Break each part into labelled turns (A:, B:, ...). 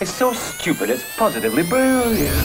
A: It's so stupid, it's positively brilliant.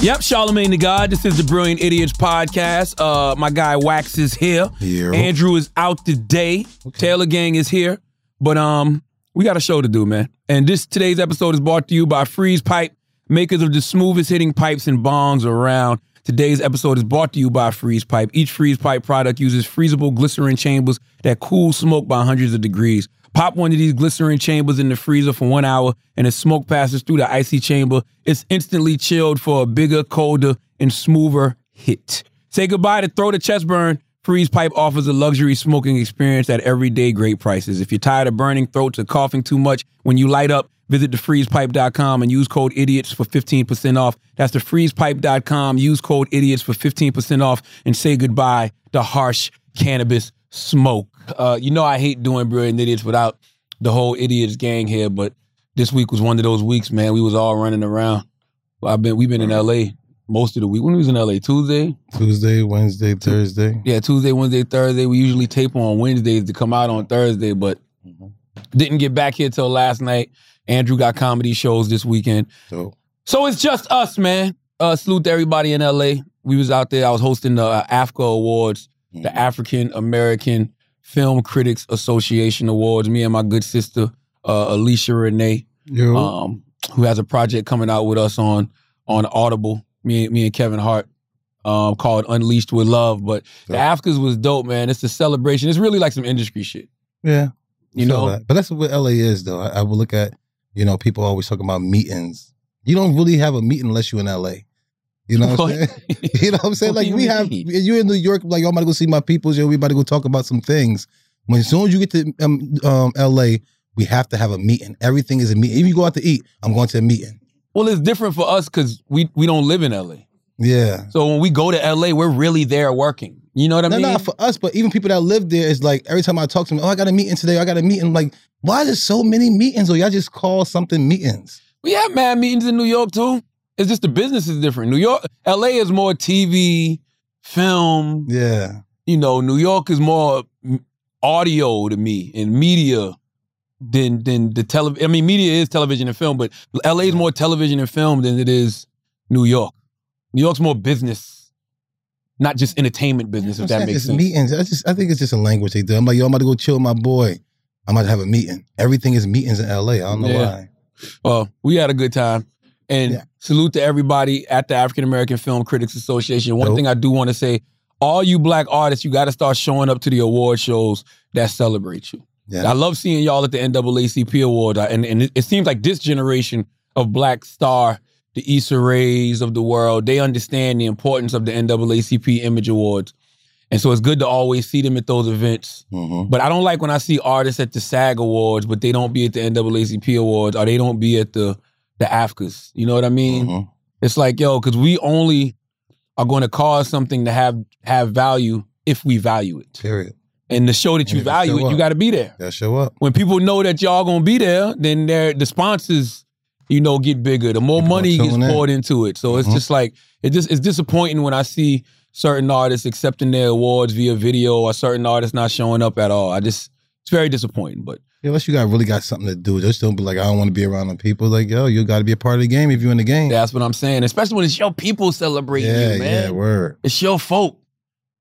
B: Yep, Charlemagne the God. This is the Brilliant Idiots podcast. Uh, my guy Wax is here.
C: Yeah.
B: Andrew is out today. Taylor Gang is here. But um, we got a show to do, man. And this today's episode is brought to you by Freeze Pipe, makers of the smoothest hitting pipes and bongs around. Today's episode is brought to you by Freeze Pipe. Each Freeze Pipe product uses freezable glycerin chambers that cool smoke by hundreds of degrees. Pop one of these glycerin chambers in the freezer for one hour, and the smoke passes through the icy chamber. It's instantly chilled for a bigger, colder, and smoother hit. Say goodbye to throw the chest burn. Freeze Pipe offers a luxury smoking experience at everyday great prices. If you're tired of burning throats or coughing too much when you light up, visit thefreezepipe.com and use code idiots for 15% off. That's thefreezepipe.com. Use code idiots for 15% off and say goodbye to harsh cannabis smoke. Uh, you know, I hate doing Brilliant Idiots without the whole idiots gang here, but this week was one of those weeks, man. We was all running around. I've been, we've been in LA most of the week. When we was in LA, Tuesday,
C: Tuesday, Wednesday, Thursday.
B: yeah, Tuesday, Wednesday, Thursday. We usually tape on Wednesdays to come out on Thursday, but didn't get back here till last night. Andrew got comedy shows this weekend.
C: So
B: So it's just us, man. Uh, salute to everybody in LA. We was out there. I was hosting the uh, AFCA Awards, the
C: Mm-hmm.
B: African American Film Critics Association Awards. Me and my good sister uh, Alicia Renee,
C: yo,
B: um, who has a project coming out with us on on Audible. Me, and- me and Kevin Hart, um, called Unleashed with Love. But the
C: Yeah.
B: AFCAs was dope, man. It's a celebration. It's really like some industry shit.
C: yeah,
B: You
C: feel
B: know,
C: that. But that's what LA is, though. I, I would look at, you know, people always talking about meetings. You don't really have a meeting unless you're in LA. You know what, I'm
B: What?
C: saying? You know what I'm saying?
B: What do
C: like
B: you
C: we have,
B: mean?
C: you're in New York. Like, yo, I'm about to go see my peoples. Yo, we about to go talk about some things. When as soon as you get to um, um, LA, we have to have a meeting. Everything is a meeting. If you go out to eat, I'm going to a meeting.
B: well, it's different for us because we we don't live in LA.
C: Yeah.
B: So when we go to LA, we're really there working. You know what I
C: No,
B: mean?
C: no, for us, but even people that live there, it's like every time I talk to them, oh, I got a meeting today, I got a meeting. Like, why is there so many meetings? Or y'all just call something meetings?
B: we have mad meetings in New York too. It's just the business is different. New York, LA is more TV, film.
C: Yeah.
B: You know, New York is more m- audio to me and media than than the television. I mean, media is television and film, but LA is more television and film than it is New York. New York's more business, not just entertainment business. If
C: I'm
B: that
C: saying
B: makes
C: it's
B: sense.
C: meetings. I just I think it's just a language they do. I'm like, yo, I'm about to go chill with my boy. I'm about to have a meeting. Everything is meetings in LA. I don't know
B: Yeah.
C: why.
B: Well, Uh, we had a good time. And
C: Yeah.
B: salute to everybody at the African American Film Critics Association. One
C: Dope.
B: thing I do want to say, all you black artists, you got to start showing up to the award shows that celebrate you.
C: Yeah.
B: I love seeing y'all at the NAACP Award. I- And, and it, it seems like this generation of black star, the Issa Rays of the world, they understand the importance of the NAACP Image Awards. And so it's good to always see them at those events.
C: Mm-hmm.
B: But I don't like when I see artists at the SAG Awards, but they don't be at the NAACP Awards, or they don't be at the the AFCAs. You know what I mean?
C: Mhm.
B: It's like, yo, because we only are going to cause something to have have value if we value it.
C: Period.
B: And to show that
C: And
B: you
C: if it
B: value
C: show
B: it, you
C: up.
B: got to be there.
C: Y'all show up.
B: When people know that y'all gonna be there, then their the sponsors, you know, get bigger. The more
C: People
B: money
C: gonna
B: gets
C: tune in.
B: poured into it, so it's
C: Mhm.
B: just like it just it's disappointing when I see certain artists accepting their awards via video or certain artists not showing up at all. I just it's very disappointing, but
C: Yeah, Unless you got really got something to do. Just don't be like, I don't want to be around them people. Like, yo, you gotta be a part of the game if you're in the game.
B: that's what I'm saying. Especially when it's your people celebrating
C: Mm. yeah,
B: you,
C: yeah,
B: man.
C: word.
B: It's your folk.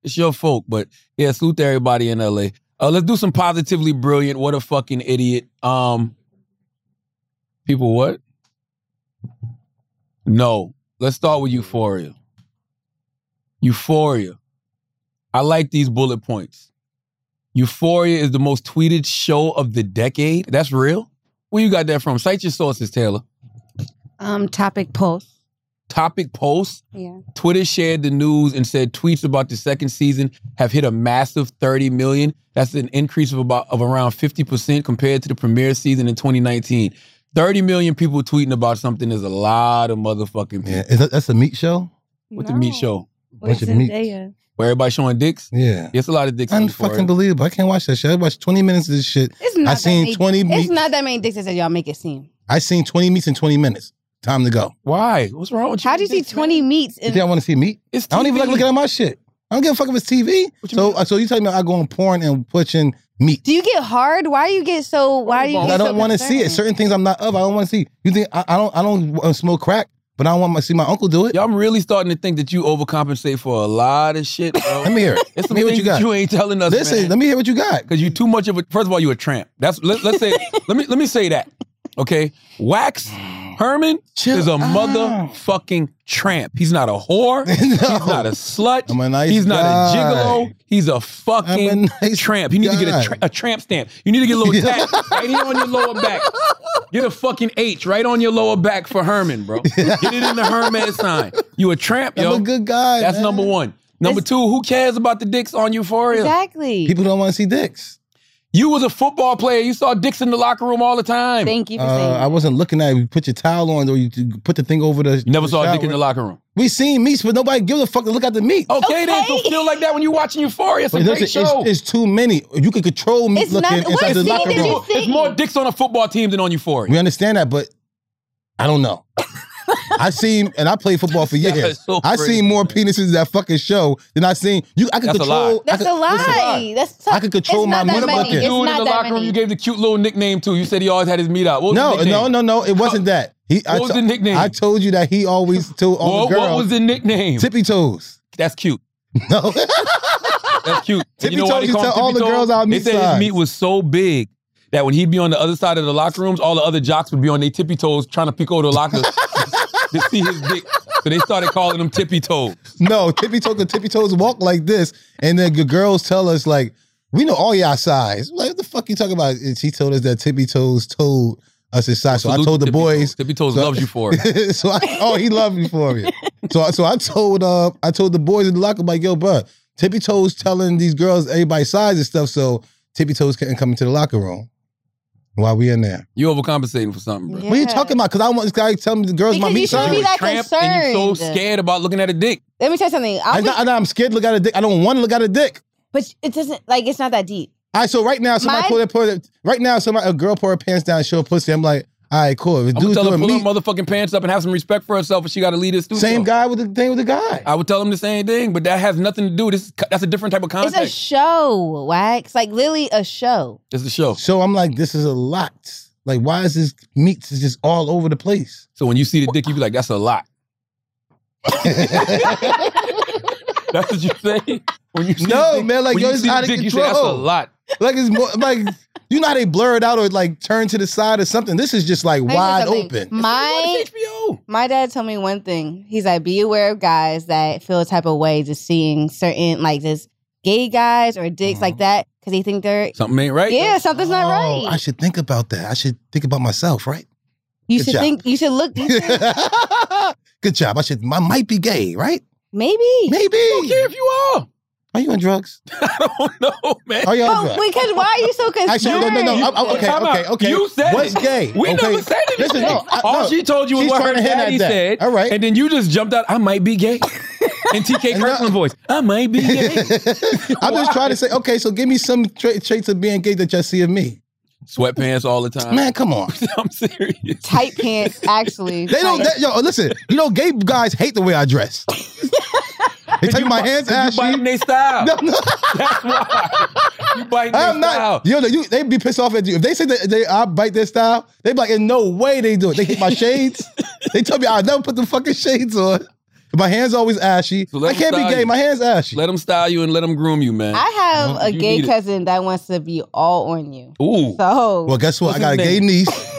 B: It's your folk. But yeah, salute to everybody in LA. Uh, let's do some positively brilliant. What a fucking idiot. Um, people, what? No. Let's start with euphoria. Euphoria. I like these bullet points. Euphoria is the most tweeted show of the decade. That's real. Where you got that from? Cite your sources, Taylor.
D: Um, topic post.
B: Topic post.
D: Yeah.
B: Twitter shared the news and said tweets about the second season have hit a massive 30 million. That's an increase of about of around 50% compared to the premiere season in 2019. 30 million people tweeting about something is a lot of motherfucking people.
C: Yeah. Is that, that's a meat show?
B: What the meat show?
C: Bunch of meat.
B: Where everybody showing dicks?
C: Yeah.
B: It's a lot of dicks. in Euphoria.
C: Unfucking believable. I can't watch that shit. I watched 20 minutes of this shit.
D: It's not
C: I
D: that
C: seen
D: many-
C: 20
D: It's
C: meat-
D: not that many dicks as y'all make it seem.
C: I seen 20 meats in 20 minutes. Time to go.
B: Why? What's wrong with you?
D: How'd you see
B: Dicks, man?
D: 20 meats
C: You
D: in
C: think I want to see meat?
B: It's
C: I don't even like
B: TV.
C: looking at my shit. I don't give a fuck if it's TV.
B: What you
C: So,
B: mean?
C: so you telling me I go on porn and pushing meat.
D: Do you get hard? Why do you get so? Why do you?
B: Well,
C: Because
D: Get
C: I
D: so
C: don't want to see it.
D: concerned?
C: Certain things I'm not of. I don't want to see. You think I, I don't? I don't uh, smoke crack, but I don't want to see my uncle do it.
B: Yo, I'm really starting to think that you overcompensate for a lot of shit, bro.
C: Let me hear it.
B: It's
C: Let
B: some
C: me hear what
B: things
C: you
B: that
C: got.
B: you ain't telling us.
C: Listen,
B: man.
C: let me hear what you got.
B: Cause you too much of a first of all, you a tramp. That's let, let's say let me let me say that. Okay. Wax Herman
C: Chill
B: is a
C: out.
B: motherfucking tramp. He's not a whore. He's not a slut.
C: I'm a nice
B: He's not
C: guy.
B: a gigolo. He's a fucking
C: I'm a nice
B: tramp. You need to get
C: guy.
B: a, tra- a tramp stamp. You need to get a little tack right here on your lower back. Get a fucking H right on your lower back for Herman, bro. Get it in the Herman sign. You a tramp, yo.
C: I'm a good guy.
B: That's
C: man.
B: number one. Number
D: It's-
B: two, who cares about the dicks on Euphoria?
D: Exactly.
C: People don't want to see dicks.
B: You was a football player. You saw dicks in the locker room all the time.
D: Thank you for saying.
C: Uh, I
D: that.
C: wasn't looking at it. You put your towel on, or you you put the thing over the.
B: you never saw a dick in
C: shower.
B: the locker room.
C: We seen meats, but nobody gives a fuck to look at the meat.
B: Okay, then.
D: Okay.
B: So feel like that when you're watching Euphoria. It's a
C: But
B: Oh, great
C: listen, it's,
B: show.
C: it's too many. You can control meat
D: It's
C: looking
D: not- what
C: inside the
D: scene
C: locker
D: did
C: room.
D: you
B: more, it's more dicks on a football team than on Euphoria.
C: We understand that, but I don't know. I seen and I played football for
B: That is
C: years.
B: so
C: I
B: crazy,
C: seen more penises in that fucking show than I seen. You, I could
B: That's a lie.
C: control.
D: That's
C: I
D: a
C: could, listen,
D: lie. That's
C: I could control
D: it's not
C: my
D: that
C: mother
D: many.
C: bucket.
B: Dude
D: It's
B: in
D: not
B: the
D: that
B: locker room,
D: many.
B: you gave the cute little nickname to. You said he always had his meat out. What was
C: No,
B: the nickname?
C: no, no, no. It wasn't that. He. I
B: What was the nickname?
C: I told you that he always told all
B: What,
C: the
B: what
C: girls
B: was the nickname?
C: tippy toes.
B: That's cute.
C: No,
B: That's cute. And
C: Tippy toes,
B: they
C: you
B: call him
C: tell all
B: tippy
C: the
B: toes?
C: girls our
B: They
C: meat
B: said his
C: size.
B: meat was so big that when he'd be on the other side of the locker rooms, all the other jocks would be on their tippy toes trying to peek over the lockers to see his dick. So they started calling him tippy toes.
C: no. Tippy toes. Tippy toes walk like this, and then the girls tell us like, we know all y'all size. Like what the fuck you talking about? And she told us that tippy toes told us his size. So I
B: Salute
C: told the
B: Tippy Toes.
C: boys.
B: Tippy toes
C: So-
B: loves you for it.
C: so I, oh, he loved me for it. So I- so I told uh I told the boys in the locker I'm like yo, bro, tippy toes telling these girls everybody size and stuff. So tippy toes couldn't come into the locker room while we in there.
B: You overcompensating for something, bro.
D: Yeah.
C: What are you talking about? Because I want this guy to tell me the girls my
D: Because
C: meat
D: you shouldn't
C: size.
D: be
B: You a
D: that
B: tramp and you so
D: concerned.
B: scared about looking at a dick.
D: Let me tell you something. I'll
C: I'm,
D: be,
C: not, I'm not- I'm scared to look at a dick. I don't want to look at a dick.
D: but it doesn't like it's not that deep.
C: All right, so right now somebody
D: My-
C: pull their, pull their- right now somebody a girl pull her pants down and show her pussy. I'm like, all right, cool. If
B: I would
C: dude's
B: tell her
C: doing
B: pull
C: meat,
B: her motherfucking pants up and have some respect for herself if she got to lead this studio.
C: same guy with the thing with the guy.
B: I would tell him the same thing, but that has nothing to do. This is, that's a different type of
D: It's
B: context.
D: a show, wax. Like literally a show.
B: it's a show.
C: So I'm like, this is a lot. Like, why is this meat just all over the place?
B: So when you see the dick, you be like, "That's a lot." That's what you say when you see
C: No,
B: the dick,
C: man, like,
B: when
C: yo,
B: you
C: it's
B: see the
C: out of
B: dick, you say, That's a
C: control."
B: lot.
C: Like it's more like you know how they blur it out or like turn to the side or something. This is just like
D: Let me tell you
C: wide
D: something.
C: open.
D: My
B: It's HBO.
D: my dad told me one thing. He's like, be aware of guys that feel a type of way just seeing certain like just gay guys or dicks like that because they think they're
B: Something ain't right.
D: yeah something's not
C: Mm-hmm. Oh, I
D: right.
C: should think about that. I should think about myself, right?
D: you
C: good
D: should
C: job.
D: think. You should look. You should,
C: Good job. I should. I might be gay, right?
D: maybe.
C: Maybe.
B: I don't care if you are.
C: Are you on drugs?
B: I don't know, man.
C: Are you on
D: But
C: drugs?
D: because why are you so concerned?
C: Actually, no, no, no. I'm- I'm- okay,
B: Time out.
C: okay, okay.
B: You said
C: What's
B: it.
C: gay?
B: We
C: okay.
B: never said anything.
C: Listen, no, I-
B: All
C: no.
B: she told you was
C: She's
B: what her
C: trying to hint at
B: daddy
C: that.
B: said.
C: All right.
B: and then you just jumped out. I might be gay. And TK
C: And now-
B: Kirkland voice. I might be gay.
C: I'm just trying to say, okay, so give me some tra- traits of being gay that y'all see of me.
B: Sweatpants all the time.
C: Man, come on.
B: I'm serious.
D: Tight pants, actually.
C: They don't.
D: Like,
C: That, yo, listen. You know, gay guys hate the way I dress. they tell me my hands
B: You
C: ashy.
B: biting their style.
C: No, no,
B: That's why. You biting their
C: I'm
B: style.
C: not. Yo, no, you, they be pissed off at you if they say that they I bite their style. They be like, in no way they do it. They hit my shades. they tell me I never put the fucking shades on. My hands always ashy.
B: So let
C: I
B: them
C: can't be
B: style
C: gay.
B: you.
C: My hands ashy.
B: Let them style you and let them groom you, man.
D: I have
B: Well,
D: a
B: you
D: gay
B: need it.
D: cousin that wants to be all on you.
B: Ooh.
D: So
C: Well, guess what?
B: What's
C: I got a
B: his
C: gay niece.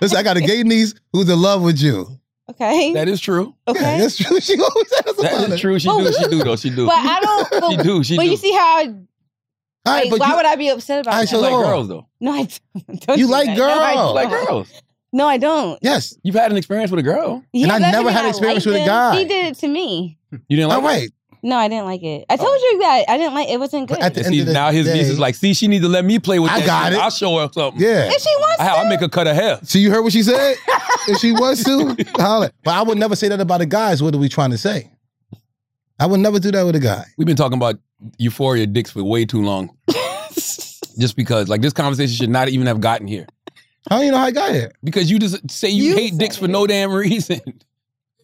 C: listen, I got a gay niece who's in love with you.
D: okay,
B: That is true.
C: Yeah,
D: okay.
C: that's true. She always asks
B: That
C: about
B: is
C: it.
B: true. She
D: Well,
B: do. She do though. She do.
D: but I don't. But,
B: She do. She
D: but
B: do.
D: you see how?
C: All
D: I,
C: right,
D: like,
C: but
D: why
C: you,
D: would I be upset about
C: All right,
D: that?
B: You
C: so-
B: like
C: Hold on.
B: girls though.
D: no, I don't. don't
C: You
D: do
C: like
D: that.
C: girls.
B: You like
D: No, I don't.
B: girls.
D: No, I don't.
C: yes.
B: You've had an experience with a girl.
D: Yeah,
C: I
D: that
C: never
D: doesn't
C: had
D: mean I
C: experience with a
D: liked him.
C: guy.
D: He did it to me.
B: You didn't like.
C: All right.
D: No, I didn't like it. I told you that I didn't like. It wasn't
C: Oh. But
D: good.
C: at the
B: And
C: end
B: see,
C: of the
B: now his niece
C: day-
B: is like, see, she need to let me play with
C: I
B: that
C: got
B: shit.
C: it.
B: I'll show her something.
C: Yeah.
D: if she wants
B: I,
D: to,
B: I'll make her cut her hair.
C: So you heard what she said? if she was to, holler. But I would never say that about a guy, is what are we trying to say? I would never do that with a guy.
B: We've been talking about euphoria dicks for way too long. just because, like, this conversation should not even have gotten here.
C: How do you know how I got here?
B: Because you just say you,
D: You
B: hate dicks
D: said
B: for
D: it.
B: no damn reason.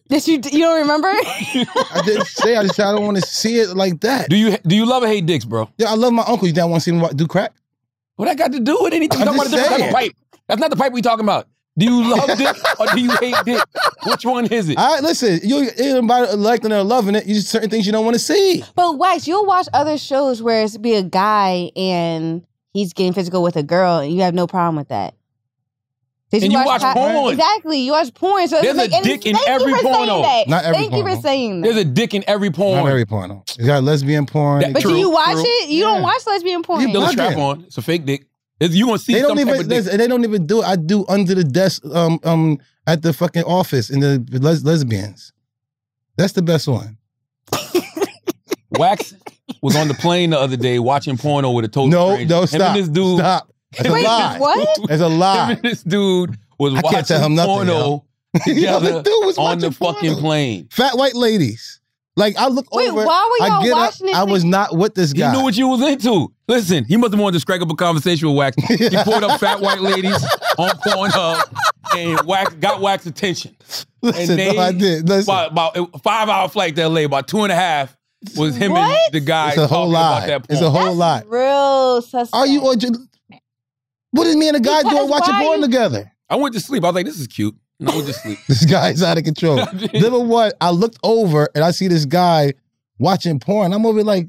D: That you you don't remember?
C: I didn't say I just I don't want to see it like that.
B: Do you do you love or hate dicks, bro?
C: Yeah, I love my uncle. You don't want to see him wa- do crack?
B: What that got to do with anything?
C: I'm
B: Talking about a
C: just
B: different type of
C: saying.
B: pipe. That's not the pipe we talking about. Do you love dick or do you hate dick? Which one is it?
C: I listen. You anybody electing or loving it. You just certain things you don't want to see.
D: But Wax, you'll watch other shows where it's be a guy and he's getting physical with a girl, and you have no problem with that. Did
B: And you watch
D: Hot-
B: porn.
D: Exactly, you watch porn. So
B: There's
D: it's like,
B: a
D: and
B: dick in
D: thank you
B: every
D: for saying
B: porno.
D: that.
C: Not every
D: Thank you
C: porno.
D: for saying that.
B: There's a dick in every
C: Not
B: porn.
C: very porno. You got lesbian porn.
B: That-
D: but
B: True,
D: do you watch
B: true.
D: it? You
C: Yeah.
D: don't watch lesbian porn.
B: There's a
C: Goddamn.
B: strap on. It's a fake dick. It's- you gonna see
C: they
B: some
C: don't
B: type
C: even.
B: of dick.
C: Listen, they don't even do. it. I do under the desk. Um, um, at the fucking office in the les- lesbians. That's the best one.
B: Wax was on the plane the other day watching porno with a total
C: no,
B: stranger.
C: no,
B: Oh, Him
C: stop.
B: and this dude,
C: Stop. That's a
D: Wait,
C: lie.
D: what?
C: That's a
B: him
C: lie.
B: and this dude was
C: I
B: watching
C: can't tell him nothing,
B: porno
C: yo. You know,
B: together
C: the dude was
B: on the
C: watching porno.
B: fucking plane.
C: Fat white ladies. Like I look
D: Wait,
C: over.
D: why were y'all
C: I get
D: watching
C: up.
D: this
C: I was not with this guy.
B: He knew what you was into. Listen, he must have wanted to strike up a conversation with Wax. He pulled up fat white ladies on Pornhub and Wax got Wax attention.
C: Listen,
B: and they-
C: no, I did. Listen,
B: About, about a five hour flight to LA, about two and a half was him
D: What?
B: and the guy
C: it's a
B: talking
C: whole
B: about
C: lie.
B: that porn.
C: It's a whole lie.
D: That's Real suspect.
C: Are you or what is me and a guy
D: Because
C: doing watching
D: why
C: porn
D: you-
C: together?
B: I went to sleep. I was like, this is cute. And I went to sleep.
C: This guy's out of control. Number one, I looked over and I see this guy watching porn. I'm over here like,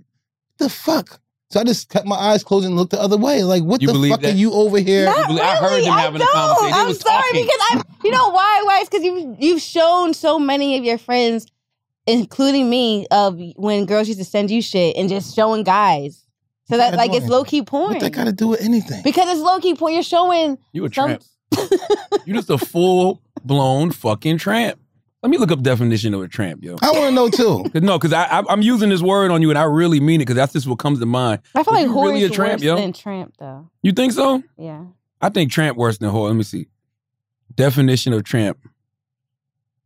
C: the fuck? So I just kept my eyes closed and looked the other way. Like, what
B: You
C: the
B: believe
C: fuck
B: that?
C: are you over here?
D: Not
B: believe-
D: really.
B: I
D: I
B: heard them having a
D: don't.
B: conversation. They
D: I'm
B: was
D: sorry
B: talking.
D: because I. You know why? Why? It's because you've you've shown so many of your friends, including me, of when girls used to send you shit and just showing guys. So that
C: Not
D: like it's
C: doing
D: low key porn.
C: what that got to do with anything?
D: because it's low key porn. You're showing
B: You a
D: some.
B: tramp. You just a full blown fucking tramp. Let me look up definition of a tramp, yo.
C: I want to know too.
B: Cause no, because I, I I'm using this word on you, and I really mean it, because that's just what comes to mind.
D: I feel
B: But
D: like
B: you
D: whore
B: really
D: is
B: a tramp,
D: worse
B: yo.
D: than tramp though.
B: You think so?
D: Yeah.
B: I think tramp worse than whore. Let me see. Definition of tramp.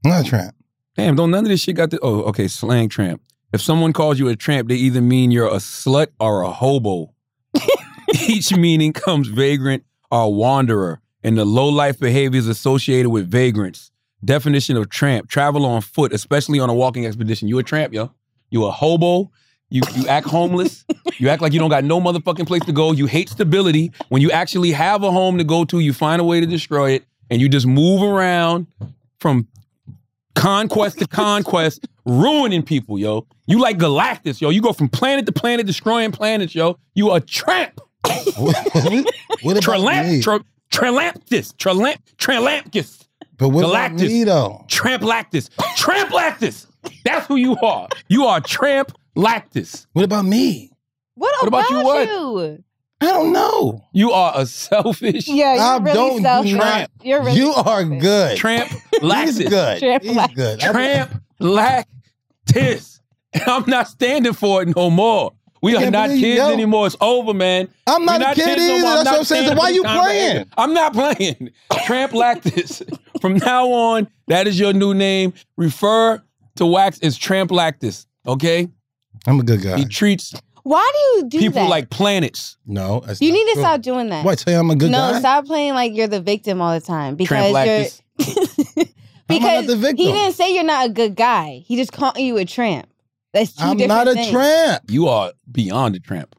C: I'm not a tramp.
B: Damn, don't none of this shit got the. Oh, okay, slang tramp. If someone calls you a tramp, they either mean you're a slut or a hobo. Each meaning comes vagrant or wanderer, and the low life behaviors associated with vagrants. Definition of tramp: travel on foot, especially on a walking expedition. You a tramp, yo? You a hobo? You you act homeless. you act like you don't got no motherfucking place to go. You hate stability. When you actually have a home to go to, you find a way to destroy it, and you just move around from conquest to conquest, ruining people, yo. You like Galactus, yo. You go from planet to planet, destroying planets, yo. You a tramp.
C: what about me?
B: Tralamp, tra- Tralamptus, Tralamp, Tralampus,
C: but what about
B: Galactus.
C: me though?
B: Tramplactus, Tramplactus. That's who you are. You are Tramp Lactus.
C: What about me?
D: What,
B: What about
D: about,
B: you,
D: you?
C: I don't know.
B: you are a selfish
D: Yeah, Oh, you're
C: I
D: really
C: don't do
D: selfish.
C: tramp.
D: You're really
C: you are
D: selfish.
C: good.
B: Tramp
C: He's
B: Lactus.
C: good.
D: Tramp
C: He's
D: lactic.
C: good. I-
B: Tramp Lactus. And I'm not standing for it no more. We
C: I
B: are
C: can't
B: not
C: believe you,
B: kids
C: yo.
B: anymore. It's over, man.
C: I'm
B: We're
C: not, a kid
B: kids no
C: either.
B: more.
C: That's what I'm saying. So
B: standing
C: why
B: for
C: you
B: this conversation.
C: playing?
B: I'm not playing. Tramp Lactus. From now on, that is your new name. Refer to Wax as Tramp Lactus. Okay?
C: I'm a good guy.
B: He treats
D: Why do you do
B: people
D: that?
B: like planets.
C: No, that's
D: you
C: not
D: need to
C: true.
D: stop doing that.
C: Why tell you I'm a good
D: no,
C: guy?
D: stop playing like you're the victim all the time because
B: Tramp
D: you're
B: Lactus.
C: I'm not
D: because
C: the victim.
D: he didn't say you're not a good guy. He just called you a tramp. That's 2
C: I'm
D: different
C: not a
D: things.
C: tramp.
B: You are beyond a tramp.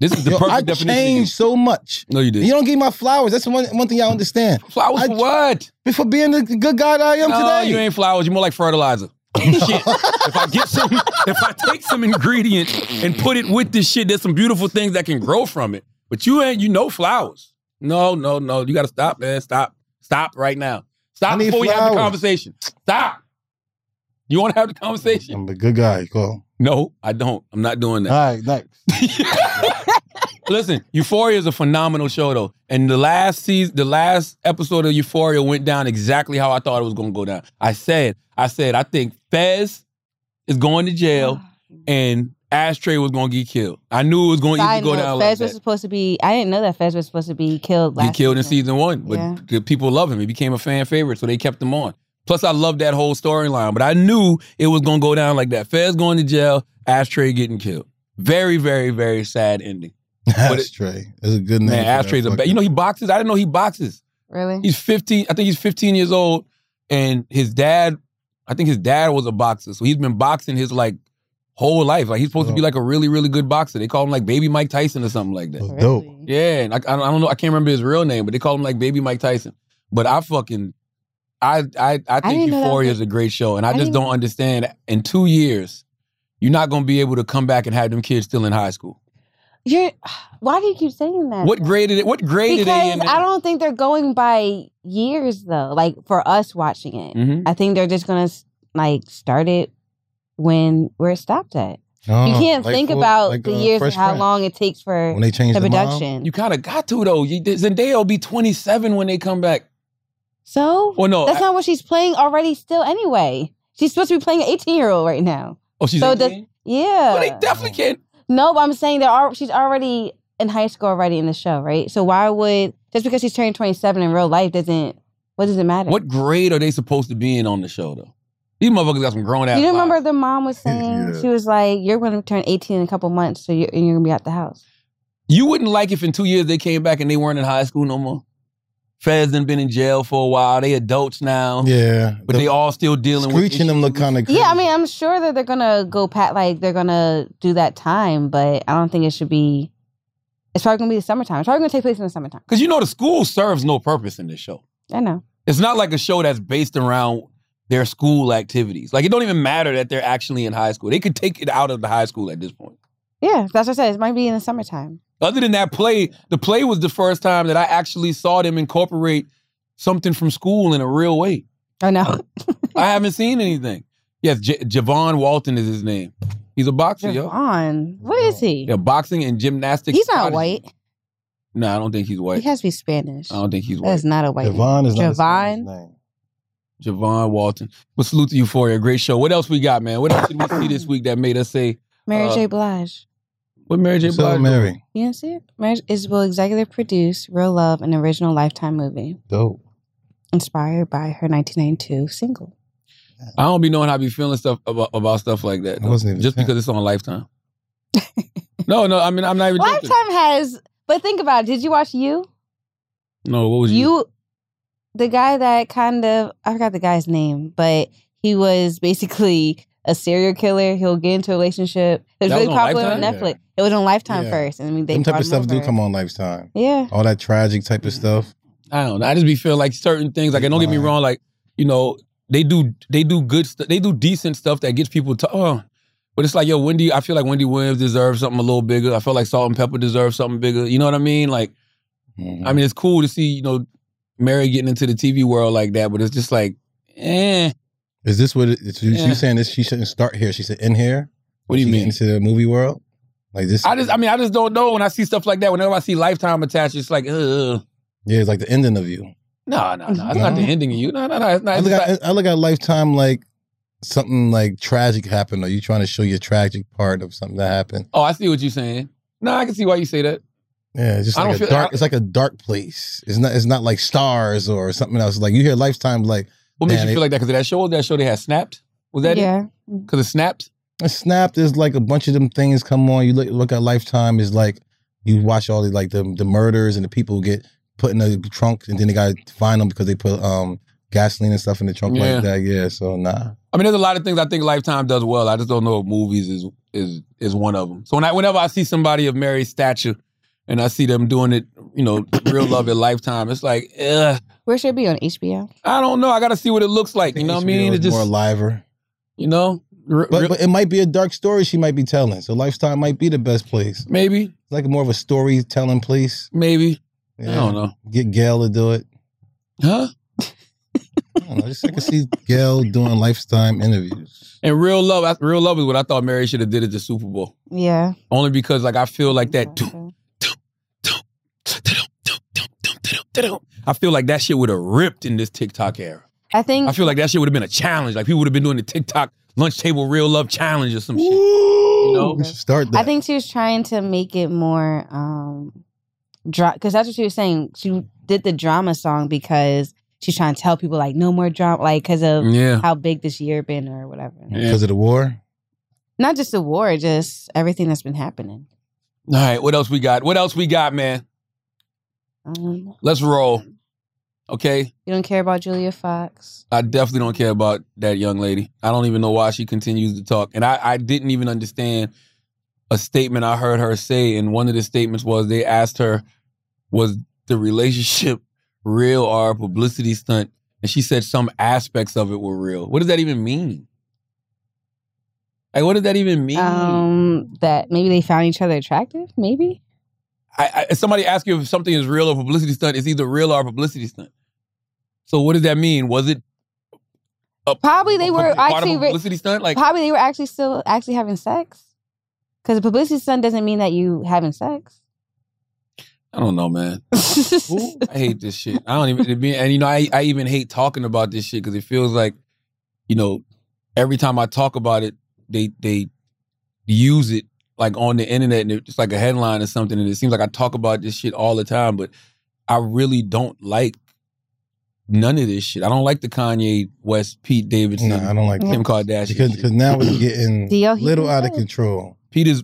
B: This is the
C: Yo,
B: perfect
C: I
B: definition. of you.
C: changed so much.
B: No, you
C: You
B: didn't.
C: don't give my flowers. That's one one thing y'all understand.
B: Flowers
C: I-
B: for what?
C: But for being the good guy that I am
B: No,
C: today.
B: Oh, you ain't flowers. You're more like fertilizer. Shit. if I get some, if I take some ingredient and put it with this shit, there's some beautiful things that can grow from it. But you ain't, you know, flowers. No, no, no. You got to stop, man. Stop. Stop right now.
C: I
B: Stop
C: need
B: before we have the
C: flowers.
B: conversation. Stop. You want to have the conversation?
C: I'm a good guy, Cole.
B: No, I don't. I'm not doing that.
C: right, next.
B: Listen, Euphoria is a phenomenal show though, and the last season, the last episode of Euphoria went down exactly how I thought it was going to go down. I said, I said, I think Fez is going to jail
D: Ah.
B: and Ashtray was going to get killed. I knew it was going to either
D: Side
B: go
D: note,
B: down
D: Fez
B: like
D: was
B: that.
D: supposed to be. I didn't know that Fez was supposed to be killed.
B: He
D: Last
B: killed in
D: season.
B: season one, but
D: Yeah.
B: the people love him. He became a fan favorite, so they kept him on. Plus, I love that whole storyline, but I knew it was going to go down like that. Fez going to jail, Ashtray getting killed. Very, very, very sad ending.
C: Ashtray. That's a good name.
B: Man, Ashtray's a bad. You know, he boxes. I didn't know he boxes.
D: Really?
B: he's 15 i think he's 15 years old and his dad i think his dad was a boxer so he's been boxing his like whole life. Like he's supposed to be
C: Oh.
B: like a really, really good boxer. They call him like Baby Mike Tyson or something like that.
C: Oh. dope.
B: Yeah, and I, I don't- I don't know. I can't remember his real name, but they call him like Baby Mike Tyson. But I fucking, I I I
D: didn't
B: think
D: know that
B: Euphoria
D: was-
B: is a great show, and I,
D: I
B: just
D: didn't-
B: don't understand. In two years, you're not gonna be able to come back and have them kids still in high school.
D: You're. Why do you keep saying that?
B: What grade did it? What grade did they
D: Oh. Because
B: in?
D: I don't think they're going by years though. Like for us watching it,
B: Mhm.
D: I think they're just gonna like start it when where it stopped at. You
C: Uh,
D: can't
C: like
D: think
C: for-
D: about
C: like,
D: the
C: uh,
D: years and
C: Fresh
D: how
C: Prince.
D: long it takes for
C: when they change
D: the
C: the, mom.
D: production.
B: You kind of got to though. You, Zendaya will be 27 when they come back.
D: so
B: Well, no,
D: that's
B: I-
D: not what she's playing already. Still, anyway, she's supposed to be playing an eighteen-year-old right now.
B: oh she's
D: so
B: 18?
D: does- Yeah.
B: Well, they definitely can't.
D: No, but I'm saying that al- she's already in high school already in the show, right? So why would just because she's turning 27 in real life doesn't what does it matter?
B: What grade are they supposed to be in on the show though? These motherfuckers got some grown ass.
D: you don't remember the mom was saying
C: Yeah.
D: she was like, "You're going to turn 18 in a couple months, so you're, and you're going to be out the house."
B: You wouldn't like if in two years they came back and they weren't in high school no more. Fez done been in jail for a while. They adults now,
C: Yeah,
B: but they all still dealing with
C: screeching them
B: issues.
C: look kind of.
D: Yeah, I mean, I'm sure that they're gonna go pat like they're gonna do that time, but I don't think it should be. It's probably gonna be the summertime. It's probably gonna take place in the summertime.
B: Cause you know the school serves no purpose in this show.
D: I know.
B: It's not like a show that's based around their school activities. Like it don't even matter that they're actually in high school. They could take it out of the high school at this point.
D: Yeah, that's what I said. It might be in the summertime.
B: Other than that play, the play was the first time that I actually saw them incorporate something from school in a real way.
D: Oh no,
B: I haven't seen anything. Yes, J- Javon Walton is his name. He's a boxer, yo.
D: Javon. What is he?
B: Yeah, boxing and gymnastics.
D: He's not
B: prodigy.
D: white.
B: No, I don't think he's
D: He
B: white.
D: has to be Spanish.
B: I don't think he's white.
D: That's not a white. name.
C: Javon is not
D: Javon?
C: Javon.
B: Javon Walton. Well, salute to Euphoria. Great show. What else we got, man? What else did we see this week that made us say,
D: Mary
B: Uh,
D: J. Blige.
B: what Mary J.
C: So
B: Blige? doing?
C: Mary,
D: You didn't see it? Mary is will executive produce Real Love, an original Lifetime movie
C: dope.
D: inspired by her 1992 single.
B: I don't be knowing how I be feeling stuff about, about stuff like that.
C: I
B: though,
C: wasn't even
B: just
C: saying.
B: because it's on Lifetime. no, no, I mean I'm not even joking.
D: Lifetime has, but think about it. Did you watch You?
B: No, what was you?
D: You, the guy that kind of I forgot the guy's name, but he was basically a serial killer. He'll get into a relationship. It was
B: That
D: really
B: was on
D: popular on
C: Lifetime?
D: Netflix. It was on Lifetime
C: Yeah.
D: first, and I mean they
C: Them type
D: brought
C: of
D: him
C: stuff do
D: over.
C: come on Lifetime.
D: Yeah,
C: All that tragic type
B: Mm-hmm.
C: of stuff.
B: I don't know. I just be feel like certain things. Like, and don't get me
C: Right.
B: wrong. Like, you know, they do they do good stuff. They do decent stuff that gets people to. Oh, but it's like yo, Wendy. I feel like Wendy Williams deserves something a little bigger. I feel like Salt and Pepper deserves something bigger. You know what I mean? Like,
C: Mhm.
B: I mean, it's cool to see you know Mary getting into the TV world like that, but it's just like, eh.
C: is this what it, is,
B: Yeah.
C: she's saying? This she shouldn't start here. She said in here.
B: What do you
C: She
B: mean?
C: into the movie world? Like this?
B: I just, I mean, I just don't know. When I see stuff like that, whenever I see Lifetime attached, it's like, ugh.
C: yeah, it's like the ending of you.
B: No, no, no. It's not the
C: No.
B: ending of you. No, no, no. It's not.
C: Mm-hmm. I
B: It's
C: look,
B: not
C: at, I look at Lifetime like something like tragic happened. Are you trying to show your tragic part of something that happened?
B: oh, I see what you're saying. No, I can see why you say that.
C: Yeah, it's just
B: I
C: like
B: don't
C: a
B: feel-
C: dark.
B: I-
C: it's like a dark place. It's not. It's not like stars or something else. Like you hear Lifetime, like
B: What makes
C: Man,
B: you
C: it-
B: feel like that? Because that show, that show they had snapped. Was that it?
D: yeah.
B: Because it snapped.
C: it snapped. There's like a bunch of them things come on. You look look at Lifetime is like you watch all the like the the murders and the people who get put in the trunk and then they gotta find them because they put um gasoline and stuff in the trunk
B: Yeah.
C: like that. Yeah, so nah.
B: I mean, there's a lot of things I think Lifetime does well. I just don't know if movies is is is one of them. So when I, whenever I see somebody of Mary's stature, and I see them doing it, you know, real love at Lifetime, it's like, ugh,
D: Where should it be on HBO?
B: I don't know. I got to see what it looks like. You know what I mean? It's
C: It's
B: just,
C: more liver.
B: you know, re- re-
C: But, but it might be a dark story she might be telling. So Lifetime might be the best place.
B: maybe,
C: It's like more of a storytelling place.
B: maybe. I
C: Yeah.
B: don't know.
C: Get Gail to do it.
B: Huh?
C: I don't know. Just I can see Gail doing Lifetime interviews.
B: And real love, I, real love is what I thought Mary should have did at the Super Bowl.
D: Yeah.
B: Only because like I feel like that.
D: Exactly.
B: I feel like that shit would have ripped in this TikTok era.
D: I think
B: I feel like that shit would have been a challenge. Like people would have been doing the TikTok lunch table real love challenge or some
C: Ooh,
B: shit. know?
C: we should start that.
D: I think she was trying to make it more um dra because that's what she was saying. She did the drama song because she's trying to tell people like no more drama, like because of
B: Yeah.
D: how big this year been or whatever.
B: yeah. All
C: because of the war.
D: Not just the war, just everything that's been happening.
B: right. What else we got? What else we got, man?
D: Um,
B: Let's roll. Okay,
D: You don't care about Julia Fox.
B: I definitely don't care about that young lady. I don't even know why she continues to talk, and I, I didn't even understand a statement I heard her say. And one of the statements was they asked her, "Was the relationship real or a publicity stunt?" And she said some aspects of it were real. What does that even mean? Like, what does that even mean?
D: Um, that maybe they found each other attractive. Maybe.
B: I, I, if somebody asks you if something is real or publicity stunt, it's either real or publicity stunt. So what does that mean? Was it a,
D: Probably they
B: a
D: were
B: public- part
D: actually
B: of a
D: re-
B: publicity stunt? Like
D: Probably they were actually still actually having sex. Because a publicity stunt doesn't mean that you having sex.
B: I don't know, man. I hate this shit. I don't even it be- and you know I I even hate talking about this shit because it feels like you know every time I talk about it they they use it like on the internet and it's like a headline or something and it seems like I talk about this shit all the time but I really don't like none of this shit. I don't like the Kanye West, Pete Davidson,
C: No, I don't like that.
B: Kim Kardashian.
C: Because
B: shit.
C: because now it's getting
D: Yo, he
C: little
D: can
C: out of
D: say.
C: control.
B: Peter's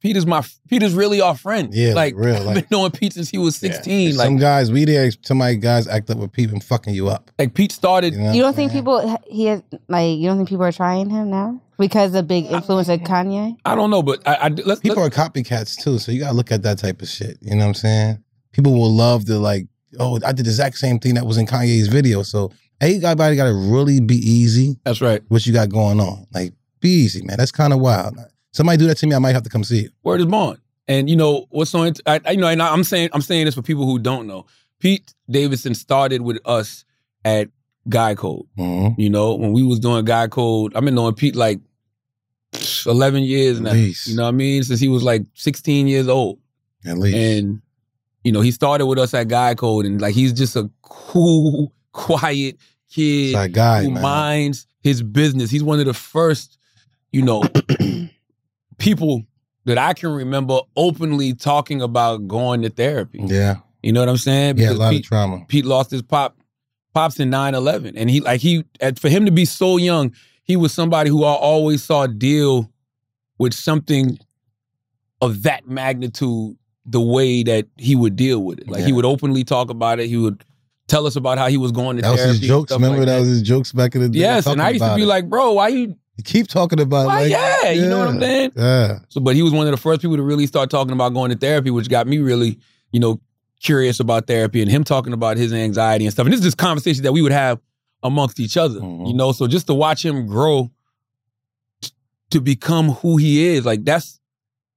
B: Peter's my Peter's really our friend.
C: Yeah, like, real,
B: I've
C: like-
B: been knowing Pete since he was
C: Yeah.
B: sixteen. Like
C: some guys, we there. Somebody guys act up with people and fucking you up.
B: like Pete started.
C: know
D: You
C: what
D: don't
C: I'm
D: think
C: saying?
D: people he has like you don't think people are trying him now because the big influence of Kanye?
B: I don't know, but I, I let's,
C: people
B: let's-
C: are copycats too? So you gotta look at that type of shit. You know what I'm saying? People will love to like, oh, I did the exact same thing that was in Kanye's video. So everybody gotta really be easy
B: that's right.
C: what you got going on. Like be easy, man. That's kind of wild. Somebody do that to me, I might have to come see you.
B: Word is born. And you know what's on? I, I- you know, and I, I'm saying I'm saying this for people who don't know. Pete Davidson started with us at Guy Code.
C: Mm-hmm.
B: You know, when we was doing Guy Code, I've been knowing Pete like eleven years now.
C: At least.
B: You know what I mean? Since he was like 16 years old.
C: At least.
B: And you know, he started with us at Guy Code, and like he's just a cool, quiet
C: it's
B: kid
C: like guy,
B: who
C: man.
B: minds his business. He's one of the first, you know, people that I can remember openly talking about going to therapy.
C: Yeah.
B: You know what I'm saying?
C: Yeah, a lot
B: Pete,
C: of trauma.
B: Pete lost his pop pops in 9-11. and he like he at, for him to be so young, he was somebody who I always saw deal with something of that magnitude the way that he would deal with it. Like he
C: Yeah.
B: would openly talk about it. He would tell us about how he was going to
C: That was
B: therapy.
C: his
B: and
C: jokes.
B: stuff
C: Remember
B: like
C: that was his jokes back in the day.
B: Yes, and
C: talking
B: I used to
C: about
B: be
C: it.
B: like, bro, why you?
C: You keep talking about it.
B: Why?
C: like,
B: yeah, you know what I'm
C: yeah,
B: saying.
C: Yeah.
B: So, but he was one of the first people to really start talking about going to therapy, which got me really, you know, curious about therapy and him talking about his anxiety and stuff. And this is just conversation that we would have amongst each other,
C: Mhm.
B: you know. So just to watch him grow t- to become who he is, like that's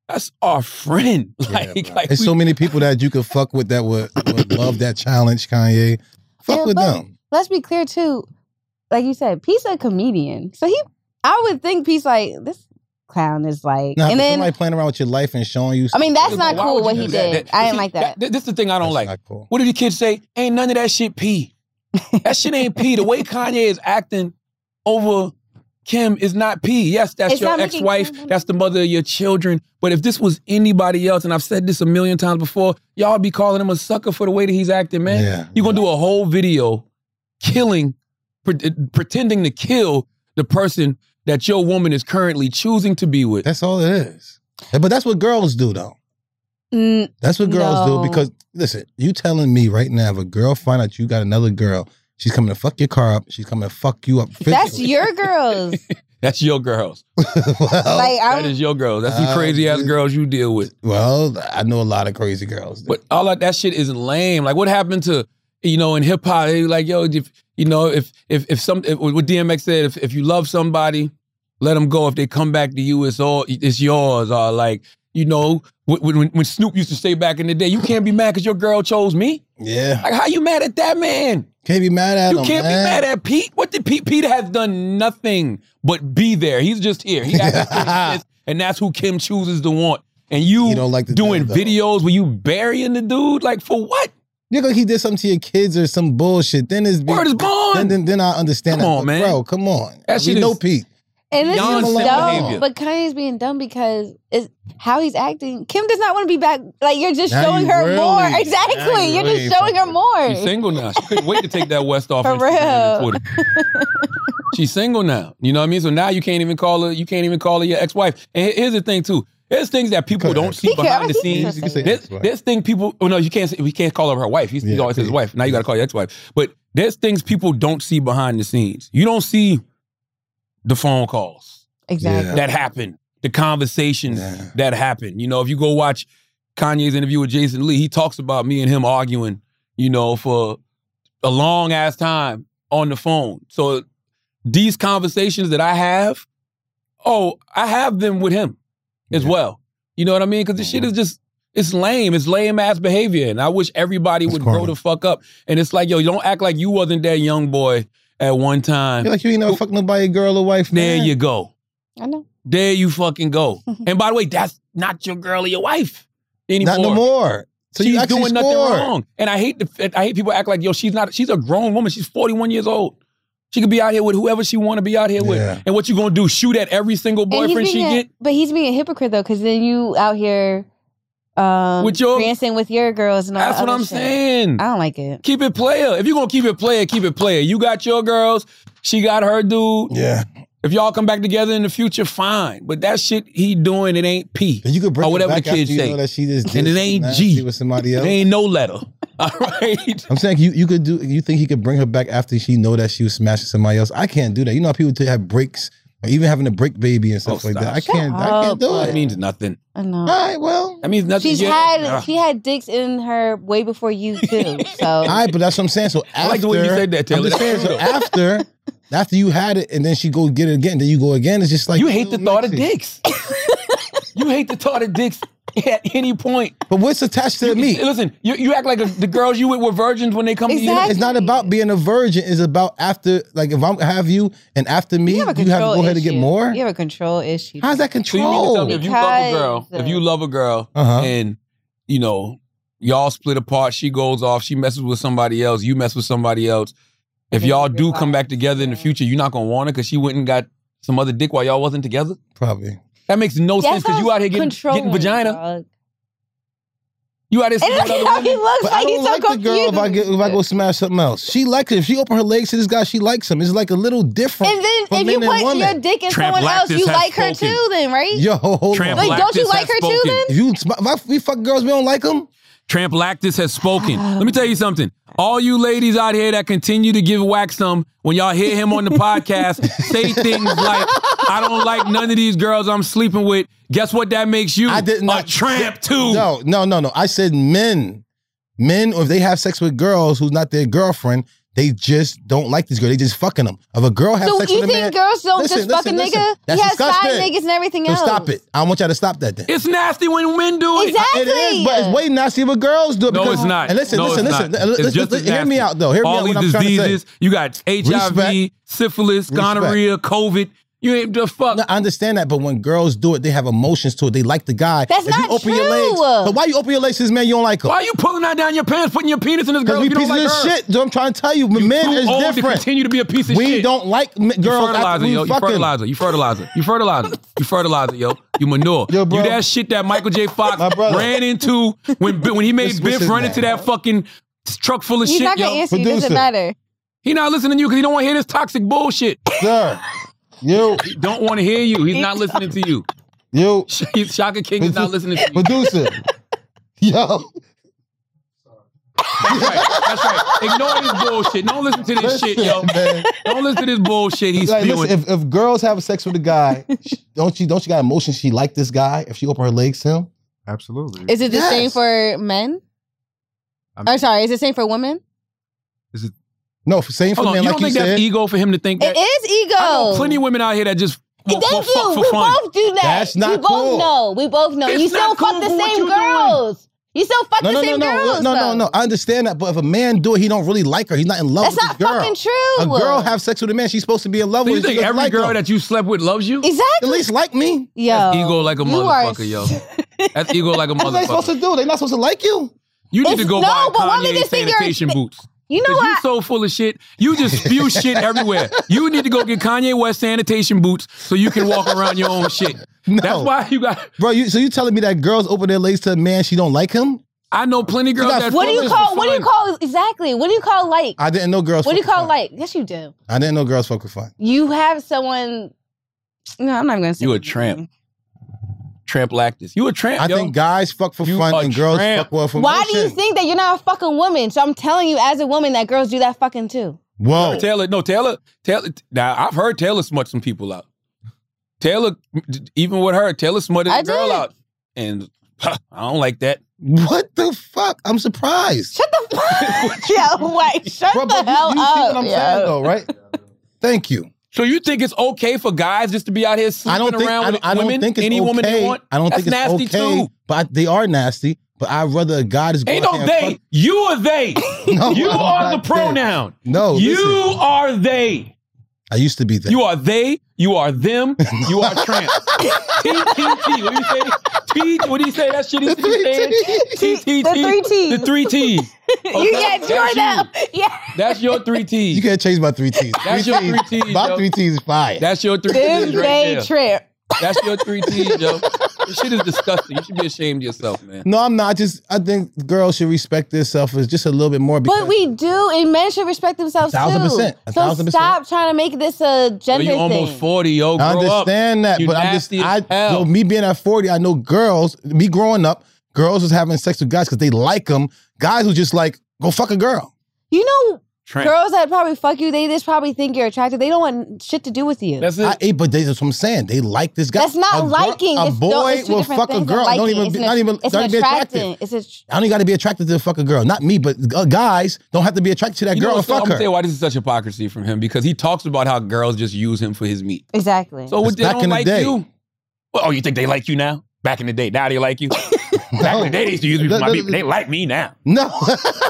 B: that's our friend.
C: Yeah,
B: Like,
C: bro.
B: like
C: There's
B: we-
C: so many people that you could fuck with that would, would love that challenge, Kanye. Fuck
D: Yeah,
C: with
D: but-
C: them.
D: Let's be clear too, like you said, Pete's a comedian, so he I would think Pete's like this clown is like,
C: Nah,
D: and
C: if
D: then
C: somebody playing around with your life and showing you.
D: I mean that's
B: Why
D: not
B: would
D: cool
B: you
D: what
B: do
D: he
B: that?
D: did.
B: That-
D: I didn't
B: see,
D: like that.
B: This is the thing I don't
C: That's
B: like.
C: not cool.
B: What do the kids say? Ain't none of that shit pee. That shit ain't pee. The way Kanye is acting over Kim is not pee. Yes, that's
D: It's
B: your
D: not making
B: ex-wife.
D: Kim-
B: That's the mother of your children. But if this was anybody else, and I've said this a million times before, y'all be calling him a sucker for the way that he's acting, man.
C: Yeah.
B: You're gonna do a whole video killing, pre- eh, pretending to kill the person that your woman is currently choosing to be with.
C: That's all it is. Yeah, But that's what girls do, though.
D: Mm,
C: That's what girls
D: No.
C: do. Because listen, you telling me right now, if a girl find out you got another girl, she's coming to fuck your car up. She's coming to fuck you up.
D: that's
C: physically.
D: your girls.
B: That's your girls.
C: well,
D: like
B: That
D: I'm,
B: is your girls. That's some
C: Uh,
B: crazy ass
C: dude.
B: girls you deal with.
C: well, I know a lot of crazy girls.
B: But all that that shit is lame. Like what happened to you know in hip hop? They like yo, if, you know if if if some if, what DMX said, if if you love somebody, let them go. If they come back to you, it's all it's yours. Or like you know when when, when Snoop used to say back in the day, you can't be mad because your girl chose me.
C: yeah,
B: Like how you mad at that man?
C: can't be mad at
B: You
C: them,
B: can't be
C: man.
B: mad at Pete. What did Pete? Pete has done nothing but be there. He's just here. He hasn't done this, and that's who Kim chooses to want. And you,
C: You don't like the
B: doing
C: dude, though.
B: videos where you burying the dude. Like for what?
C: You look like he did something to your kids or some bullshit. Then it's
B: Word is born.
C: Then, then, then I understand.
B: Come
C: that.
B: on,
C: But
B: man.
C: Bro, come on.
B: That
C: we
B: shit
C: know
B: is-
C: Pete.
D: and this
B: Beyond
D: is
C: simple
D: dumb.
C: behavior.
D: But Kanye's being dumb because it's how he's acting. Kim does not want to be back. Like you're just
C: Now
D: showing
C: you
D: her
C: really-
D: more.
C: now you
D: Exactly. you're
C: really
D: just showing her
C: fucking-
D: more.
B: She's single now. She couldn't wait to take that West off
D: For
B: Instagram
D: real.
B: and Twitter. She's single now. You know what I mean? So now you can't even call her. You can't even call her your ex-wife. And he- here's the thing too. There's things that people
C: Correct.
B: don't see
D: He
B: behind the
D: can't- he
B: scenes.
D: can't say
B: There's,
C: ex-wife.
B: there's things people. Oh no, you can't. Say, we can't call her her wife. He's, he's
C: Yeah,
B: always his
C: please.
B: wife. Now you got to call your ex-wife. But there's things people don't see behind the scenes. You don't see the phone calls
D: Exactly.
C: Uh,
B: that happen, the conversations
C: Yeah.
B: that happen. You know, if you go watch Kanye's interview with Jason Lee, he talks about me and him arguing. You know, for a long ass time on the phone. So these conversations that I have, oh, I have them with him as
C: Yeah. Mm-hmm.
B: well. You know what I mean? Because the shit is just it's lame. It's lame ass behavior, and I wish everybody
C: It's
B: would grow
C: corny.
B: the fuck up. And it's like, yo, don't act like you wasn't that young boy at one time.
C: You're like you ain't never fuck nobody, girl or wife.
B: there
C: man.
B: you go.
D: I know.
B: There you fucking go. and by the way, that's not your girl or your wife anymore.
C: Not no more. So
B: she's
C: you actually
B: doing nothing
C: scored.
B: wrong. And I hate the I hate people act like yo, she's not. She's a grown woman. She's forty one years old. She could be out here with whoever she want to be out here
C: Yeah.
B: with. And what you gonna do? Shoot at every single
D: And he's
B: boyfriend she
D: being a-
B: get?
D: But he's being a hypocrite though, because then you out here um,
B: With your-
D: dancing with your girls and all
B: That's
D: that
B: what
D: other
B: I'm
D: shit.
B: saying.
D: I don't like it.
B: Keep it player. If you're gonna keep it player, keep it player. You got your girls, she got her dude.
C: Yeah.
B: If y'all come back together in the future, fine. But that shit he doing, it ain't P.
C: And you could break
B: Or whatever
C: it back
B: the kids
C: after you
B: say.
C: know that she just
B: And it
C: did
B: ain't
C: something
B: G.
C: nasty with somebody
B: It
C: else.
B: ain't no letter. All right.
C: I'm saying you, you could do. You think he could bring her back after she know that she was smashing somebody else? I can't do that. You know how people t- have breaks, or even having a break baby and stuff
B: Oh,
C: like
B: stop.
C: that. I
B: Shut
C: can't. I
D: up,
C: can't do
D: boy.
B: That
C: it.
B: means nothing.
D: I know.
C: All right, well,
B: That means nothing.
D: She's
B: Yeah.
D: had
B: Ugh.
D: she had dicks in her way before you too. So
C: all right, but that's what I'm saying. So after,
B: I like the way you said that,
C: I'm
B: Taylor.
C: just saying,
B: That's
C: so
B: real.
C: after, after you had it, and then she go get it again, then you go again. It's just like
B: you hate the
C: little
B: thought of
C: messy.
B: dicks. you hate the thought of dicks at any point.
C: But what's attached to
B: You-
C: me?
B: Listen, you, you act like the girls you with were virgins when they come to you.
D: Exactly.
C: It's not about being a virgin. It's about after, like, if I'm have you and after me,
D: you
C: you
D: have a
C: have, to
D: control
C: go ahead and
D: issue.
C: get more.
D: You have a control issue.
C: How's that
B: So you mean to
C: control?
B: tell me if you love a girl,
D: Because, uh,
B: if you love a girl,
C: Uh-huh.
B: and you know y'all split apart, she goes off, she messes with somebody else, you mess with somebody else. If
D: Then
B: y'all
D: you
B: do come
D: realize,
B: back together in the
D: yeah.
B: future, you're not gonna want her because she went and got some other dick while y'all wasn't together.
C: Probably.
B: That makes no sense because you out here getting, getting
D: controlling,
B: vagina.
D: dog.
B: You out here
D: And
B: sleeping
D: look
B: with
D: at
B: other
D: how he
B: women.
D: looks
C: But I
D: like
C: don't
D: he's so
C: like the
D: confused.
C: girl if I get if I go smash something else. She likes it. If she open her legs to this guy, she likes him. It's like a little different.
D: and then
C: for
D: if you
C: men and
D: put
C: women.
D: your dick in
B: Tramp
D: someone else,
B: Lactis
D: you
B: has
D: like her
B: spoken.
D: too, then right?
C: yo, hold
B: Tramp
C: on.
D: Like, don't you
B: Lactis
D: like
B: has
D: her too,
B: spoken.
D: then?
C: If you sm- my, we fuck girls, we don't like them.
B: Tramp Lactis has spoken.
D: Oh.
B: Let me tell you something. All you ladies out here that continue to give Wax some, when y'all hear him on the podcast, say things like, I don't like none of these girls I'm sleeping with. Guess what that makes you?
C: I did not
B: A tramp, too.
C: No, no, no, no. I said men, men, or if they have sex with girls who's not their girlfriend, they just don't like this girl. They just fucking them. If a girl has
D: So
C: sex
D: you
C: with a
D: think
C: man,
D: girls don't
C: Listen,
D: just
C: listen,
D: fucking
C: listen.
D: nigga?
C: That's
D: he has side
C: disgusting.
D: niggas and everything
C: so
D: else.
C: stop it. I want y'all to stop that. Then
B: It's nasty when men do it.
D: Exactly.
C: It is, but it's way nasty what girls do. it
B: No,
C: because-
B: it's not.
C: And listen,
B: No,
C: listen,
B: it's
C: listen.
B: not.
C: Li-
B: It's
C: listen,
B: just as
C: li- hear me
B: nasty.
C: out though. Hear
B: All
C: me
B: these
C: out. What I'm trying to say.
B: diseases. You got HIV, syphilis, gonorrhea, COVID. You ain't the fuck.
C: No, I understand that, but when girls do it, they have emotions to it. They like the guy.
D: That's
C: if
D: not
C: you open your
D: true.
C: legs, but why you open your legs to this man you don't like him?
B: Why are you pulling that down your pants, putting your penis in this girl?
C: Because we
B: if you
C: pieces
B: don't like
C: of
B: her?
C: shit. So I'm trying to tell you, men
B: too
C: is
B: old to
C: different.
B: continue to be a piece of
C: we
B: shit.
C: don't like m-
B: you
C: girls
B: fertilizer,
C: after we
B: yo. You
C: fucking.
B: fertilizer. You fertilizer. You fertilizer. You fertilizer, yo. You manure.
C: Yo, bro.
B: You that shit that Michael J. Fox
C: My brother.
B: ran into when Bi- when he made
C: What's- what's
B: Biff
C: his
B: run
C: name?
B: into that fucking truck full of
D: He's
B: shit,
D: not gonna
B: yo.
D: answer. you. It doesn't
C: Producer.
D: matter.
B: He not listening to you because he don't want to hear this toxic bullshit.
C: Sir, you,
B: He don't want to hear you. He's not listening to you.
C: you,
B: Sh- Shaka King is not listening to you.
C: producer. Yo,
B: That's right. That's right. Ignore this bullshit. Don't listen to this shit, yo.
C: man.
B: Don't listen to this bullshit he's
C: Like,
B: spewing.
C: listen, if, if girls have sex with a guy, sh- don't she don't she got emotion? She like this guy. If she open her legs to him,
E: Absolutely.
D: Is it the same
C: Yes.
D: for men?
E: I'm-
D: Or sorry, is it the same for women?
C: no, same for
B: Hold on.
C: men.
B: you
C: Like
B: don't think
C: said,
B: that's ego for him to think that?
D: It is ego.
B: I know plenty of women out here that just will-
D: Thank
B: will fuck
D: you.
B: for
D: Oh. We
B: fun.
D: both do that.
C: That's
D: we
C: not
D: both
C: cool.
D: know. We both know.
B: It's
D: you still
B: not cool
D: fuck the
B: for what
D: same
B: you doing.
D: girls. You still fuck
C: no,
D: the
C: no, no,
D: same
C: no,
D: girls.
C: no, no,
D: though.
C: no. I understand that, but if a man do it, he don't really like her. He's not in love
D: That's
C: with
D: not
C: this girl.
D: fucking true.
C: A girl have sex with a man, she's supposed to be in love
B: Do you
C: with. him. She
B: think
C: doesn't
B: every
C: like
B: girl
C: him.
B: that you slept with loves you?
C: at
D: exactly.
C: least like me.
D: Yo,
B: That's ego like a
D: you
B: motherfucker,
D: are-
B: yo. That's ego like a
C: What are they supposed
B: motherfucker.
C: to do? They're not supposed to like you.
B: You need
D: It's-
B: to go
D: no,
B: buy
D: but women
B: Kanye
D: just think you're-
B: sanitation boots.
D: You know
B: Cause you
D: what?
B: so full of shit. You just spew shit everywhere. You need to go get Kanye West sanitation boots so you can walk around your own shit.
C: No.
B: That's why you got.
C: Bro, you, so you telling me that girls open their legs to a man she don't like him?
B: I know plenty of girls
C: got
B: that.
D: what do
B: fuck
D: you
B: just
D: call?
B: for
D: What do you
B: fun.
D: call exactly? What do you call like?
C: I didn't know girls.
D: What do you
C: fuck
D: call
C: with fun.
D: like? Yes, you do.
C: I didn't know girls fuck with fun.
D: You have someone. No, I'm not even gonna say.
B: You a
D: anything.
B: tramp. tramplactus. You a tramp,
C: I
B: yo.
C: think guys fuck for
B: You
C: fun
B: a
C: and girls
B: tramp.
C: fuck well for
D: Why do you
C: bullshit.
D: think that you're not a fucking woman? So I'm telling you, as a woman, that girls do that fucking too.
C: Whoa.
B: Taylor, no, Taylor, Taylor. Now I've heard Taylor smut some people out. Taylor, even with her, Taylor smutted
D: I
B: a girl
D: did.
B: out, and I don't like that.
C: What the fuck? I'm surprised.
D: Shut the fuck, yo, White. Shut
C: Bro,
D: the
C: but you, you
D: hell
C: see
D: up.
C: what I'm saying
D: yo.
C: though, right? Thank you.
B: So you think it's okay for guys just to be out here sleeping
C: I don't think
B: around
C: I,
B: with
C: I don't
B: women?
C: think it's
B: any
C: okay.
B: woman they want?
C: I don't
B: That's
C: think it's
B: nasty
C: okay.
B: too.
C: But I, they are nasty. But I'd rather a guy just go
B: Ain't
C: out
B: no
C: there and
B: they. You are they.
C: fuck- No,
B: You
C: I'm
B: are the
C: not there.
B: pronoun.
C: No,
B: you
C: listen,
B: are they.
C: I used to be that.
B: You are they. You are them. You are tramps. T T T. What do you say? T. What do you say? That shit is
C: The three
B: saying.
C: T's.
B: T T T.
D: The three Ts.
B: The three T's.
D: You
C: Oh,
B: Okay,
D: get
B: that's
D: you're them. Yeah.
B: That's your three
C: You
B: T's.
C: can't change my three T's.
B: That's your three T's,
C: My
B: yo.
C: three T's is fire.
B: That's your three
D: Them
B: T's right
D: day
B: there.
D: trip.
B: That's your three T's, yo. This shit is disgusting. You should be ashamed of yourself, man.
C: no, I'm not. I Just I think girls should respect themselves just a little bit more. Because
D: But we do, and men should respect themselves
C: A thousand
D: too.
C: percent. A
D: so
C: thousand percent.
D: stop trying to make this a
B: Yo,
D: gender
B: you almost
D: thing.
B: forty, yo. Grow
C: I understand
B: up.
C: that,
B: You
C: but I'm just
B: nasty
C: I
B: as hell.
C: yo, me being at 40, I know girls, me growing up, girls was having sex with guys because they like them. Guys who just like go fuck a girl.
D: You know,
B: Tramp.
D: girls that probably fuck you, they just probably think you're attractive. They don't want shit to do with you.
B: That's it.
C: I, eh, but they, that's what I'm saying. They like this guy.
D: That's
C: A
D: not
C: girl-
D: liking.
C: A
D: it's,
C: boy
D: no, it's two
C: will
D: different
C: fuck a
D: things.
C: girl.
D: Liking.
C: Don't even,
D: it's
C: be,
D: an,
C: not even,
D: it's
C: don't
D: an
C: even be attractive.
D: attracting. It's a tr-
C: I don't even got to be attracted to fuck a girl. Not me, but uh, guys don't have to be attracted to that
B: You know
C: girl and
B: what's so-
C: fuck
B: I'm gonna
C: her.
B: tell you why this is such hypocrisy from him because he talks about how girls just use him for his meat.
D: exactly.
B: So
C: That's
B: what they
C: back
B: don't
C: in the
B: like
C: day.
B: you? Well, oh, you think they like you now? Back in the day, now they like you. Back in the day, they used to use me for my
C: No.
B: meat. They like me now.
C: No.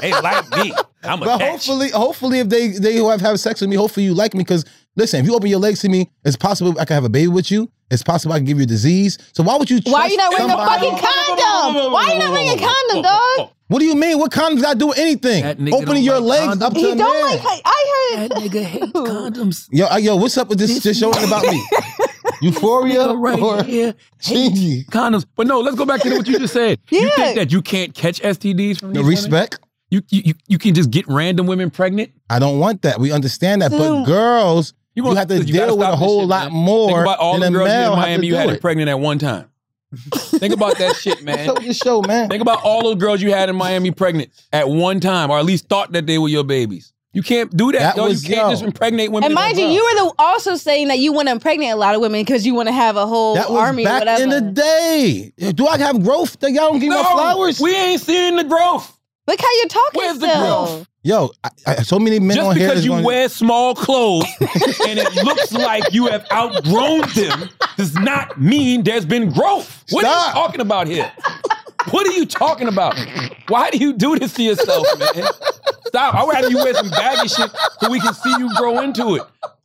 B: They like me. I'm a
C: but hopefully, hopefully, if they they who have have sex with me, hopefully you like me. Because listen, if you open your legs to me, it's possible I can have a baby with you. It's possible I can give you a disease. So why would you?
D: why are you not
C: trust
D: wearing a
C: somebody-
D: fucking condom? Why are you not wearing a condom, dog?
C: What do you mean? What condoms got to do with anything?
B: That nigga don't
C: Opening your
B: like
C: legs
B: condoms.
C: up to
D: He
C: a
D: don't
C: man.
D: like. I heard.
B: nigga hates condoms.
C: yo, uh, yo, what's up with this? Just showing about me. Euphoria or Chingy?
B: Condoms. But no, let's go back to what you just said. You
D: Yeah.
B: think that you can't catch STDs from
C: No
B: these women?
C: respect.
B: You, you you you can just get random women pregnant?
C: I don't want that. We understand that, but
D: Dude.
C: girls,
B: You
C: you,
B: gonna-
C: have to
B: you gotta
C: deal with
B: stop
C: a
B: this
C: whole
B: shit,
C: lot
B: man.
C: more
B: Think about all
C: than
B: the
C: a
B: girls you
C: male
B: in
C: have
B: Miami
C: to
B: you
C: do
B: had
C: it.
B: pregnant at one time. Think about that shit, man.
C: What's up with this show, man?
B: Think about all those girls you had in Miami pregnant at one time, or at least thought that they were your babies. You can't do that.
C: That
B: yo.
C: was-
B: you can't
C: yo.
B: just impregnate women.
D: And mind you, you were the also saying that you want to impregnate a lot of women because you want to have a whole
C: That was
D: army or
C: back
D: whatever.
C: in the day. Do I have growth? That y'all don't give me
B: no,
C: my flowers?
B: We ain't seeing the growth.
D: Look how you're talking.
B: Where's the
D: still.
B: growth?
C: Yo, I, I, so many men
B: just
C: on here.
B: because
C: is
B: you
C: gonna-
B: wear small clothes and it looks like you have outgrown them does not mean there's been growth. What are you
C: Stop.
B: talking about here? What are you talking about? Why do you do this to yourself, man? Stop. I'd rather you wear some baggy shit so we can see you grow into it.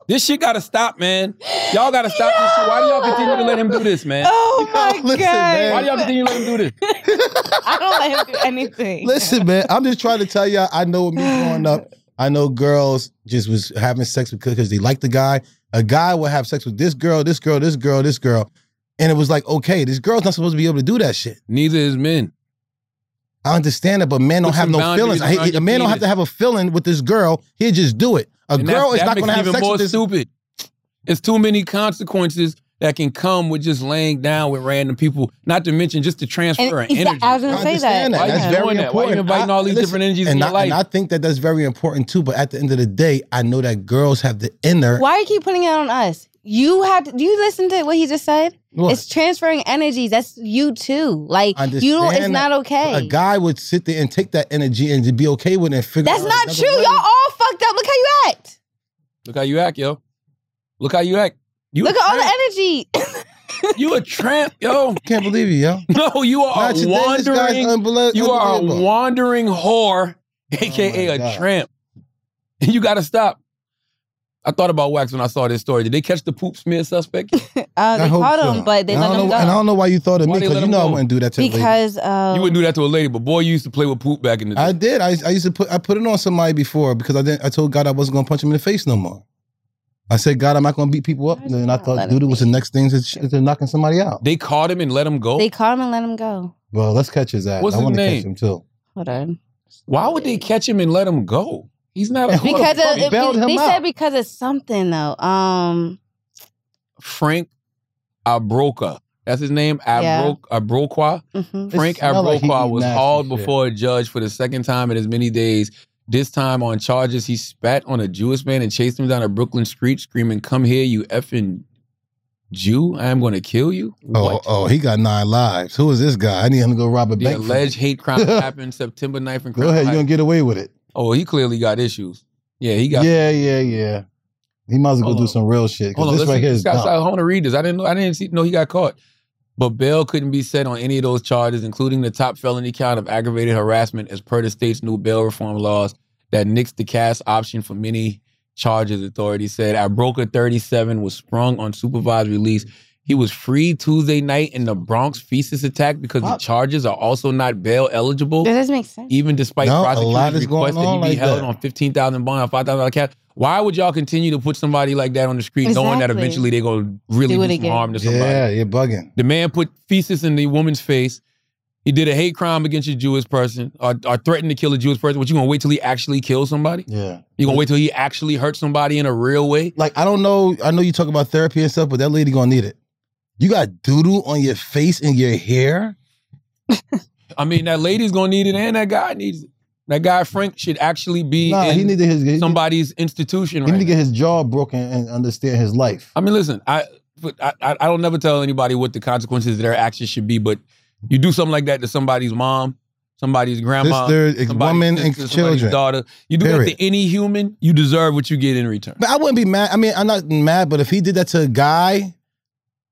B: This shit gotta stop, man. Y'all gotta stop this shit. Why do y'all continue to let him do this, man?
D: Oh my
C: listen,
D: god!
C: man.
B: Why do y'all continue to let him do this?
D: I don't let him do anything.
C: Listen, man, I'm just trying to tell y'all. I know with me growing up, I know girls just was having sex because 'cause they liked the guy. A guy would have sex with this girl, this girl, this girl, this girl, and it was like, okay, this girl's not supposed to be able to do that shit.
B: Neither is men.
C: I understand that, but men don't
B: Put
C: have
B: some
C: no
B: boundaries
C: feelings. I hate-
B: around
C: a
B: your
C: man don't have
B: penis.
C: to have a feeling with this girl. He'll just do it. A
B: And
C: girl
B: that's-
C: is
B: that
C: not
B: makes
C: going to
B: it
C: have
B: even
C: sex
B: more
C: with this.
B: stupid. It's too many consequences that can come with just laying down with random people. Not to mention just the transfer
D: and
B: and,
D: exa-
B: energy.
D: I was gonna
C: I
D: say that.
C: understand that.
B: Why
C: That's
B: you
C: very
B: doing that?
C: important.
B: Why you inviting
C: I-
B: all these
C: listen,
B: different energies
C: and
B: in
C: I,
B: your life?
C: And I think that that's very important too. But at the end of the day, I know that girls have the inner.
D: Why you keep putting it on us? You have to. Do you listen to what he just said?
C: What?
D: It's transferring energies. That's you too. Like
C: Understand
D: you don't. It's not
C: that
D: okay.
C: A guy would sit there and take that energy and just be okay with it. And figure
D: That's
C: out
D: not
C: another
D: true.
C: way.
D: Y'all all fucked up. Look how you act.
B: Look how you act, yo. Look how you act. You
D: Look
B: a
D: at all the
B: tramp.
D: energy. Uh,
B: You a tramp, yo.
C: Can't believe you, yo.
B: No, you are
C: Not
B: a
C: today. This guy's
B: wandering.
C: unbelievable.
B: You are a wandering whore, aka
C: my
B: a
C: God.
B: tramp. You got to stop. I thought about Wax when I saw this story. Did they catch the poop smear suspect?
D: Uh, they
C: I hope
D: caught
C: so.
D: him, but they
C: And I
D: let
C: don't
D: him
C: know, And I
D: go
C: don't know why you thought of
B: Why
C: me
B: they
C: because
B: let
C: you
B: him
C: know I
B: go?
C: wouldn't do that to a lady.
D: because uh,
B: you wouldn't do that to a lady, but boy, you used to play with poop back in the day.
C: I did. I, I used to put I put it on somebody before because I didn't. I told God I wasn't gonna punch him in the face no more. I said, God, I'm not gonna beat people up.
D: Why
C: And then I
D: not let
C: thought,
D: him
C: dude, it was the
D: be?
C: next thing to, to knocking somebody out.
B: they caught him and let him go.
D: they caught him and let him go.
C: Well, let's catch his ass.
B: What's
C: I
B: his
C: want to catch
B: name?
C: him too.
D: Hold on.
B: Why would they catch him and let him go? He's not a
D: Because of,
C: They
D: it-
C: bailed him
D: they
C: out.
D: said because of something though. Um,
B: Frank Abroca. That's his name,
D: Yeah.
B: Abro Abroqua.
D: hmm
B: Frank
C: smell like he
B: Abroqua
C: eat
B: was
C: nasty
B: hauled
C: shit.
B: before a judge for the second time in as many days. This time on charges, he spat on a Jewish man and chased him down a Brooklyn street, screaming, "Come here, you effing Jew! I am going to kill you!"
C: Oh,
B: What?
C: oh, he got nine lives. Who is this guy? I need him to go rob a
B: the
C: bank. for
B: alleged hate crime
C: Yeah.
B: happened September 9th in
C: me. Go ahead, you're
B: Crown
C: gonna get away with it.
B: Oh, he clearly got issues. Yeah, he got.
C: Yeah, yeah, yeah. He might as well
B: Hold
C: go do
B: on.
C: some real shit. 'cause
B: Hold on,
C: this
B: listen.
C: right here is
B: Scott,
C: dumb.
B: Scott, I want to read this. I didn't know. I didn't see, know he got caught. But bail couldn't be set on any of those charges, including the top felony count of aggravated harassment, as per the state's new bail reform laws that nixed the cash option for many charges. Authorities said Ibroca 37 was sprung on supervised release. He was free Tuesday night in the Bronx feces attack because the
C: What?
B: charges are also not bail eligible
D: That doesn't make sense.
B: even despite
C: No, a lot
B: prosecutors'
C: is going
B: request that he be
C: on like
B: held
C: that.
B: on fifteen thousand bond, five thousand dollar cash. Why would y'all continue to put somebody like that on the street, knowing that
D: Exactly.
B: eventually they're gonna really
D: Do
B: do,
D: it
B: some
D: again.
B: harm to somebody?
C: yeah, you're bugging.
B: The man put feces in the woman's face. He did a hate crime against a Jewish person, or, or threatened to kill a Jewish person. What you gonna wait till he actually kills somebody?
C: Yeah.
B: You gonna wait till he actually hurts somebody in a real way?
C: Like I don't know. I know you talk about therapy and stuff, but that lady gonna need it. You got doodle on your face and your hair.
B: I mean, that lady's gonna need it, and that guy needs it. That guy Frank should actually be
C: Nah,
B: in
C: he needed his. He,
B: somebody's institution.
C: he
B: right now.
C: need to get his jaw broken and understand his life.
B: I mean, listen, I but I, I I don't never tell anybody what the consequences of their actions should be, but you do something like that to somebody's mom, somebody's grandma,
C: Sister,
B: somebody's
C: woman, and
B: sister, somebody's
C: children.
B: daughter. You do that
C: Period.
B: to any human, you deserve what you get in return.
C: But I wouldn't be mad. I mean, I'm not mad, but if he did that to a guy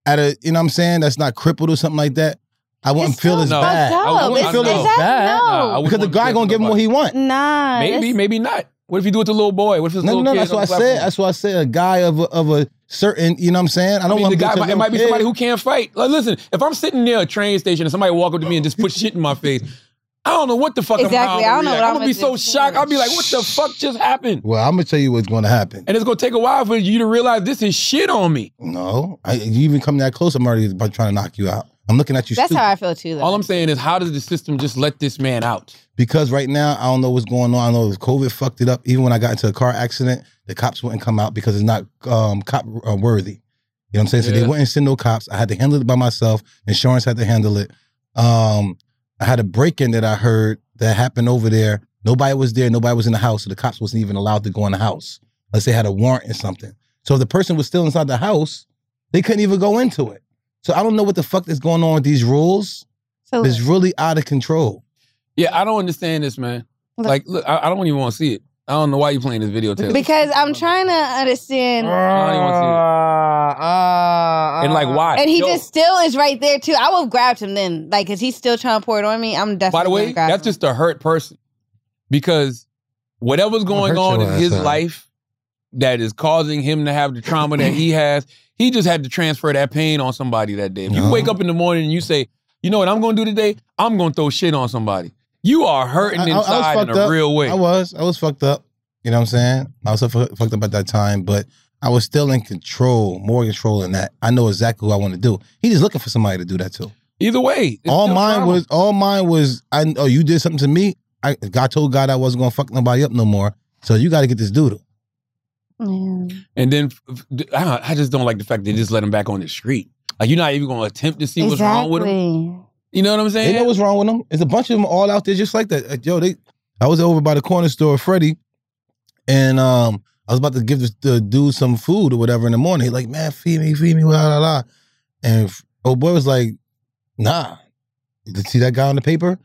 C: at a, you know what I'm saying, that's not crippled or something like that, I wouldn't
D: It's
C: feel
D: so
C: as
B: No,
C: bad.
D: fucked
B: I
D: up.
B: wouldn't
D: It's-
B: feel
D: it's
B: as
D: that-
C: bad.
B: Nah, I
D: No.
B: wouldn't
C: Because the
B: want to
C: guy
B: kill
C: gonna give him what
B: nobody.
C: he want.
D: Nah.
B: Maybe,
D: that's-
B: maybe not. What if you do it to little boy? What if it's
C: No,
B: little
C: no,
B: kid?
C: that's
B: on
C: what I
B: the
C: said.
B: platform?
C: That's what I said. A guy of a, of a certain, you know what I'm saying. I
B: I
C: don't
B: mean, the
C: want to
B: guy
C: do it
B: might,
C: to
B: it might be
C: little
B: somebody
C: kid.
B: who can't fight. Like, listen, if I'm sitting near a train station and somebody walk up to me and just put shit in my face, I don't know what the fuck.
D: Exactly. I
B: I'm,
D: don't know
B: how
D: what
B: I'm
D: I'm
B: gonna be so
D: gonna do.
B: shocked. I'll be like, what the fuck just happened?
C: Well, I'm gonna tell you what's gonna happen.
B: And it's gonna take a while for you to realize this is shit on me.
C: No, I, you even come that close, I'm already about trying to knock you out. I'm looking at you
D: That's
C: stupid.
D: how I feel too, though.
B: All I'm saying is, how does the system just let this man out?
C: because right now I don't know what's going on. I know COVID fucked it up. Even when I got into a car accident, the cops wouldn't come out because it's not um, cop uh, worthy. You know what I'm saying? So
B: Yeah.
C: they wouldn't send no cops. I had to handle it by myself. Insurance had to handle it. Um, I had a break in that I heard that happened over there. Nobody was there. Nobody was in the house. So the cops wasn't even allowed to go in the house unless they had a warrant or something. So if the person was still inside the house, they couldn't even go into it. So I don't know what the fuck is going on with these rules.
D: So,
C: It's really out of control.
B: Yeah, I don't understand this, man. Like, look, I, I don't even want to see it. I don't know why you playing this video. Taylor.
D: because I'm trying to understand.
B: I don't even want to see it.
C: Ah,
B: And like, why?
D: And he
B: Yo,
D: just still is right there too. I would have grabbed him then, like, cause he's still trying to pour it on me. I'm definitely.
B: By the way,
D: gonna grab
B: that's
D: him.
B: just a hurt person because whatever's going
C: hurt
B: on
C: your
B: in
C: ass
B: his
C: up.
B: life that is causing him to have the trauma that he has, he just had to transfer that pain on somebody that day. If you
C: No.
B: wake up in the morning and you say, you know what I'm going to do today? I'm going to throw shit on somebody. You are hurting
C: I- I- I was
B: inside in
C: fucked
B: a
C: up.
B: real way.
C: I was. I was fucked up. You know what I'm saying? I was so fu- fucked up at that time, but I was still in control, more control than that. I know exactly who I want to do. He just looking for somebody to do that to.
B: Either way, it's
C: all
B: still
C: mine
B: trauma.
C: was. All mine was. I oh, you did something to me. I God told God I wasn't gonna fuck nobody up no more. So you got to get this doodle.
D: Yeah.
B: And then f- f- I, don't- I just don't like the fact they just let him back on the street. Like you're not even going to attempt to see what's wrong with him.
D: Exactly.
B: You know what I'm
C: They
B: saying?
C: know what's wrong with them. There's a bunch of them all out there just like that. Like, yo, they. I was over by the corner store, Freddie, and um, I was about to give the, the dude some food or whatever in the morning. He like, man, feed me, feed me, blah blah blah. And f- old boy was like, nah. Did you see that guy on the paper?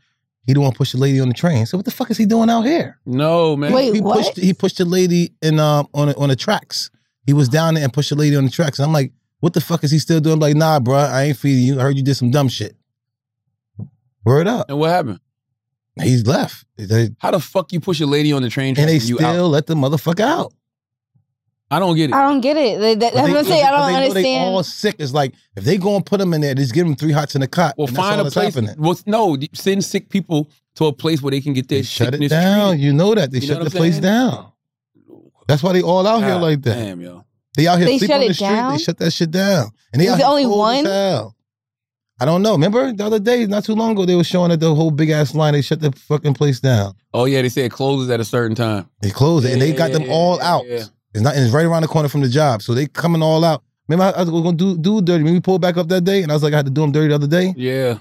C: He the one who pushed the lady on the train. So what the fuck is he doing out here?
B: no, man.
D: Wait,
C: he
D: what?
C: pushed he pushed the lady in um on the- on the tracks. He was down there and pushed the lady on the tracks. I'm like, what the fuck is he still doing? I'm like, nah, bruh, I ain't feeding you. I heard you did some dumb shit. Word up.
B: And what happened?
C: He's left. They-
B: How the fuck you push a lady on the train
C: and
B: tracks
C: they
B: you
C: still
B: out?
C: let the motherfucker out.
B: I don't get it.
D: I don't get it. That-
C: But
D: that- that's
C: they-
D: what I'm saying. I
C: but
D: don't
C: they know They all
D: understand.
C: sick. It's like if they gonna put him in there, just give him three hots in a cot.
B: well,
C: and that's all
B: find a
C: that's
B: place.
C: happening.
B: Well, no, send sick people to a place where they can get
C: They
B: their
C: shut it
B: sickness
C: down. You know that they
B: You know
C: shut
B: what
C: the
B: I'm
C: place
B: saying?
C: down. That's why they all out
B: treated.
C: here
B: God
C: like that.
B: Ah, Damn, yo.
C: They out here
D: They
C: sleep
D: shut
C: on
D: it
C: the street.
D: down?
C: They shut that shit down. And they
D: Is
C: out
D: it
C: here
D: only
C: cold as
D: one?
C: hell. I don't know. Remember the other day, not too long ago, they were showing that the whole big ass line. They shut the fucking place down.
B: Oh yeah, they say it closes at a certain time.
C: They closed it, and they got them
B: Yeah,
C: all out.
B: yeah.
C: It's not. It's right around the corner from the job, so they coming all out. Remember, I, I was gonna do do dirty. Remember, we pulled back up that day, and I was like, I had to do him dirty the other day.
B: Yeah.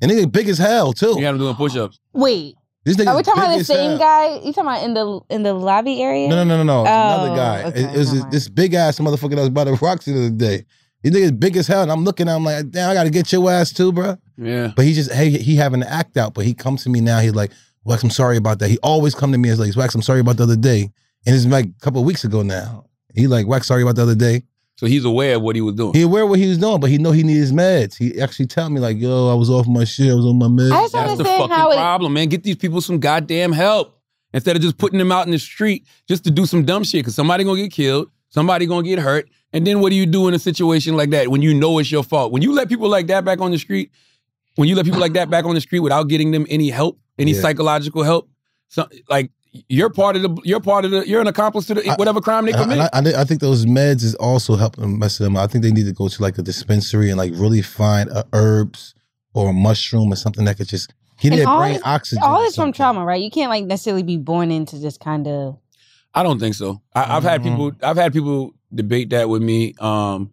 C: And nigga big as hell too.
B: You got him doing push ups.
D: Wait,
C: This nigga
D: are we talking
C: big
D: about the
C: as
D: same
C: hell.
D: guy? You talking about in the in the lobby area?
C: No, no, no, no, no. Another
D: Oh,
C: guy.
D: okay,
C: it, it was
D: never
C: this,
D: mind.
C: this big ass motherfucker that was by the Roxy the other day. He nigga's big as hell, and I'm looking at him like, damn, I gotta get your ass too, bro.
B: Yeah.
C: But he just hey, he having to act out. But he comes to me now. He's like, Wax, I'm sorry about that. He always come to me as like, Wax, I'm sorry about the other day. And it's like a couple of weeks ago now. He like, Wax, sorry about the other day.
B: So he's aware of what he was doing.
C: He aware what he was doing, but he know he needs his meds. He actually tell me like, yo, I was off my shit. I was on my meds.
D: I
B: That's
D: just don't
B: the
D: understand
B: fucking
D: how it.
B: problem, man. Get these people some goddamn help instead of just putting them out in the street just to do some dumb shit. Because somebody gonna get killed, somebody gonna get hurt, and then what do you do in a situation like that when you know it's your fault? When you let people like that back on the street, when you let people like that back on the street without getting them any help, any
C: Yeah.
B: psychological help, so, like you're part of the, you're part of the, you're an accomplice to the,
C: I-
B: whatever crime they
C: And I- and
B: commit.
C: I, I, thi- I think those meds is also helping them mess them. up. I think they need to go to like a dispensary and like really find a herbs or a mushroom or something that could just give
D: And
C: their
D: all
C: brain
D: this-
C: oxygen.
D: All
C: or
D: this from
C: something.
D: trauma, right? You can't like necessarily be born into just kind of.
B: I don't think so. I, I've had
C: Mm.
B: people. I've had people debate that with me. Um,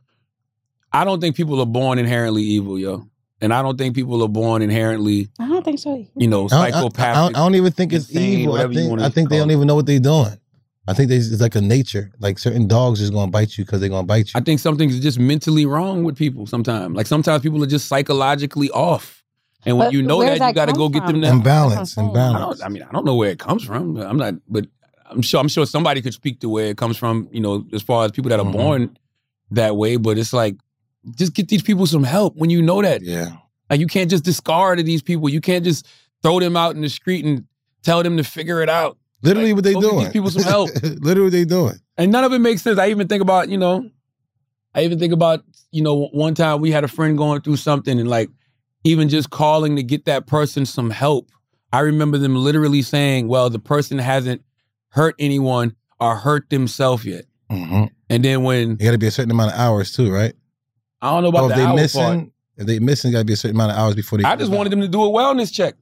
B: I don't think people are born inherently evil, yo, and I don't think people are born inherently,
D: I don't think so.
B: you know,
C: I don't, I- I, I
B: psychopathic.
C: don't, I don't even think it's
B: insane,
C: evil. I
B: whatever you
C: think,
B: wanna
C: I think they
B: call
C: don't
B: it.
C: even know what they're doing. I think they, it's like a nature. Like certain dogs just gonna bite you because they're gonna bite you.
B: I think something's just mentally wrong with people sometimes. Like sometimes people are just psychologically off, and when
D: But
B: you know
D: where
B: that,
D: does
B: you
D: that
B: got to
D: come
B: go get them.
D: from?
B: That,
C: Imbalance,
D: That's what I'm saying.
B: I
C: imbalance.
B: don't. I mean, I don't know where it comes from. I'm not, but I'm sure. I'm sure somebody could speak to where it comes from. You know, as far as people that are
C: Mhm.
B: born that way, but it's like just get these people some help when you know that.
C: Yeah.
B: Like you can't just discard of these people. You can't just throw them out in the street and tell them to figure it out.
C: Literally
B: Like,
C: what they
B: go get these
C: doing.
B: people some help.
C: Literally what they doing.
B: And none of it makes sense. I even think about, you know, I even think about, you know, one time we had a friend going through something and like even just calling to get that person some help. I remember them literally saying, well, the person hasn't hurt anyone or hurt themselves yet.
C: Mm-hmm.
B: And then when
C: You gotta be a certain amount of hours too, right?
B: I don't know
C: Or
B: about the
C: if Oh, they
B: hour
C: missing,
B: part,
C: if they missing, gotta be a certain amount of hours before they.
B: I just wanted them to do a wellness check.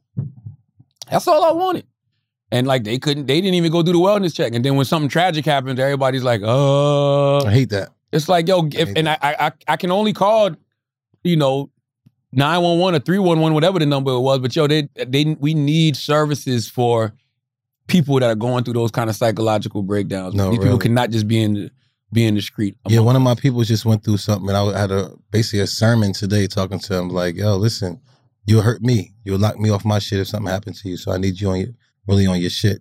B: That's all I wanted. And like they couldn't, they didn't even go do the wellness check. And then when something tragic happens, everybody's like,
C: I
B: "Uh."
C: hate that.
B: It's like, yo, if, and I, I, I can only call, you know, nine one one or three one one, whatever the number it was. But yo, they, they, we need services for people that are going through those kind of psychological breakdowns.
C: No,
B: These people
C: really.
B: cannot just be in, the, be in the street.
C: Yeah, one of my people just went through something, and I had a basically a sermon today talking to him like, "Yo, listen, you'll hurt me. You'll lock me off my shit if something happened to you. So I need you on your, really on your shit."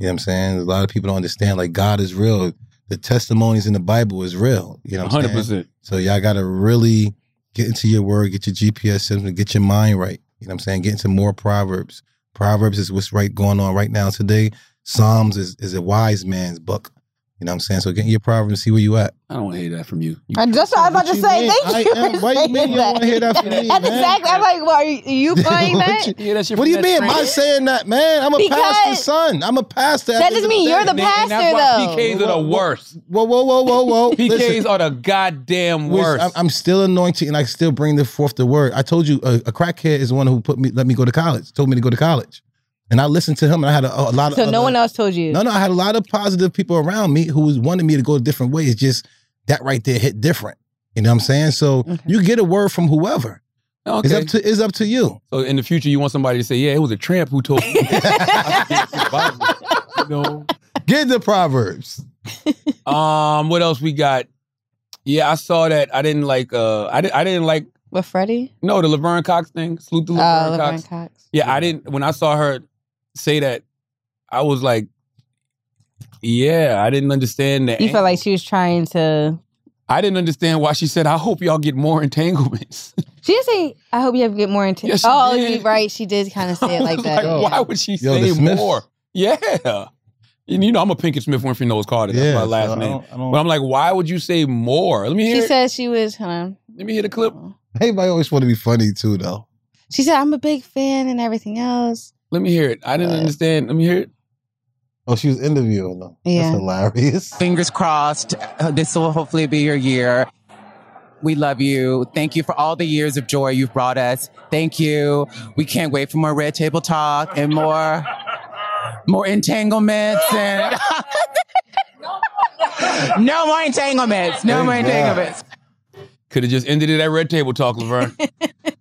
C: You know what I'm saying? A lot of people don't understand like God is real. The testimonies in the Bible is real. You know, what I'm
B: hundred
C: saying?
B: percent.
C: So y'all gotta really get into your word, get your GPS system, get your mind right. You know what I'm saying? Get into more proverbs. Proverbs is what's right going on right now today. Psalms is, is a wise man's book. You know what I'm saying? So get in your proverbs and see where you at.
B: I don't want to hear that from you. You-
D: And that's what I was about
C: What
D: to
C: you
D: say.
C: mean?
D: Thank
C: I
D: you.
C: am-
D: for
C: why you
D: saying
C: mean you don't wanna hear that from me,
D: That's
C: man?
D: exactly. I'm like, well, are you, you playing
C: What
D: that?
C: you-
B: hear that shit
C: What do
B: from
C: you
B: that
C: mean? Am
B: friend?
C: I saying that, man? I'm a
D: Because-
C: pastor's son. I'm a pastor. at
D: That
C: the
D: doesn't
C: end of
D: mean you're
C: day.
D: the
B: And they- and that's
D: pastor,
B: why
D: though.
B: PKs are the worst.
C: Whoa, whoa, whoa, whoa, whoa. Listen.
B: PKs are the goddamn
C: Which
B: worst.
C: I'm, I'm still anointed, and I still bring the forth the word. I told you, a, a crackhead is the one who put me, let me go to college, told me to go to college, and I listened to him, and I had a, a lot of.
D: So no
C: other-
D: one else told you.
C: No, no, I had a lot of positive people around me who was wanting me to go a different way. It's just that right there hit different. You know what I'm saying? So
D: Okay.
C: you get a word from whoever.
B: okay.
C: It's up to it's up to you.
B: so in the future, you want somebody to say, "Yeah, it was a tramp who told me." you know.
C: Get the proverbs.
B: Um, what else we got? Yeah, I saw that. I didn't like. Uh, I didn't. I didn't like.
D: But Freddie?
B: No, the Laverne Cox thing. Salute to
D: Oh,
B: Laverne Cox.
D: Laverne Cox.
B: Yeah, I didn't. When I saw her say that, I was like, "Yeah, I didn't understand that."
D: You felt like she was trying to.
B: I didn't understand why she said, "I hope y'all get more entanglements."
D: She didn't say, I hope you have get more intense.
B: Yes, she
D: oh,
B: did.
D: you're right. She did kind of say it
B: I
D: like
B: was
D: that.
C: like,
B: Why would she
C: Yo, the
B: say
C: Smiths?
B: more? Yeah. And you know, I'm a Pinkett Smith Winfrey Knowles Carter. That's my last
C: so I
B: name.
C: don't- I don't-
B: But I'm like, why would you say more? Let me hear.
D: She
B: it.
D: said she was. Hold on.
B: Let me hear the clip.
C: everybody always want to be funny too, though.
D: She said, I'm a big fan and everything else.
B: Let me hear it. I didn't
D: Uh,
B: understand. Let me hear it.
C: Oh, she was interviewing them.
D: Yeah.
C: That's hilarious.
F: fingers crossed. Uh, This will hopefully be your year. We love you. Thank you for all the years of joy you've brought us. Thank you. We can't wait for more red table talk and more more entanglements and no more entanglements. No more
C: Thank God.
F: entanglements.
B: Could have just ended it at Red Table Talk, Laverne.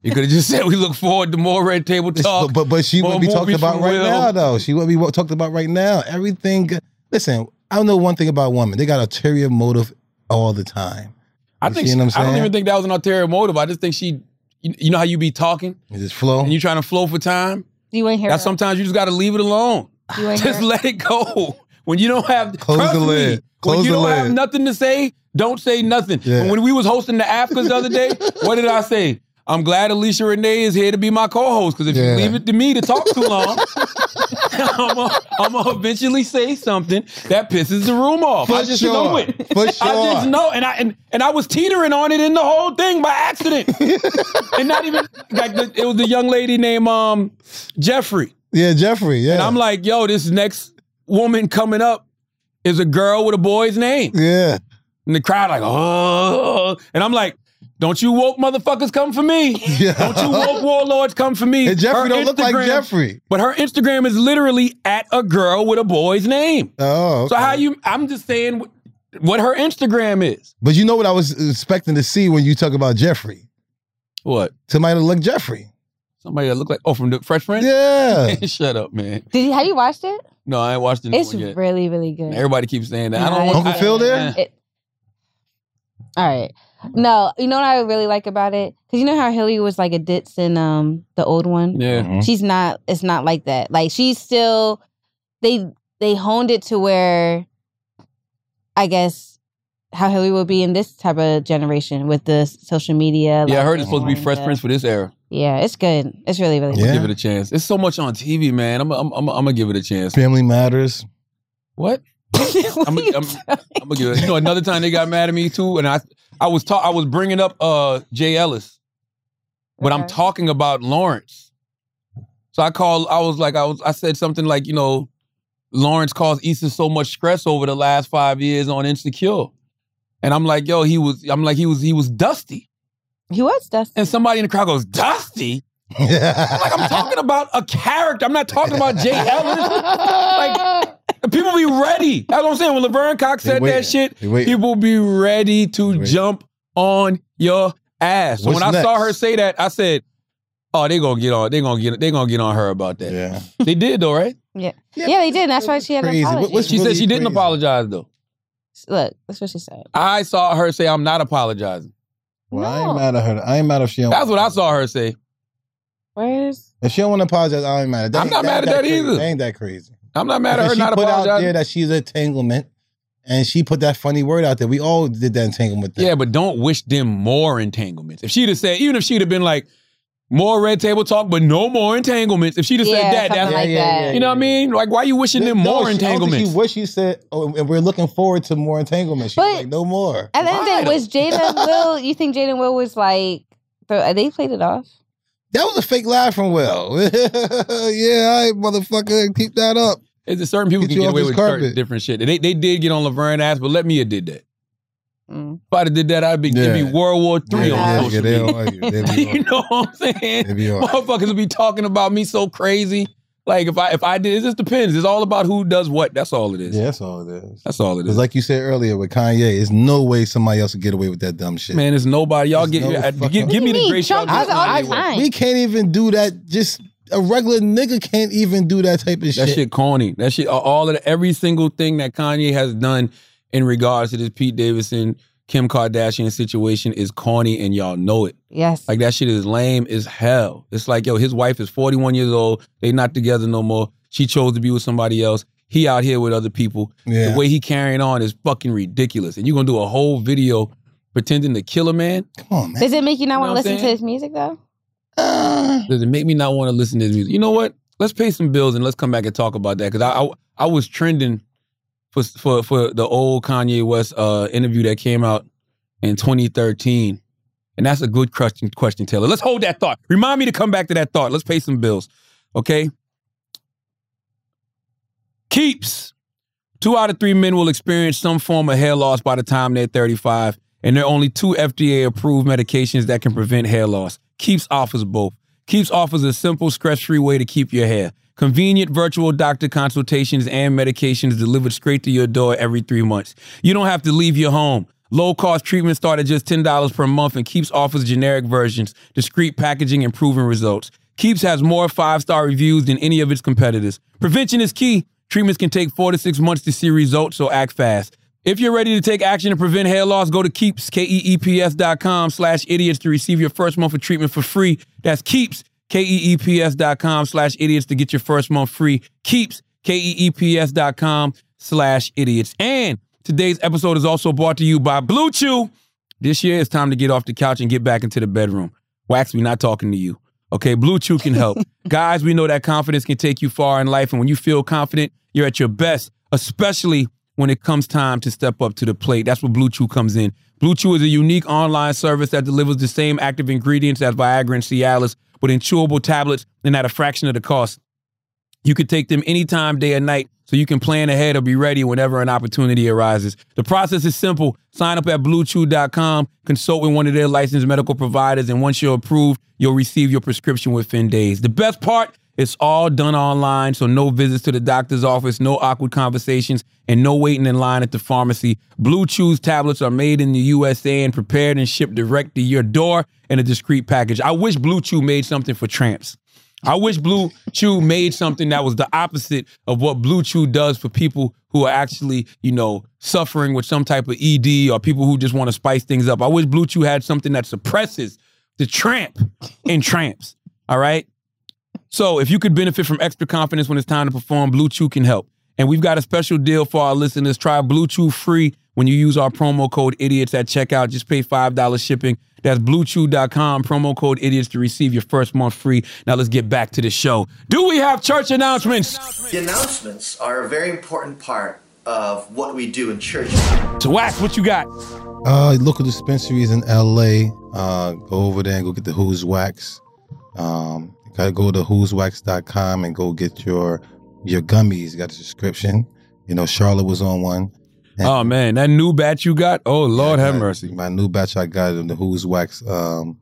B: you could have just said we look forward to more Red Table Talk.
C: But, but but she
B: Well,
C: wouldn't be
B: won't
C: talked
B: be
C: about
B: from
C: right
B: Will.
C: now though. She wouldn't be wa- talked about right now. Everything. Listen, I know one thing about women. They got ulterior motive all the time.
B: I
C: You
B: think
C: see
B: she-
C: what I'm
B: I don't
C: saying?
B: even think that was an ulterior motive. I just think she, you, you know how you be talking
C: It just flow.
B: and you trying to flow for time.
D: Do you want to hear?
B: That's
D: her?
B: sometimes you just got to leave it alone.
D: Do you wanna hear
B: Just
D: her?
B: let it go. When you don't have
C: Close
B: trust
C: the lid.
B: me,
C: Close
B: when you
C: the
B: don't have
C: lid.
B: nothing to say, don't say nothing.
C: Yeah.
B: When we was hosting the AFCAs the other day, what did I say? I'm glad Alicia Renee is here to be my co-host because if
C: Yeah.
B: you leave it to me to talk too long, I'm gonna- I'm gonna eventually say something that pisses the room off.
C: for
B: I just
C: sure.
B: know it.
C: For
B: I just
C: sure.
B: know, and I and, and I was teetering on it in the whole thing by accident, and not even like the, it was the young lady named um Jeffrey.
C: yeah, Jeffrey. Yeah.
B: And I'm like, yo, this next woman coming up is a girl with a boy's name.
C: yeah.
B: And the crowd like, oh. And I'm like, don't you woke motherfuckers come for me.
C: Yeah.
B: Don't you woke warlords come for me.
C: And Jeffrey
B: Her
C: don't look like
B: Instagram-
C: Jeffrey.
B: But her Instagram is literally at a girl with a boy's name.
C: Oh.
B: So
C: okay.
B: how you, I'm just saying wh- what her Instagram is.
C: But you know what I was expecting to see when you talk about Jeffrey?
B: What?
C: Somebody that looked Jeffrey.
B: Somebody that look like, oh, from the Fresh Prince?
C: Yeah.
B: Shut up, man.
D: Did you have you watched it?
B: No, I ain't watched the new
D: It's
B: one yet.
D: really really good.
B: Everybody keeps saying that. I
D: No,
B: don't
D: it's
B: want
C: Uncle
B: I-
C: Phil there?
B: Yeah.
D: It- all right. No, you know what I really like about it? Because you know how Hillary was like a ditz in um the old one?
B: Yeah.
C: Mm-hmm.
D: She's not it's not like that. Like she's still they they honed it to where I guess how Hillary will be in this type of generation with the s- social media.
B: Yeah, I
D: like,
B: heard it's supposed to be
D: everything,
B: Fresh
D: yeah.
B: Prince for this era.
D: Yeah, it's good. It's really, really
C: Yeah.
B: Give it a chance. It's so much on TV, man. I'm I'm I'm, I'm gonna give it a chance.
C: Family matters.
B: What?
D: good. What
B: I'm-
D: are you
B: I'm-
D: talking-
B: I'm gonna give it. You know, another time they got mad at me too, and I I was ta- I was bringing up uh Jay Ellis, but I'm
D: Okay.
B: talking about Lawrence. So I called. I was like I was I said something like you know, Lawrence caused Issa so much stress over the last five years on Insecure, and I'm like yo he was I'm like he was he was dusty,
D: He was Dustin.
B: and somebody in the crowd goes dusty. Like I'm talking about a character. I'm not talking about Jay Ellis.
D: like,
B: People be ready. That's what I'm saying. When Laverne Cox
C: They
B: said
C: waiting.
B: that shit,
C: They waiting.
B: people be ready to
C: They waiting.
B: jump on your ass. So
C: What's
B: when I saw
C: next?
B: her say that, I said, "Oh, they gonna get on. They gonna get. They gonna get on her about that."
C: yeah.
B: They did though, right?
D: yeah, they did. That's why she had
C: Crazy.
D: an
C: What-
D: apology.
C: what's-
B: She said
C: really
B: she didn't
C: crazy.
B: apologize though.
D: Look, that's what she said.
B: I saw her say, "I'm not apologizing."
C: Well, I ain't
D: No.
C: mad at her. I ain't mad if she don't.
B: That's what I saw her say.
D: Where's
C: If she don't want to apologize, I ain't mad. That
B: I'm
C: ain't-
B: not mad at that
C: crazy.
B: either.
C: ain't that crazy.
B: I'm not mad at
C: Because
B: her
C: she
B: not
C: put out there
B: apologizing.
C: that she's entanglement, and she put that funny word out there. We all did that entanglement thing.
B: Yeah, but don't wish them more entanglements. If she'd have said, even if she'd have been like, more red table talk, but no more entanglements. If she'd have
D: yeah,
B: said that, that's
D: something
C: Yeah,
D: like
C: yeah,
D: that.
C: yeah,
B: You know what I mean? Like, why you wishing them
C: No,
B: more
C: she- I don't think
B: entanglements?
C: She wish she said, oh, and we're looking forward to more entanglement. She was
D: But-
C: like, no more.
D: At the end of
B: Why?
D: it, was Jada and Will, you think Jada and Will was like, bro, they played it off?
C: That was a fake laugh from Will. yeah, I motherfucker, keep that up.
B: Is it certain people
C: Get
B: can
C: you
B: get
C: off
B: away
C: this
B: with certain
C: carpet.
B: different shit? They, they did get on Laverne ass, but let me have did that. If
D: Mm.
B: I did that, I'd be, it'd be
C: Yeah.
B: World War Three
C: yeah,
B: on
C: yeah,
B: social
C: yeah, they
B: media.
C: don't like you. They be
B: you
C: on.
B: know what I'm saying?
C: They be on.
B: Motherfuckers would be talking about me so crazy. Like if I if I did, it just depends. It's all about who does what. That's all it is.
C: Yeah, that's all it is.
B: That's all it
C: Because
B: is.
C: like you said earlier with Kanye, there's no way somebody else would get away with that dumb shit.
B: Man, it's nobody. Y'all
C: There's
B: get
C: no
B: uh,
C: fucking-
B: give, give me the
D: What do you mean?
B: grace. y'all
D: Trump does
B: do
D: it all the
B: anyway.
D: time.
C: We can't even do that. Just a regular nigga can't even do that type of
B: That
C: shit.
B: shit corny. That shit. All of the, every single thing that Kanye has done in regards to this Pete Davidson, Kim Kardashian situation is corny, and y'all know it.
D: Yes.
B: Like that shit is lame as hell. It's like yo, his wife is 41 years old. They not together no more. She chose to be with somebody else. He out here with other people.
C: Yeah.
B: The way he carrying on is fucking ridiculous. And you gonna do a whole video pretending to kill a man?
C: Come on, man.
D: Does it make you not
B: You know
D: want
B: what
D: to
B: I'm
D: listen to
B: saying?
D: his music, though?
C: Uh,
B: Does it make me not want to listen to his music? You know what? Let's pay some bills and let's come back and talk about that. Cause I I, I was trending for for for the old Kanye West uh, interview that came out in 2013. And that's a good question, question, Taylor. Let's hold that thought. Remind me to come back to that thought. Let's pay some bills. Okay. Keeps. Two out of three men will experience some form of hair loss by the time they're 35, and there are only two FDA approved medications that can prevent hair loss. Keeps offers both. Keeps offers a simple, stress free way to keep your hair. Convenient virtual doctor consultations and medications delivered straight to your door every three months. You don't have to leave your home. Low cost treatment start at just $10 per month and Keeps offers generic versions, discreet packaging, and proven results. Keeps has more five star reviews than any of its competitors. Prevention is key. Treatments can take four to six months to see results, so act fast. If you're ready to take action to prevent hair loss, go to Keeps, E K-E-E-P-S dot com slash idiots to receive your first month of treatment for free. That's Keeps, E K-E-E-P-S dot com slash idiots to get your first month free. Keeps, E K-E-E-P-S dot com slash idiots. And today's episode is also brought to you by Blue Chew. This year, it's time to get off the couch and get back into the bedroom. Wax, we not talking to you. Okay, Blue Chew can help. Guys, we know that confidence can take you far in life. And when you feel confident, you're at your best, especially when it comes time to step up to the plate. That's where Blue Chew comes in. Blue Chew is a unique online service that delivers the same active ingredients as Viagra and Cialis, but in chewable tablets and at a fraction of the cost. You can take them anytime, day or night, so you can plan ahead or be ready whenever an opportunity arises. The process is simple. Sign up at bluechew.com, consult with one of their licensed medical providers, and once you're approved, you'll receive your prescription within days. The best part, it's all done online, so no visits to the doctor's office, no awkward conversations, and no waiting in line at the pharmacy. Blue Chew's tablets are made in the USA and prepared and shipped direct to your door in a discreet package. I wish Blue Chew made something for tramps. I wish Blue Chew made something that was the opposite of what Blue Chew does for people who are actually, you know, suffering with some type of ED or people who just want to spice things up. I wish Blue Chew had something that suppresses the tramp in tramps. All right. So if you could benefit from extra confidence when it's time to perform, Blue Chew can help. And we've got a special deal for our listeners. Try Blue Chew free when you use our promo code idiots at checkout. Just pay $5 shipping. That's bluechew.com, promo code idiots to receive your first month free. Now let's get back to the show. Do we have church announcements?
G: The announcements are a very important part of what we do in church.
B: So wax, what you got?
C: Uh, local dispensaries in LA. Uh, go over there and go get the Who's Wax. Um, you gotta go to who'swax.com and go get your your gummies. You got a subscription. You know, Charlotte was on one.
B: Oh man, that new batch you got? Oh Lord
C: I
B: have
C: got-
B: mercy.
C: My new batch I got of the Who's Wax um,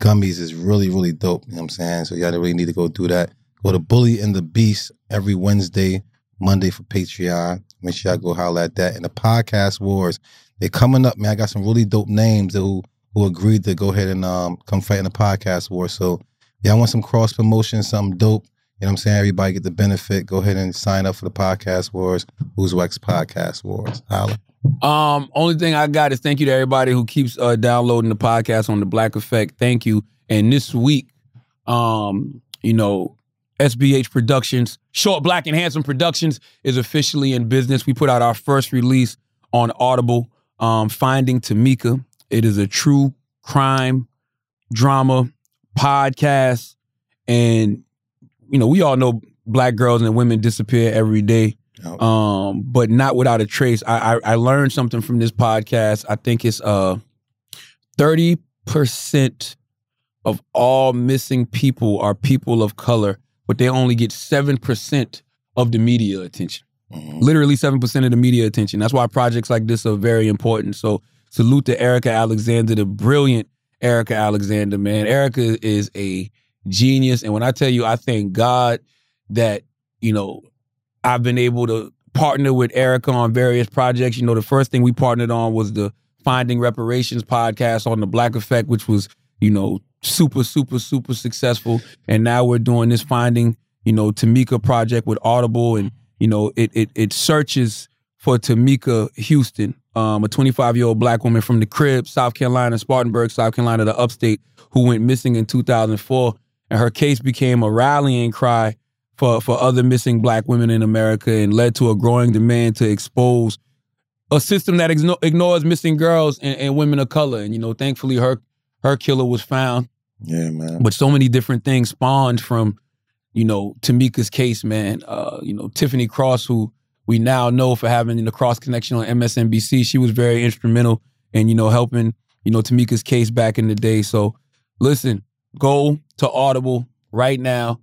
C: gummies is really, really dope. You know what I'm saying? So y'all really need to go do that. Go to Bully and the Beast every Wednesday, Monday for Patreon. Make sure y'all go holler at that. And the podcast wars, they're coming up, man. I got some really dope names who who agreed to go ahead and um, come fight in the podcast war. So y'all want some cross promotion, something dope. You know what I'm saying? Everybody get the benefit. Go ahead and sign up for the podcast wars. Who's Wax Podcast Wars? Holla.
B: Um, only thing I got is thank you to everybody who keeps uh, downloading the podcast on the Black Effect. Thank you. And this week, um, you know, SBH Productions, Short Black and Handsome Productions, is officially in business. We put out our first release on Audible, um, Finding Tamika. It is a true crime drama podcast, and you know, we all know black girls and women disappear every day
C: Out.
B: um, but not without a trace. I, I I learned something from this podcast. I think it's uh thirty percent of all missing people are people of color, but they only get seven percent of the media attention.
C: Mhm.
B: Literally seven percent of the media attention. That's why projects like this are very important. So salute to Erica Alexander, the brilliant Erica Alexander, man. Erica is a genius, and when I tell you, I thank God that you know I've been able to partner with Erica on various projects. You know, the first thing we partnered on was the Finding Reparations podcast on the Black Effect, which was, you know, super, super, super successful. And now we're doing this Finding, you know, Tamika project with Audible. And, you know, it it it searches for Tamika Houston, um, a 25 year old black woman from the crib, South Carolina, Spartanburg, South Carolina, the upstate, who went missing in 2004. And her case became a rallying cry for, for other missing black women in America and led to a growing demand to expose a system that igno- ignores missing girls and, and women of color. And, you know, thankfully her her killer was found.
C: Yeah, man.
B: But so many different things spawned from, you know, Tamika's case, man. Uh, you know, Tiffany Cross, who we now know for having the cross connection on MSNBC, she was very instrumental in, you know, helping, you know, Tamika's case back in the day. So listen, go to Audible right now.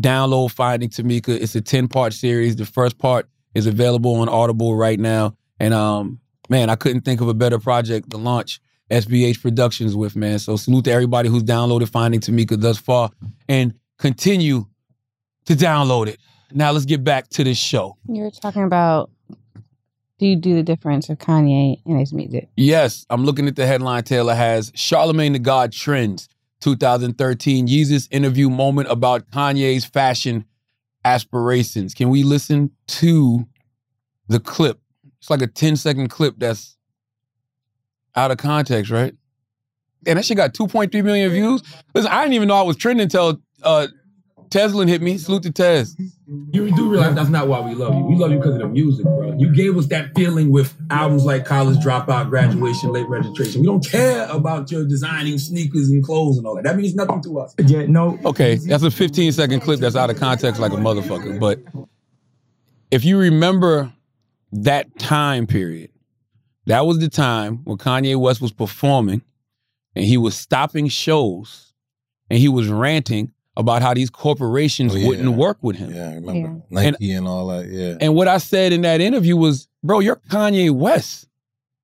B: Download Finding Tamika. It's a 10 part series. The first part is available on Audible right now. And um, man, I couldn't think of a better project to launch SBH Productions with, man. So salute to everybody who's downloaded Finding Tamika thus far and continue to download it. Now let's get back to this show.
D: You were talking about do you do the difference of Kanye and his music?
B: Yes, I'm looking at the headline Taylor has Charlemagne the God Trends 2013 Yeezus interview moment about Kanye's fashion aspirations. Can we listen to the clip? It's like a 10 second clip that's out of context, right? And that shit got 2.3 million views. Listen, I didn't even know I was trending until uh, Tesla hit me. Salute to Tez.
H: You do realize that's not why we love you. We love you because of the music, bro. You gave us that feeling with albums like College Dropout, Graduation, Late Registration. We don't care about your designing sneakers and clothes and all that. That means nothing to us. Yeah, no.
B: Okay, that's a 15 second clip that's out of context like a motherfucker. But if you remember that time period, that was the time when Kanye West was performing and he was stopping shows and he was ranting about how these corporations
C: Oh, yeah.
B: wouldn't work with him.
C: Yeah, I remember Nike and, all that. Yeah,
B: And what I said in that interview was, bro, you're Kanye West.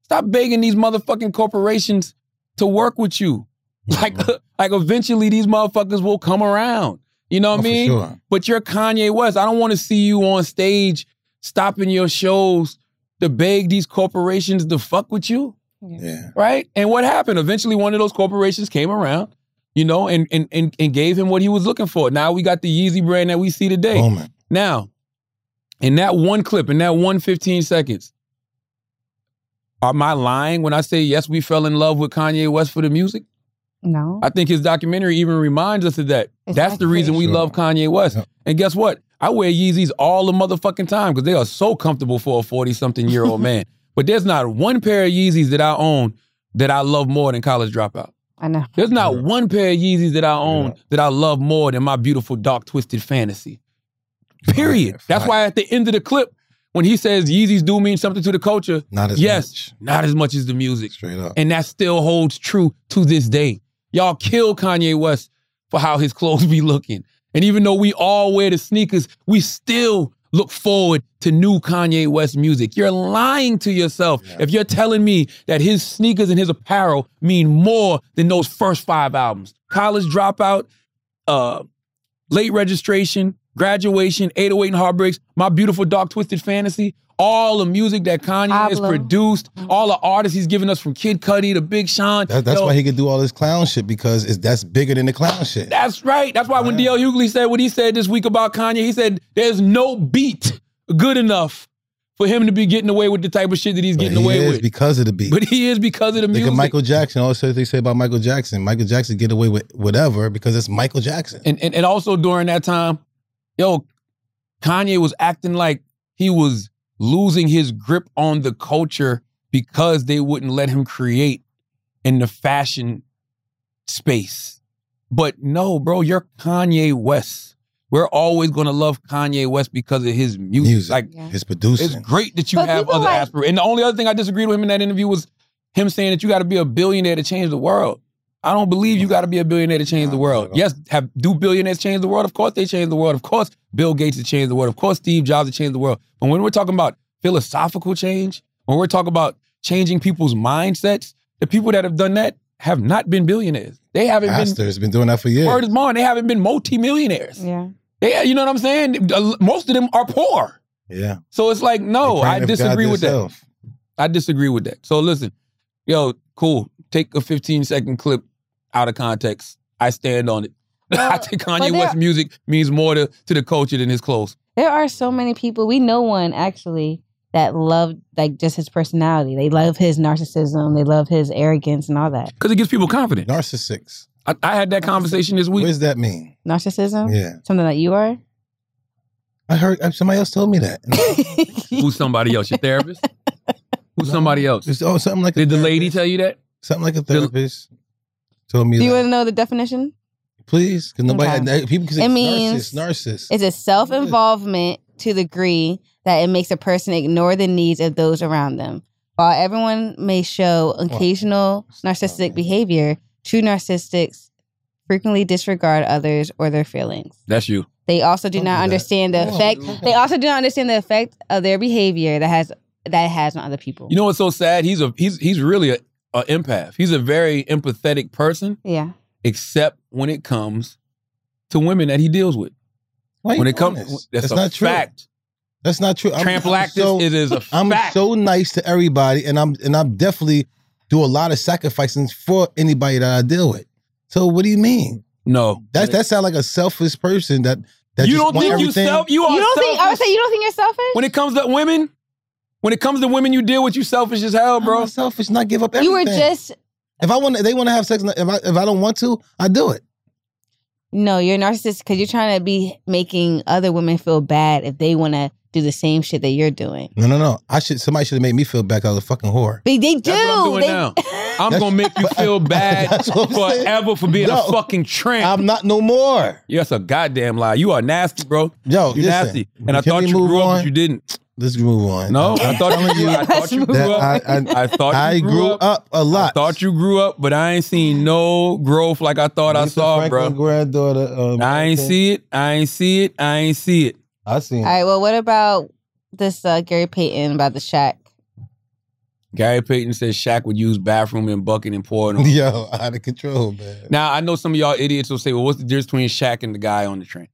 B: Stop begging these motherfucking corporations to work with you.
C: Mm-hmm.
B: Like, like eventually these motherfuckers will come around. You know what
C: Oh,
B: I
C: for
B: mean?
C: sure.
B: But you're Kanye West. I don't want to see you on stage stopping your shows to beg these corporations to fuck with you,
C: yeah.
B: right? And what happened? Eventually one of those corporations came around, you know, and and and, and gave him what he was looking for. Now we got the Yeezy brand that we see today.
C: Oh man,
B: Now, in that one clip, in that one 15 seconds, am I lying when I say yes, we fell in love with Kanye West for the music?
D: No.
B: I think his documentary even reminds us of that. That's the
D: Exactly.
B: reason we love Kanye West.
C: Yeah.
B: And guess what? I wear Yeezys all the motherfucking time because they are so comfortable for a 40 something year old man. But there's not one pair of Yeezys that I own that I love more than College Dropout.
D: I know.
B: There's not
C: Yeah.
B: one pair of Yeezys that I own
C: Yeah.
B: that I love more than my beautiful dark twisted fantasy. Period.
C: Fire,
B: That's
C: fire.
B: why at the end of the clip, when he says Yeezys do mean something to the culture,
C: not as
B: yes, not as much as the music.
C: much. straight up.
B: And that still holds true to this day. Y'all kill Kanye West for how his clothes be looking. And even though we all wear the sneakers, we still look forward to new Kanye West music. You're lying to yourself if you're telling me that his sneakers and his apparel mean more than those first five albums. College Dropout, uh, Late Registration, Graduation, 808 and Heartbreaks, My Beautiful Dark Twisted Fantasy, all the music that Kanye has
D: Pablo.
B: produced, all the artists he's given us from Kid Cudi to Big Sean.
C: That, that's
B: Yo,
C: why he could do all this clown shit because it's, that's bigger than the clown shit.
B: That's right. That's why when D.L. Hughley said what he said this week about Kanye, he said there's no beat good enough for him to be getting away with the type of shit that he's
C: But
B: getting
C: he
B: away
C: is
B: with.
C: because of the beat.
B: but he is because of the
C: Look
B: music.
C: at Michael Jackson. All the stuff they say about Michael Jackson. Michael Jackson get away with whatever because it's Michael Jackson.
B: and, and and also during that time, yo, Kanye was acting like he was losing his grip on the culture because they wouldn't let him create in the fashion space. But no, bro, you're Kanye West. We're always gonna love Kanye West because of his music.
C: Music.
B: Like
D: Yeah.
C: His
B: it's
C: producing.
B: great that you
D: But
B: have
D: people
B: other
D: like-
B: aspirations. And the only other thing I disagreed with him in that interview was him saying that you got to be a billionaire to change the world. I don't believe you got to be a billionaire to change the
C: Nah,
B: world.
C: not at all.
B: Yes, have do billionaires change the world? Of course they change the world. Of course Bill Gates has changed the world. Of course Steve Jobs has changed the world. But when we're talking about philosophical change, when we're talking about changing people's mindsets, the people that have done that have not been billionaires. They haven't
C: Pastor has been doing that for years.
B: been word is mine. They haven't been multimillionaires.
D: Yeah.
B: They, you know what I'm saying? Most of them are poor.
C: yeah.
B: So it's like, no, Oh, I disagree with that. I disagree with that. So listen, yo, cool. Take a 15 second clip out of context. I stand on it. I
D: Well,
B: think Kanye
D: but there-
B: West's music means more to, to the culture than his clothes.
D: There are so many people. We know one actually that loved like just his personality. They love his narcissism. They love his arrogance and all that.
B: Because it gives people confidence.
C: Narcissists.
B: I, I had that conversation this
C: What
B: week.
C: does that mean?
D: Narcissism?
C: Yeah.
D: Something that you are?
C: I heard uh, somebody else told me that.
B: Who's somebody else? Your therapist? Who's somebody else?
C: It's, oh, something like a
B: Did the
C: therapist-
B: lady tell you that?
C: something like a
B: the-
C: therapist told me
D: Do you
C: that.
D: want to know the definition?
C: Please, because nobody
D: Okay.
C: had, people can say
D: It
C: narcissist,
D: means-
C: narcissist.
D: It's a self involvement to the degree that it makes a person ignore the needs of those around them. While everyone may show occasional narcissistic behavior, true narcissists frequently disregard others or their feelings.
B: That's you.
D: They also do
C: Don't do
D: not
C: that.
D: understand the
C: No,
D: effect.
C: don't do
D: They
C: that.
D: also do not understand the effect of their behavior that has that it has on other people.
B: You know what's so sad? He's a he's he's really a, a empath. He's a very empathetic person,
D: yeah,
B: except when it comes to women that he deals with.
C: Why you
B: when it
C: doing
B: comes,
C: this?
B: that's
C: It's
B: a
C: not true.
B: fact.
C: That's not true. I'm-
B: Trample
C: I'm
B: Actus,
C: so-
B: it is a
C: I'm
B: fact.
C: so nice to everybody, and I'm and I'm definitely do a lot of sacrificing for anybody that I deal with. So what do you mean?
B: no.
C: That that sounds like a selfish person that that
B: you
C: just
B: don't
C: want
B: think
C: everything.
B: you self you are
D: You don't think I would
B: selfish.
D: say you don't think you're selfish?
B: when it comes to women, when it comes to women you deal with, you selfish as hell,
C: I'm
B: bro.
C: not selfish, not give up
D: you
C: everything.
D: were just
C: if I want, they want to have sex. If I if I don't want to, I do it.
D: no, you're a narcissist because you're trying to be making other women feel bad if they want to do the same shit that you're doing.
C: No, no, no. I should. Somebody should have made me feel bad. 'cause I was a fucking whore.
D: They, they do.
B: That's what I'm doing
D: they,
B: now. I'm gonna make you feel bad
C: That's what I'm saying.
B: forever for being
C: No.
B: a fucking tramp.
C: I'm not no more.
B: Yeah, that's a goddamn lie. You are nasty, bro.
C: Yo,
B: You
C: listen,
B: nasty. And I
C: can
B: thought
C: we
B: you
C: move
B: grew up, but
C: on?
B: you didn't.
C: Let's move on.
B: No,
C: I,
B: I thought you grew, I thought you
D: That
B: grew up.
C: I, I,
B: I thought Oh, you
C: I
B: grew, up.
C: a lot.
B: I thought you grew up, but I ain't seen no growth like I thought I
C: Aretha
B: saw,
C: Franklin
B: bro.
C: Granddaughter. Um,
B: I ain't see it. I ain't see it. I ain't see it.
C: I seen.
D: All right. Well, what about this uh, Gary Payton about the Shaq?
B: Gary Payton says Shaq would use bathroom and bucket and pour it on.
C: Yo, out of control, man.
B: Now I know some of y'all idiots will say, "Well, what's the difference between Shaq and the guy on the train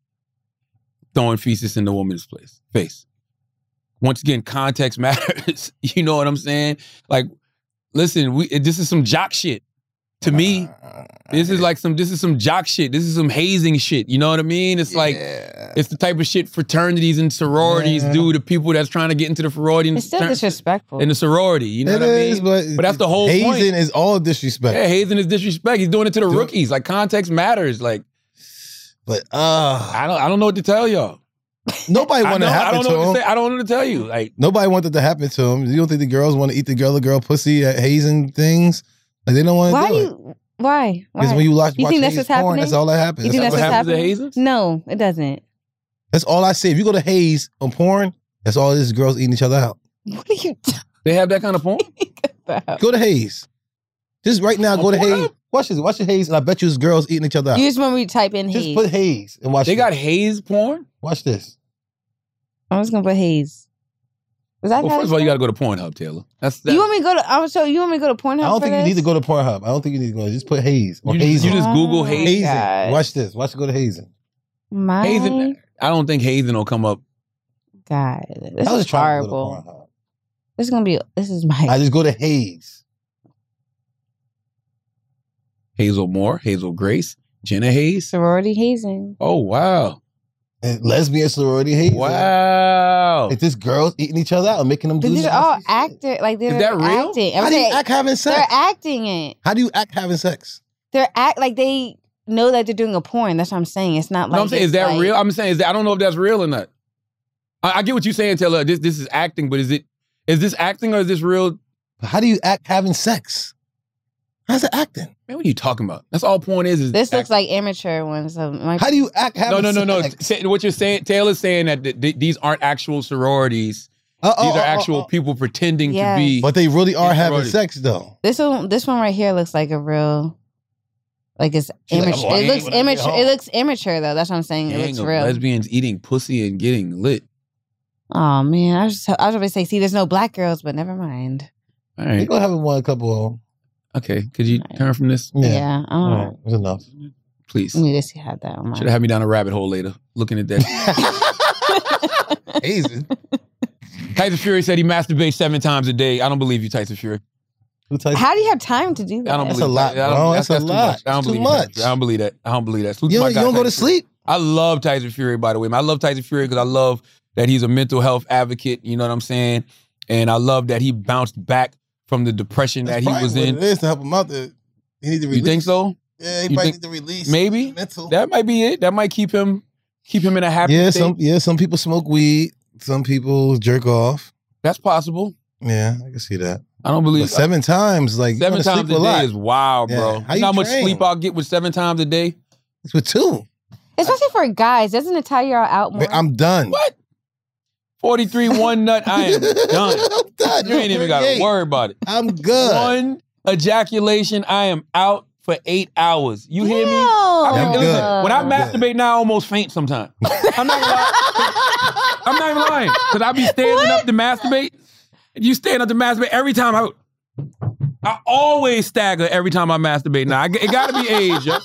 B: throwing feces in the woman's place face?" Once again, context matters. you know what I'm saying? Like, listen, we eh, this is some jock shit. To me,
C: Uh,
B: this is like some this is some jock shit. This is some hazing shit. You know what I mean? It's like it's the type of shit fraternities and sororities
C: Yeah.
B: do to people that's trying to get into the sorority and,
D: It's still
B: fratern-
D: disrespectful.
B: and the sorority. You know
C: It
B: what
C: is,
B: I mean?
C: but,
B: But that's the whole
C: hazing
B: point.
C: is all disrespect.
B: Yeah, hazing is disrespect. He's doing it to the
C: Dude.
B: rookies. Like context matters. Like
C: But uh,
B: I don't I don't know what to tell y'all.
C: nobody
B: I,
C: wanted
B: know,
C: to
B: I
C: happen
B: don't know
C: to
B: what
C: him.
B: to say. I don't know what to tell you. Like
C: Nobody wanted to happen to him. You don't think the girls want to eat the girl the girl pussy at hazing things? Like they don't want
D: why
C: to
D: do
C: do it.
D: you? Why?
C: Because
D: Why?
C: when you watch,
D: You
C: watch
D: think that's
C: Hayes
D: what's
C: porn,
D: happening?
C: that's all that happens.
D: You
C: That's,
D: think
C: all
D: that's
B: what
D: what's
C: that happens.
B: happens
D: happening?
B: to hazers?
D: no, it doesn't.
C: That's all I see. If you go to Hayes on porn, that's all these girls eating each other out.
D: What are you
B: They have that kind of porn.
D: talking about?
C: Uh, Go to Hayes. Just right now, go to Hayes. Watch this. Watch the Hayes, and I bet you it's girls eating each other out.
D: You just want me to type in
C: Just
D: haze.
C: put Hayes and watch.
B: they
C: it.
B: got haze porn.
C: watch this.
D: I'm just gonna put haze. Was that
B: Well,
D: how
B: first
D: it's
B: of all, you
D: spelled?
B: got to go to Pornhub, Taylor. That's that.
D: You want me to go to? I'm so you want me to go to Pornhub?
C: I don't
D: for
C: think you
D: this? Oh
C: need to go to Pornhub. I don't think you need to go. Just put Hayes or
B: You
C: Hayes.
B: just- you just Google haze.
C: Hazing.
D: God.
C: Watch this. Watch go to hazing.
D: My
B: hazing. I don't think hazing will come up.
D: God, this
C: I was
D: is
C: trying to go to
D: horrible.
C: Pornhub.
D: This is gonna be. This is my.
C: I just go to Hayes.
B: Hazel Moore, Hazel Grace, Jenna Hayes.
D: sorority hazing.
B: Oh wow,
C: And lesbian sorority Hayes.
B: wow.
C: It's just girls eating each other out and making them do
D: But these are
C: nasty
D: all
C: shit.
D: actor. Like they're
B: that real?
D: acting. I'm
C: How do you
D: saying,
C: act having sex?
D: they're acting it.
C: How do you act having sex?
D: They're act like they know that they're doing a porn. That's what I'm saying. It's not
B: No,
D: like
B: I'm saying is
D: it's
B: that
D: like-
B: real? I'm saying is that I don't know if that's real or not. I, I get what you're saying, Taylor. This this is acting, but is it is this acting or is this real?
C: How do you act having sex? How's it acting?
B: Man, what are you talking about? That's all porn is. is
D: This looks
B: acting.
D: like amateur ones. So my,
C: How do you act
B: no,
C: having
B: no,
C: sex?
B: no, no. Say- What you're saying, Taylor's saying that th- th- these aren't actual sororities.
C: Uh, oh,
B: these
C: oh,
B: are
C: oh,
B: actual
C: oh.
B: people pretending
D: Yes.
B: to be.
C: But they really are
B: It's
C: having
B: eroded.
C: sex though.
D: this one, this one right here looks like a real, like it's
C: She's like,
D: amateur.
C: "Oh, I
D: it
C: ain't
D: looks
C: when I get
D: immature. It
C: home."
D: looks immature though. That's what I'm saying. it
B: gang
D: looks
B: of
D: real.
B: lesbians eating pussy and getting lit.
D: Oh man, I was just, I was gonna say, see, there's no black girls, but never mind.
B: All
C: They're
B: right,
C: gonna have one couple of
B: okay. Could you turn from this,
C: them.
D: Yeah,
C: Yeah.
D: I
C: All
D: don't
C: right. That's enough.
B: please?
D: need to see how that one.
B: Should have had me down a rabbit hole later, looking at that.
C: Hazing.
B: Tyson Fury said he masturbates seven times a day. I don't believe you, Tyson Fury.
C: Who types-
D: How do you have time to do that?
B: I don't
C: That's
B: believe
C: a lot,
B: that. I don't-
C: bro. That's a
B: too
C: lot.
B: much. I don't
C: It's too
B: believe that.
C: much.
B: I don't believe that. I don't believe that. Who's
C: You
B: my
C: don't, you
B: guy,
C: don't go to
B: Tyson Fury?
C: sleep?
B: I love Tyson Fury, by the way. man. I love Tyson Fury because I love that he's a mental health advocate. You know what I'm saying? And I love that he bounced back from the depression
C: That's
B: that he
C: probably
B: was
C: what It
B: in.
C: is to help him out. There. He need to release.
B: You think so?
C: Yeah, he
B: You
C: probably
B: think-
C: need to release.
B: Maybe.
C: mental.
B: That might be it. That might keep him keep him in a happy
C: yeah,
B: state.
C: some yeah, some people smoke weed. Some people jerk off.
B: That's possible.
C: Yeah, I can see that.
B: I don't
C: But
B: believe
C: seven times, like you
B: uh, seven
C: wanna
B: times
C: sleep
B: a
C: lot.
B: day is wow,
C: Yeah.
B: bro.
C: How
B: you
C: you
B: know how much
C: train?
B: sleep I'll get with seven times a day?
C: It's with two.
D: Especially for guys, doesn't it tire y'all out more?
C: Wait, I'm done.
B: What? 43 one nut. I am done.
C: I'm done.
B: You ain't even got to
C: Forty-eight.
B: worry about it.
C: I'm good.
B: One ejaculation, I am out for eight hours. You hear me?
D: Damn.
B: I
C: I'm
B: mean,
C: good.
B: listen, when I
C: I'm
B: masturbate now, I almost faint sometimes. I'm not gonna lie. I'm not even lying. Cause I be standing up to masturbate. You stand up to masturbate every time I I always stagger every time I masturbate. Now I, it gotta be age. yo.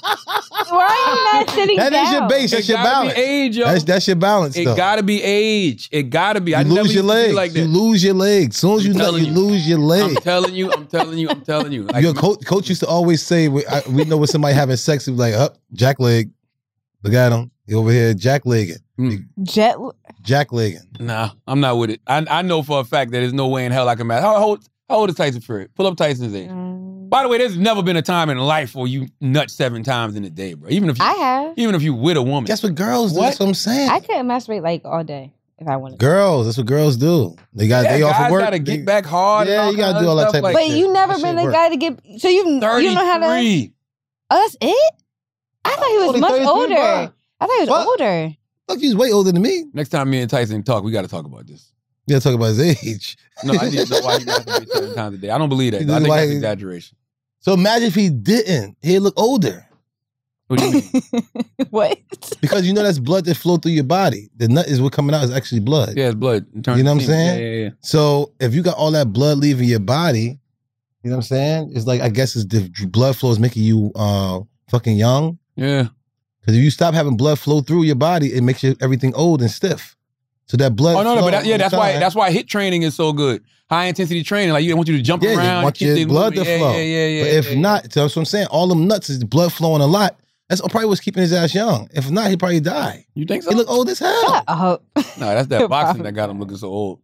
D: Why are you not sitting
C: That
D: down?
C: is your base. That's
B: It
C: your
B: gotta
C: balance.
B: be age, yo.
C: That's that's your balance.
B: it
C: though.
B: gotta be age. It gotta be.
C: You
B: I never
C: lose
B: used
C: your
B: to think
C: legs.
B: like
C: you
B: that.
C: lose your legs. As soon as
B: I'm
C: you let
B: telling
C: you
B: you.
C: lose your
B: I'm
C: leg.
B: telling you. I'm telling you. I'm telling you. Like,
C: Your coach, coach used to always say, we, I, we know when somebody having sex, he was like, up, jack leg. Look at him. He over here jack legging.
D: Jet.
C: Jack legging.
B: Nah, I'm not with it. I, I know for a fact that there's no way in hell I can match. How old, how old is Tyson Fury? Pull up Tyson's age.
D: Mm,
B: By the way, there's never been a time in life where you nut seven times in a day, bro. Even if you,
D: I have.
B: even if you with a woman.
C: That's what girls do.
B: What?
C: That's what I'm saying.
D: I could masturbate like all day if I wanted. to.
C: girls, that's what girls do. They got
B: Yeah,
C: they off
B: guys
C: of work.
B: gotta
C: they-
B: get back hard.
C: Yeah,
B: and all
C: you gotta
B: kinda
C: do all that
B: stuff
C: type of
B: like
D: But you never
C: that
D: been
C: shit
D: the
C: work.
D: guy to get. So you you don't know how to.
B: 33.
D: Oh, that's it. I thought he was
C: Only
D: much
C: 33,
D: older.
C: bruh.
D: I thought he was
C: What?
D: older.
C: Fuck, he's way older than me.
B: Next time me and Tyson talk, we got to talk about this.
C: You gotta talk about his age.
B: No, I need to know why he masturbates seven times a day. I don't believe that.
C: This
B: though. I
C: is
B: think
C: why
B: that's
C: he-
B: exaggeration.
C: So imagine if he didn't, he'd look older.
B: What do you mean?
D: what?
C: Because you know that's blood that flow through your body. The nut is what coming out is actually blood.
B: yeah, it's blood. It turns
C: You know what I'm
B: pink.
C: saying?
B: Yeah, yeah, yeah.
C: So if you got all that blood leaving your body, you know what I'm saying? It's like I guess it's the blood flow is making you uh fucking young.
B: Yeah.
C: Because if you stop having blood flow through your body, it makes you everything old and stiff. So that blood.
B: Oh no, no,
C: flow
B: but that, yeah,
C: over
B: that's why
C: time-
B: that's why hit training is so good. High intensity training, like you want you to jump
C: Yeah, they
B: around,
C: want
B: keep
C: your
B: things
C: blood
B: moving.
C: to
B: yeah,
C: flow.
B: Yeah, yeah, yeah.
C: But
B: yeah,
C: if
B: yeah.
C: not, so that's what I'm saying. All them nuts is blood flowing a lot. That's probably what's keeping his ass young. If not, he'd probably die.
B: you think so?
C: He look old as hell.
D: Oh,
B: No, that's that
D: You're
B: boxing
D: probably
B: that got him looking so old.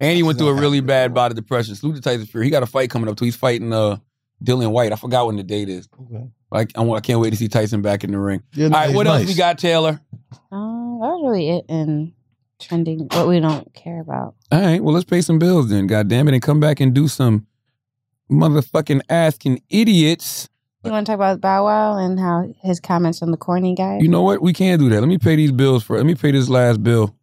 B: And he went through a really bad bout of depression. Salute to Tyson Fury. He got a fight coming up too. He's fighting uh Dylan White. I forgot when the date is.
C: Okay.
B: Like I, want- I can't wait to see Tyson back in the ring.
C: Yeah,
B: All right,
C: he's
B: what else
C: nice.
B: we got, Taylor?
D: um, that was really it in trending. What we don't care about.
B: All right, well let's pay some bills then. God damn it, and come back and do some motherfucking asking idiots.
D: You want to talk about Bow Wow and how his comments on the corny guy?
B: You know what? We can do that. Let me pay these bills for. Let me pay this last bill,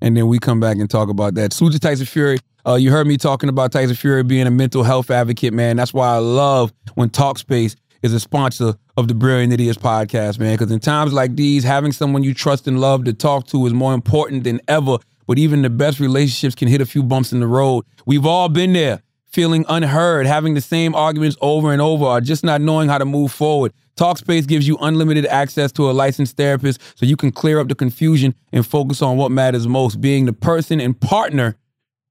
B: and then we come back and talk about that. Salute to Tyson Fury. Uh, you heard me talking about Tyson Fury being a mental health advocate, man. That's why I love when Talkspace is a sponsor of the Brilliant Idiots podcast, man. Because in times like these, having someone you trust and love to talk to is more important than ever. But even the best relationships can hit a few bumps in the road. We've all been there feeling unheard, having the same arguments over and over, or just not knowing how to move forward. Talkspace gives you unlimited access to a licensed therapist so you can clear up the confusion and focus on what matters most, being the person and partner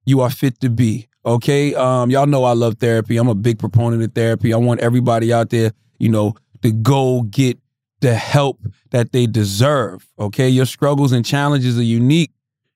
B: you are fit to be. Okay. Um, y'all know I love therapy. I'm a big proponent of therapy. I want everybody out there, you know, to go get the help that they deserve. Okay. Your struggles and challenges are unique.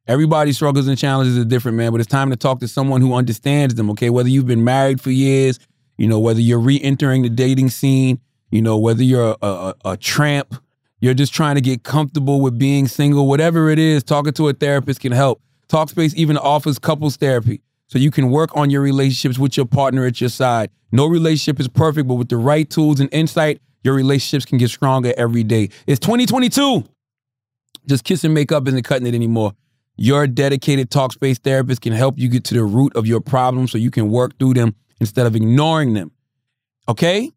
B: Everybody's struggles and challenges are different, man, but it's time to talk to someone who understands them. Okay. Whether you've been married for years, you know, whether you're re entering the dating scene, you know, whether you're a, a, a tramp, you're just trying to get comfortable with being single, whatever it is, talking to a therapist can help. Talkspace even offers couples therapy so you can work on your relationships with your partner at your side. No relationship is perfect, but with the right tools and insight, your relationships can get stronger every day. It's 2022. Just kissing makeup isn't cutting it anymore. Your dedicated Talkspace therapist can help you get to the root of your problems so you can work through them instead of ignoring them. Okay?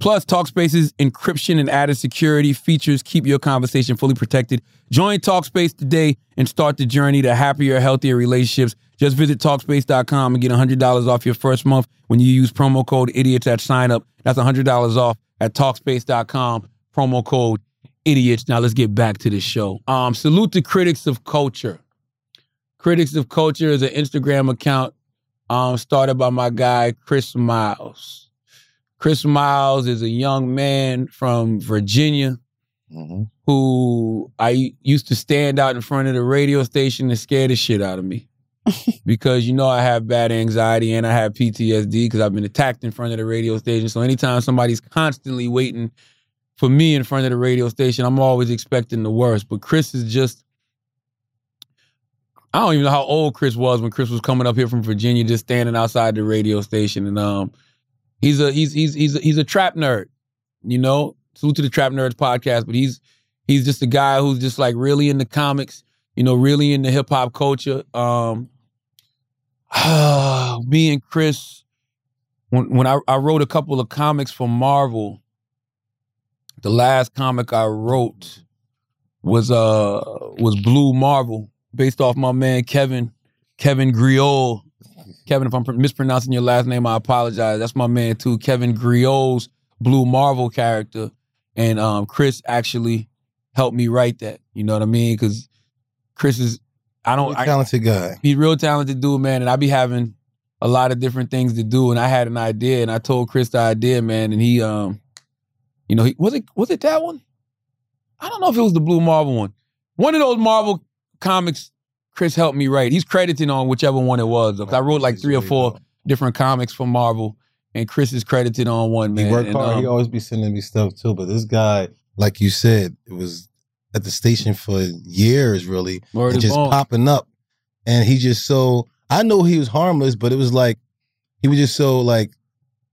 B: Plus, Talkspace's encryption and added security features keep your conversation fully protected. Join Talkspace today and start the journey to happier, healthier relationships. Just visit Talkspace.com and get $100 off your first month when you use promo code IDIOTS at sign up. That's $100 off at Talkspace.com, promo code IDIOTS. Now, let's get back to the show. Um, salute to Critics of Culture. Critics of Culture is an Instagram account um, started by my guy, Chris Miles. Chris Miles is a young man from Virginia
C: Mhm.
B: who I used to stand out in front of the radio station and scare the shit out of me. because you know I have bad anxiety and I have PTSD because I've been attacked in front of the radio station. So anytime somebody's constantly waiting for me in front of the radio station, I'm always expecting the worst. But Chris is just I don't even know how old Chris was when Chris was coming up here from Virginia, just standing outside the radio station. And um he's a he's he's he's a, he's a trap nerd, you know. Salute to the Trap Nerds podcast, but he's he's just a guy who's just like really into comics, you know, really into hip hop culture. Um, me and Chris, when when I, I wrote a couple of comics for Marvel, the last comic I wrote was uh was Blue Marvel, based off my man Kevin Kevin Griot. Kevin, if I'm pr- mispronouncing your last name, I apologize. That's my man too, Kevin Griot's Blue Marvel character. and um, Chris actually helped me write that. You know what I mean? Because Chris is, I don't, I,
C: talented guy.
B: He's a real talented dude, man, and I be having a lot of different things to do. And I had an idea, and I told Chris the idea, man, and he, um, you know, he was it was it that one? I don't know if it was the Blue Marvel one. One of those Marvel comics, Chris helped me write. He's credited on whichever one it was. 'cause I wrote like
E: He's
B: three or
E: really
B: four
E: dope.
B: different comics for Marvel, and Chris is credited on one,
C: He
B: man.
C: worked
B: And,
C: hard.
B: um,
C: he always be sending me stuff too. But this guy, like you said, it was at the station for years, really,
B: word
C: and
B: is
C: just
B: bond.
C: popping up. And he just so I know he was harmless, but it was like he was just so like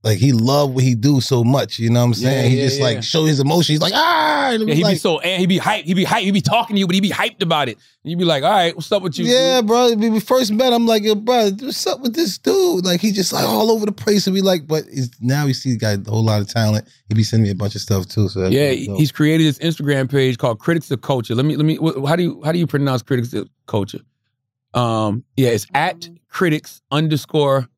C: like he loved what he do so much. You know what I'm
B: Yeah,
C: saying? he
B: yeah,
C: just
B: yeah.
C: like show his emotion. He's like ah, and it
B: Yeah,
C: was
B: he'd be
C: like,
B: so and he'd be hyped. He'd be hyped. He'd be talking to you, but he'd be hyped about it. And you'd be like, all right, what's up with you?
C: yeah,
B: dude?"
C: bro. When we first met, I'm like, yo, bro, what's up with this dude? Like, he just like all over the place, and we like, but he's, now we see he got a whole lot of talent. He be sending me a bunch of stuff too. So that's
B: Yeah,
C: really
B: he-
C: dope.
B: he's created this Instagram page called Critics of Culture. Let me let me wh- how do you how do you pronounce Critics of Culture? Um, yeah, it's at
C: Mm-hmm.
B: critics underscore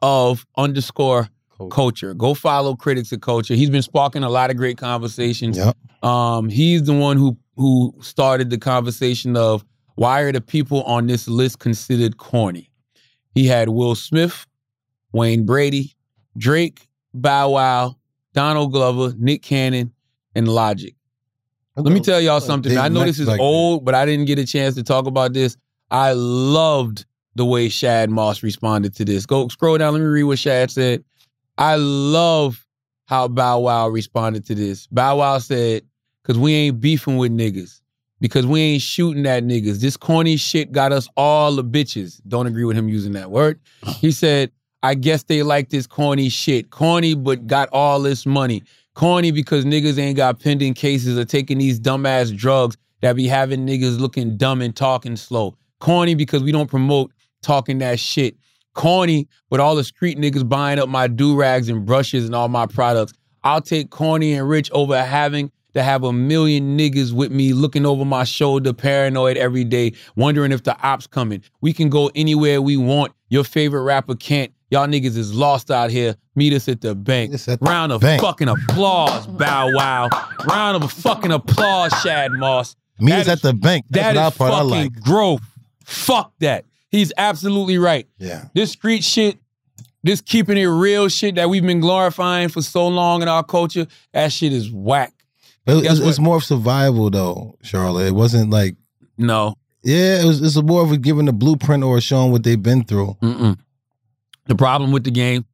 B: of underscore culture. Go follow Critics of Culture. He's been sparking a lot of great conversations.
C: Yep.
B: Um, he's the one who who started the conversation of why are the people on this list considered corny? He had Will Smith, Wayne Brady, Drake, Bow Wow, Donald Glover, Nick Cannon, and Logic. Let me tell y'all something.
C: Dave
B: I know
C: Mack
B: this is
C: like that.
B: old, but I didn't get a chance to talk about this. I loved the way Shad Moss responded to this. Go scroll down. Let me read what Shad said. I love how Bow Wow responded to this. Bow Wow said, because we ain't beefing with niggas. Because we ain't shooting at niggas. This corny shit got us all the bitches. Don't agree with him using that word. He said, I guess they like this corny shit. Corny, but got all this money. Corny because niggas ain't got pending cases or taking these dumbass drugs that be having niggas looking dumb and talking slow. Corny because we don't promote talking that shit. Corny, but all the street niggas buying up my do rags and brushes and all my products. I'll take corny and rich over having to have a million niggas with me looking over my shoulder, paranoid every day, wondering if the ops coming. We can go anywhere we want. Your favorite rapper can't. Y'all niggas is lost out here. Meet us at the bank.
C: It's at the
B: Round of
C: bank.
B: fucking applause, Bow Wow. Round of fucking applause, Shad Moss.
C: me
B: that
C: is at
B: is-
C: the bank. That's
B: That is
C: what I part I
B: fucking
C: like.
B: growth. Fuck that. He's absolutely right.
C: Yeah.
B: This street shit, this keeping it real shit that we've been glorifying for so long in our culture, that shit is whack.
C: But
B: Guess
C: it's, it's more of survival though, Charlotte. It wasn't like
B: No.
C: yeah, it was it's more of a giving a blueprint or showing what they've been through.
B: Mm-mm. The problem with the game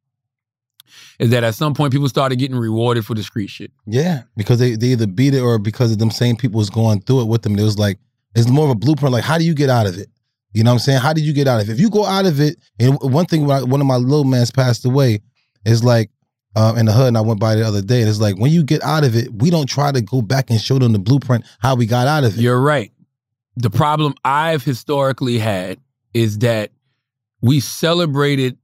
B: is that at some point people started getting rewarded for the street shit.
C: Yeah. Because they, they either beat it or because of them same people was going through it with them. It was like it's more of a blueprint, like how do you get out of it? You know what I'm saying? How did you get out of it? If you go out of it, and one thing when I, one of my little man's passed away, is like um, in the hood, and I went by the other day, and it's like when you get out of it, we don't try to go back and show them the blueprint how we got out of it.
B: You're right. The problem I've historically had is that we celebrated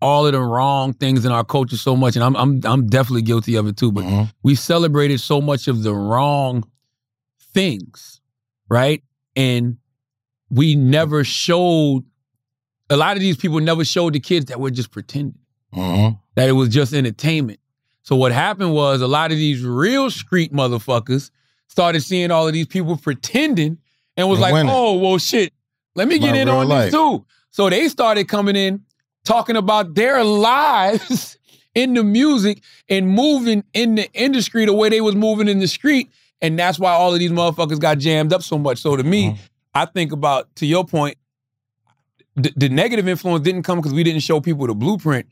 B: all of the wrong things in our culture so much, and I'm I'm I'm definitely guilty of it too. But
C: Mhm.
B: we celebrated so much of the wrong things, right? And we never showed a lot of these people never showed the kids that we're just pretending
C: Mhm.
B: that it was just entertainment. So what happened was a lot of these real street motherfuckers started seeing all of these people pretending and was
C: And
B: like,
C: winning.
B: oh, well, shit, let me
C: My
B: get in
C: real
B: on
C: life.
B: this too. So they started coming in talking about their lives in the music and moving in the industry the way they was moving in the street. And that's why all of these motherfuckers got jammed up so much. So to me,
C: Uh-huh.
B: I think about, to your point, the, the negative influence didn't come because we didn't show people the blueprint.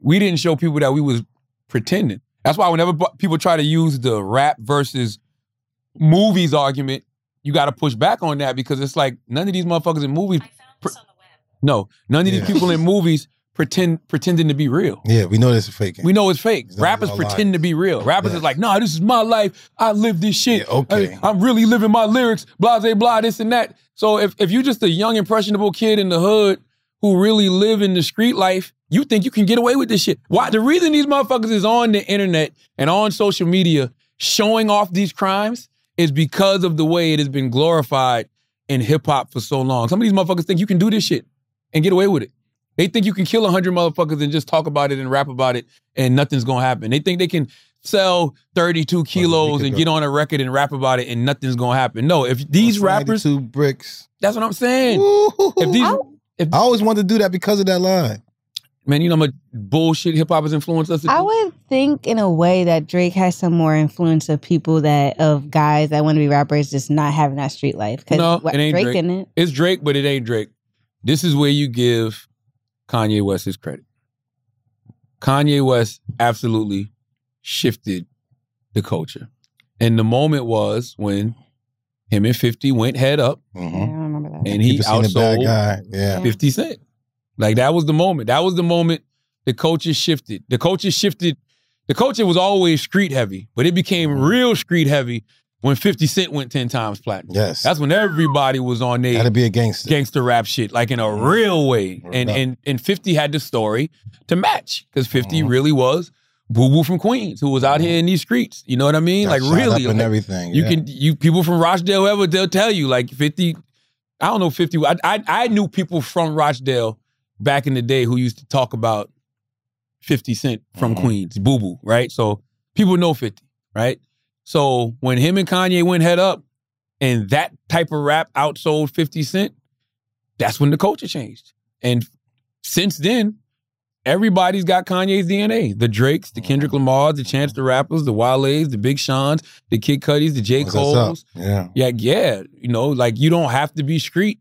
B: We didn't show people that we was pretending. That's why whenever bu- people try to use the rap versus movies argument, you got to push back on that because it's like none of these motherfuckers in movies. pr- No, none of
C: Yeah.
B: these people in movies pretend pretending to be real.
C: Yeah, we know this is faking.
B: We know it's fake.
C: These niggas
B: Rappers
C: are
B: pretend to
C: liars.
B: be real. Rappers
C: Yeah.
B: is like, nah, this is my life. I live this shit.
C: Yeah, okay.
B: I, am really living my lyrics, blah, blah, blah, this and that. So if, if you're just a young, impressionable kid in the hood who really live in the street life, you think you can get away with this shit. Why? The reason these motherfuckers is on the internet and on social media showing off these crimes is because of the way it has been glorified in hip hop for so long. Some of these motherfuckers think you can do this shit and get away with it. They think you can kill 100 motherfuckers and just talk about it and rap about it and nothing's gonna happen. They think they can sell 32 kilos
C: could
B: and
C: do
B: get
C: it.
B: on a record and rap about it and nothing's gonna happen. No, if these rappers,
C: two bricks.
B: that's what I'm saying.
C: Woo-hoo-hoo.
B: If these,
D: I-
C: I always wanted to do that because of that line.
B: man, you know how much bullshit hip hop has influenced us. to
D: I
B: do?
D: would think in a way that Drake has some more influence of people that of guys that want to be rappers just not having that street life. Because
B: No, it ain't Drake.
D: didn't. it.
B: It's Drake, but it ain't Drake. This is where you give Kanye West his credit. Kanye West absolutely shifted the culture. And the moment was when him and 50 went head up
D: Yeah, I don't remember that.
B: and he
C: People seen a bad
B: outsold
C: guy. Yeah.
B: 50 Cent. Like that was the moment. That was the moment the culture shifted. The culture shifted. The culture was always street heavy, but it became real street heavy when 50 Cent went 10 times platinum.
C: Yes.
B: That's when everybody was on their
C: That'd be a gangster.
B: gangster rap shit, like in a real way.
C: Mm-hmm. Word
B: And
C: up.
B: and and 50 had the story to match because 50
C: Mhm.
B: really was Boo Boo from Queens who was out here in these streets. You know what I mean?
C: Mm-hmm.
B: like
C: Got shot
B: really,
C: up and
B: like,
C: everything.
B: you
C: yeah.
B: can you people from Rochdale, whoever they'll tell you like 50. I don't know 50. I, I I knew people from Rochdale back in the day who used to talk about 50 Cent from
C: Mhm.
B: Queens, Boo Boo, right? So people know 50, right? So when him and Kanye went head up, and that type of rap outsold 50 Cent, that's when the culture changed. And since then, everybody's got Kanye's DNA. The Drakes,
D: Mm-hmm.
B: the Kendrick Lamars, the Chance the Rappers, the Wale's, the Big Sean's, the Kid Cuddies, the J.
C: Once that's up.
B: Cole's.
C: Yeah.
B: Yeah, yeah. You know, like you don't have to be street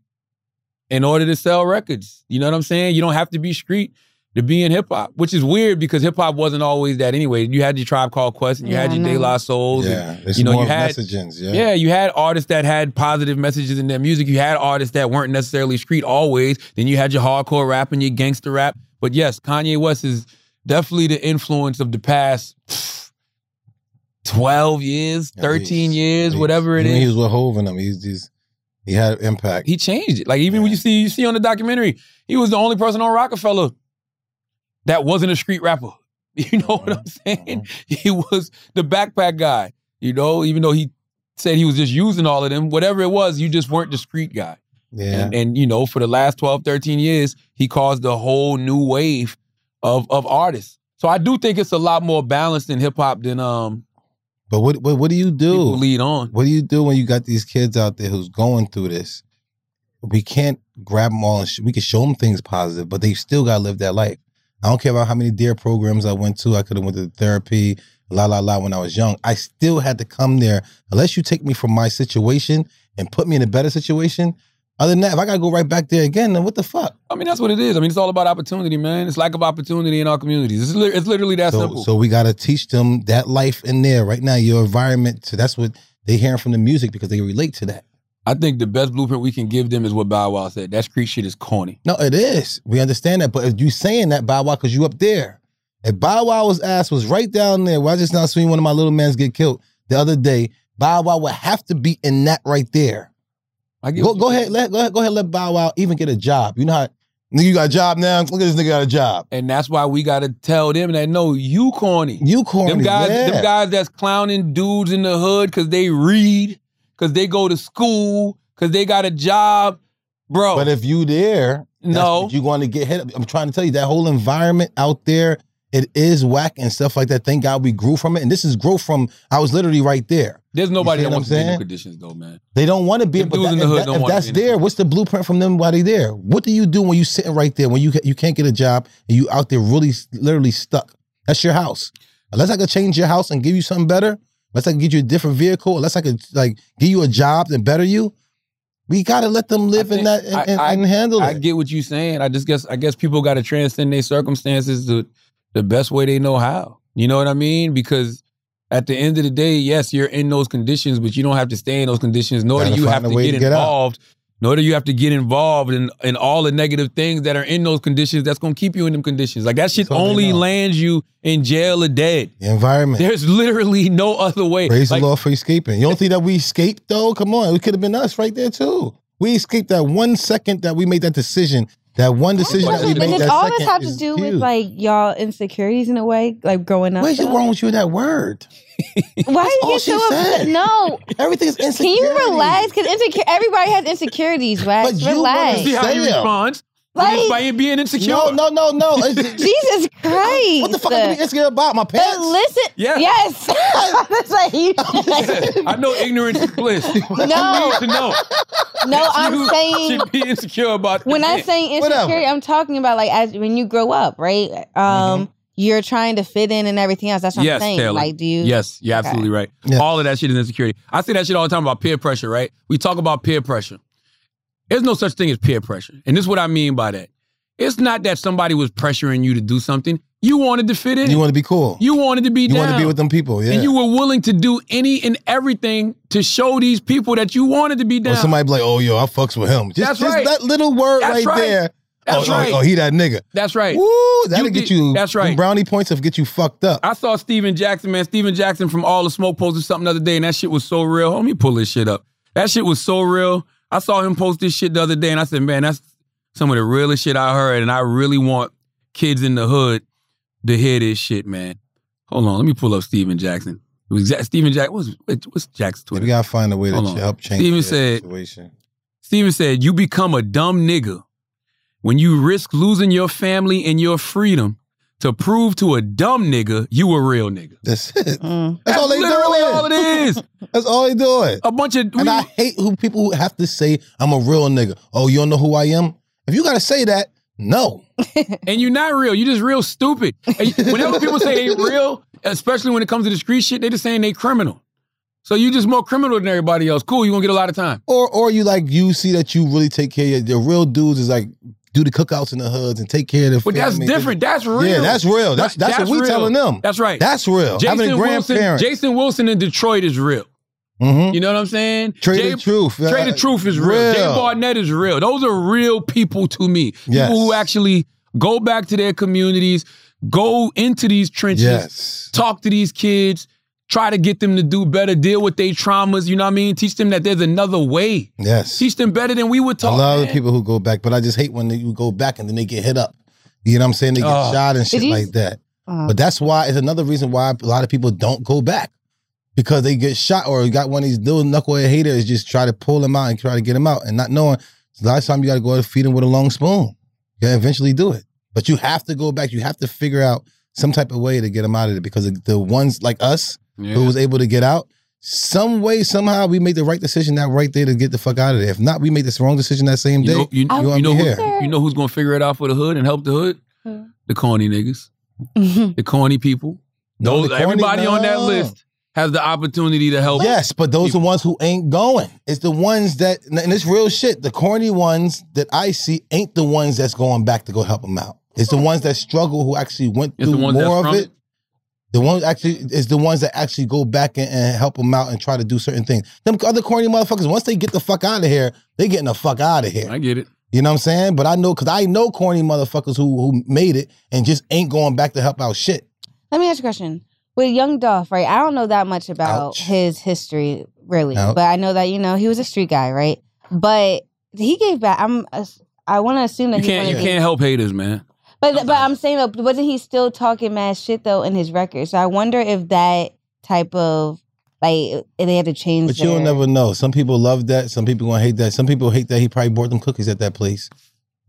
B: in order to sell records. You know what I'm saying? You don't have to be street to be in hip hop, which is weird because hip hop wasn't always that anyway. You had your Tribe Called Quest and you
D: Yeah,
B: had
D: I
B: your De
D: know.
B: La Souls. and-
C: Yeah. It's
B: you know,
C: more
B: you had-
C: messagings. Yeah.
B: yeah. you had artists that had positive messages in their music. You had artists that weren't necessarily street always. Then you had your hardcore rap and your gangster rap. But yes, Kanye West is definitely the influence of the past pff, 12 years,
C: At
B: 13
C: least.
B: years,
C: He-
B: whatever it
C: even
B: is.
C: He was with Hove and them. He's, he's he had impact.
B: He changed it. Like even when you see you see on the documentary, he was the only person on Rockefeller that wasn't a street rapper. You know what I'm saying?
C: Uh-huh.
B: He was the backpack guy. You know, even though he said he was just using all of them, whatever it was, you just weren't the street guy.
C: yeah.
B: And, and you know, for the last 12, 13 years, he caused a whole new wave of of artists. So I do think it's a lot more balanced in hip hop than um
C: But what, what what do you
B: people
C: do?
B: lead on.
C: What do you do when you got these kids out there who's going through this? We can't grab them all. And sh- we can show them things positive, but they still got to live that life. I don't care about how many dear E programs I went to. I could have went to therapy, la la la. When I was young, I still had to come there. Unless you take me from my situation and put me in a better situation. Other than that, if I gotta go right back there again, then what the fuck?
B: I mean, that's what it is. I mean, it's all about opportunity, man. It's lack of opportunity in our communities. It's, li- it's literally that
C: so,
B: simple.
C: so we gotta teach them that life in there right now, your environment. So that's what they hearing from the music because they relate to that.
B: I think the best blueprint we can give them is what Bow Wow said. That street shit is corny.
C: No, it is. We understand that. But if you saying that Bow Wow, because you up there. If Bow Wow's ass was right down there, why just not seen one of my little mans get killed the other day? Bow Wow would have to be in that right there.
B: I get
C: Go,
B: what you
C: go
B: saying.
C: ahead, let go ahead, go ahead, let Bow Wow even get a job. You know how nigga you got a job now. Look at this nigga got a job.
B: And that's why we got to tell them that no, you corny.
C: You corny.
B: them guys,
C: yeah.
B: them guys that's clowning dudes in the hood because they read, because they go to school, because they got a job, bro.
C: But if you there, that's
B: No.
C: what you going to get hit. up. I'm trying to tell you that whole environment out there, it is whack and stuff like that. Thank God we grew from it, and this is growth from. I was literally right there.
B: There's nobody
C: see
B: that
C: what
B: wants
C: I'm
B: to be in them
C: saying?
B: conditions though, man.
C: They don't want to be,
B: Them
C: but
B: dudes
C: that,
B: in the
C: if
B: hood
C: that-
B: don't
C: if
B: wanna
C: that's
B: be in the
C: there,
B: hood.
C: what's the blueprint from them while they there? What do you do when you sitting right there when you you can't get a job and you out there really s- literally stuck? That's your house. Unless I could change your house and give you something better, unless I can get you a different vehicle, unless I could like give you a job and better you, we gotta let them live
B: think
C: in that and,
B: I-
C: and,
B: I-
C: and handle
B: I
C: it.
B: get what you're saying. I just guess I guess people got to transcend their circumstances the the best way they know how. You know what I mean? Because at the end of the day, yes, you're in those conditions, but you don't have to stay in those conditions. Nor do
C: Gotta
B: you
C: find
B: have
C: a
B: to
C: way
B: get,
C: to get out.
B: involved. Nor do you have to get involved in in all the negative things that are in those conditions. That's gonna keep you in them conditions. Like that shit
C: Totally
B: only
C: not.
B: lands you in jail or dead.
C: the environment.
B: There's literally no other way.
C: Praise
B: Like,
C: the Lord for escaping. You don't think that we escaped though? Come on, it could have been us right there too. We escaped that one second that we made that decision. That one decision that we
D: but
C: made.
D: did
C: that
D: all this
C: second
D: have to
C: is
D: do with
C: huge.
D: like y'all insecurities in a way, like growing up?
C: What's
D: though?
C: wrong with you with that word?
D: Why are
C: all
D: you
C: she
D: so upset?
C: said.
D: No,
C: Everything's
D: can
C: insecurity.
D: you relax? Because insecure, everybody has insecurities. Wax,
C: But you wanna
D: relax.
B: see how he
C: Damn.
B: responds.
D: Like,
B: by being insecure.
C: No, no, no, no. It's-
D: Jesus Christ.
C: what the fuck am I insecure about? My
D: But
C: pants?
D: listen,
B: Yeah.
D: yes. That's like you.
B: I know ignorance is bliss.
D: no,
B: To know
D: no, I'm
B: you
D: saying
B: should be insecure about
D: when I say
C: Whatever.
D: insecurity, I'm talking about like as when you grow up, right? Um, you're trying to fit in and everything else. That's what
B: Mm-hmm. Yes,
D: I'm saying.
B: Taylor.
D: Like, do you?
B: Yes, you're absolutely right.
C: Yeah.
B: All of that shit is insecurity. I say that shit all the time about peer pressure, right? We talk about peer pressure. There's no such thing as peer pressure. And this is what I mean by that. It's not that somebody was pressuring you to do something. You wanted to fit in.
C: You want to be cool. You,
B: You wanted to be down.
C: want to be with them people. Yeah.
B: And you were willing to do any and everything to show these people that you wanted to be
C: or
B: down.
C: somebody be like, oh, yo, I fucks with him. Just,
B: That's
C: just
B: right.
C: that little word
B: That's
C: right,
B: right.
C: there.
B: That's
C: oh,
B: right.
C: oh, oh, he that nigga.
B: That's right.
C: Woo, that'll
B: You
C: get
B: did-
C: you.
B: that's right.
C: Brownie points of get you fucked up.
B: I saw Steven Jackson, man. Steven Jackson from All the Smoke posted something the other day, and that shit was so real. Let me pull this shit up. That shit was so real. I saw him post this shit the other day, and I said, man, that's some of the realest shit I heard, and I really want kids in the hood to hear this shit, man. Hold on, let me pull up Steven Jackson. It was Ja- Steven Jack. What's, what's Jack's
C: we
B: Twitter?
C: gotta find a way to
B: Hold on.
C: help change
B: Steven
C: the
B: said-
C: situation.
B: Steven said, You become a dumb nigga when you risk losing your family and your freedom to prove to a dumb nigga you a real nigga.
C: That's it.
D: Mm.
C: That's all they
B: literally
C: doing.
B: all it is.
C: That's all they doing.
B: A bunch of.
C: And I hate who people who have to say I'm a real nigga. Oh, you don't know who I am? If you gotta say that, no.
B: and you're not real. You're just real stupid. And you- whenever people say they real, especially when it comes to the street shit, they just saying they criminal. So you just more criminal than everybody else. Cool, you're gonna get a lot of time.
C: Or or you like you see that you really take care of your real dudes is like do the cookouts in the hoods and take care of the
B: But that's
C: family.
B: different. That's real.
C: Yeah, that's real. That's that's, what we
B: real.
C: telling them.
B: That's right.
C: That's real. Having
B: Wilson,
C: a grandparent.
B: Jason Wilson in Detroit is real.
C: mm-hmm.
B: You know what I'm saying?
C: Trade
B: Jay-
C: the truth.
B: Trey the
C: Uh,
B: Truth is real. Jay Barnett is real. Those are real people to me.
C: Yes.
B: People who actually go back to their communities, go into these trenches,
C: Yes.
B: talk to these kids, try to get them to do better, deal with their traumas, you know what I mean? Teach them that there's another way.
C: Yes.
B: Teach them better than we would
C: I
B: talk.
C: love the
B: man.
C: people who go back, but I just hate when they, you go back and then they get hit up. You know what I'm saying? They get
B: Oh.
C: shot and shit
D: you-
C: like that.
D: Oh.
C: But that's why it's another reason why a lot of people don't go back because they get shot or got one of these little knucklehead haters just try to pull them out and try to get them out and not knowing the last time you got to go out and feed them with a long spoon. You gotta eventually do it, but you have to go back. You have to figure out some type of way to get them out of it because the- the ones like us
B: Yeah.
C: who was able to get out. Some way, somehow, we made the right decision that right day to get the fuck out of there. If not, we made this wrong decision that same
B: You
C: day.
B: know, you,
D: I
B: you
C: wouldn't
B: know
C: be
B: who-
D: here.
B: you know who's gonna figure it out for the hood and help the hood?
D: Who?
B: The corny niggas. The corny people.
C: No,
B: Those
C: the corny-
B: everybody on that
C: no.
B: list has the opportunity to help.
C: Yes, but those are the ones who ain't going. It's the ones that, and it's real shit. The corny ones that I see ain't the ones that's going back to go help them out. It's the ones that struggle who actually went
B: It's
C: through
B: the ones that's
C: more of
B: from
C: it.
B: it.
C: The ones actually is the ones that actually go back and, and help them out and try to do certain things. Them other corny motherfuckers, once they get the fuck out of here, they getting the fuck out of here.
B: I get it.
C: You know what I'm saying? But I know because I know corny motherfuckers who who made it and just ain't going back to help out shit.
D: Let me ask you a question. With young Dolph, right? I don't know that much about
C: Ouch.
D: his history, really,
C: Ouch.
D: but I know that you know he was a street guy, right? But he gave back. I'm. I want to assume that
B: You
D: he
B: can't you
D: wanted to-
B: can't help haters, man.
D: But but I'm saying though, wasn't he still talking mad shit though in his record? So I wonder if that type of like they had to change.
C: But you'll
D: their-
C: never know. Some people love that. Some people gonna hate that. Some people hate that he probably bought them cookies at that place.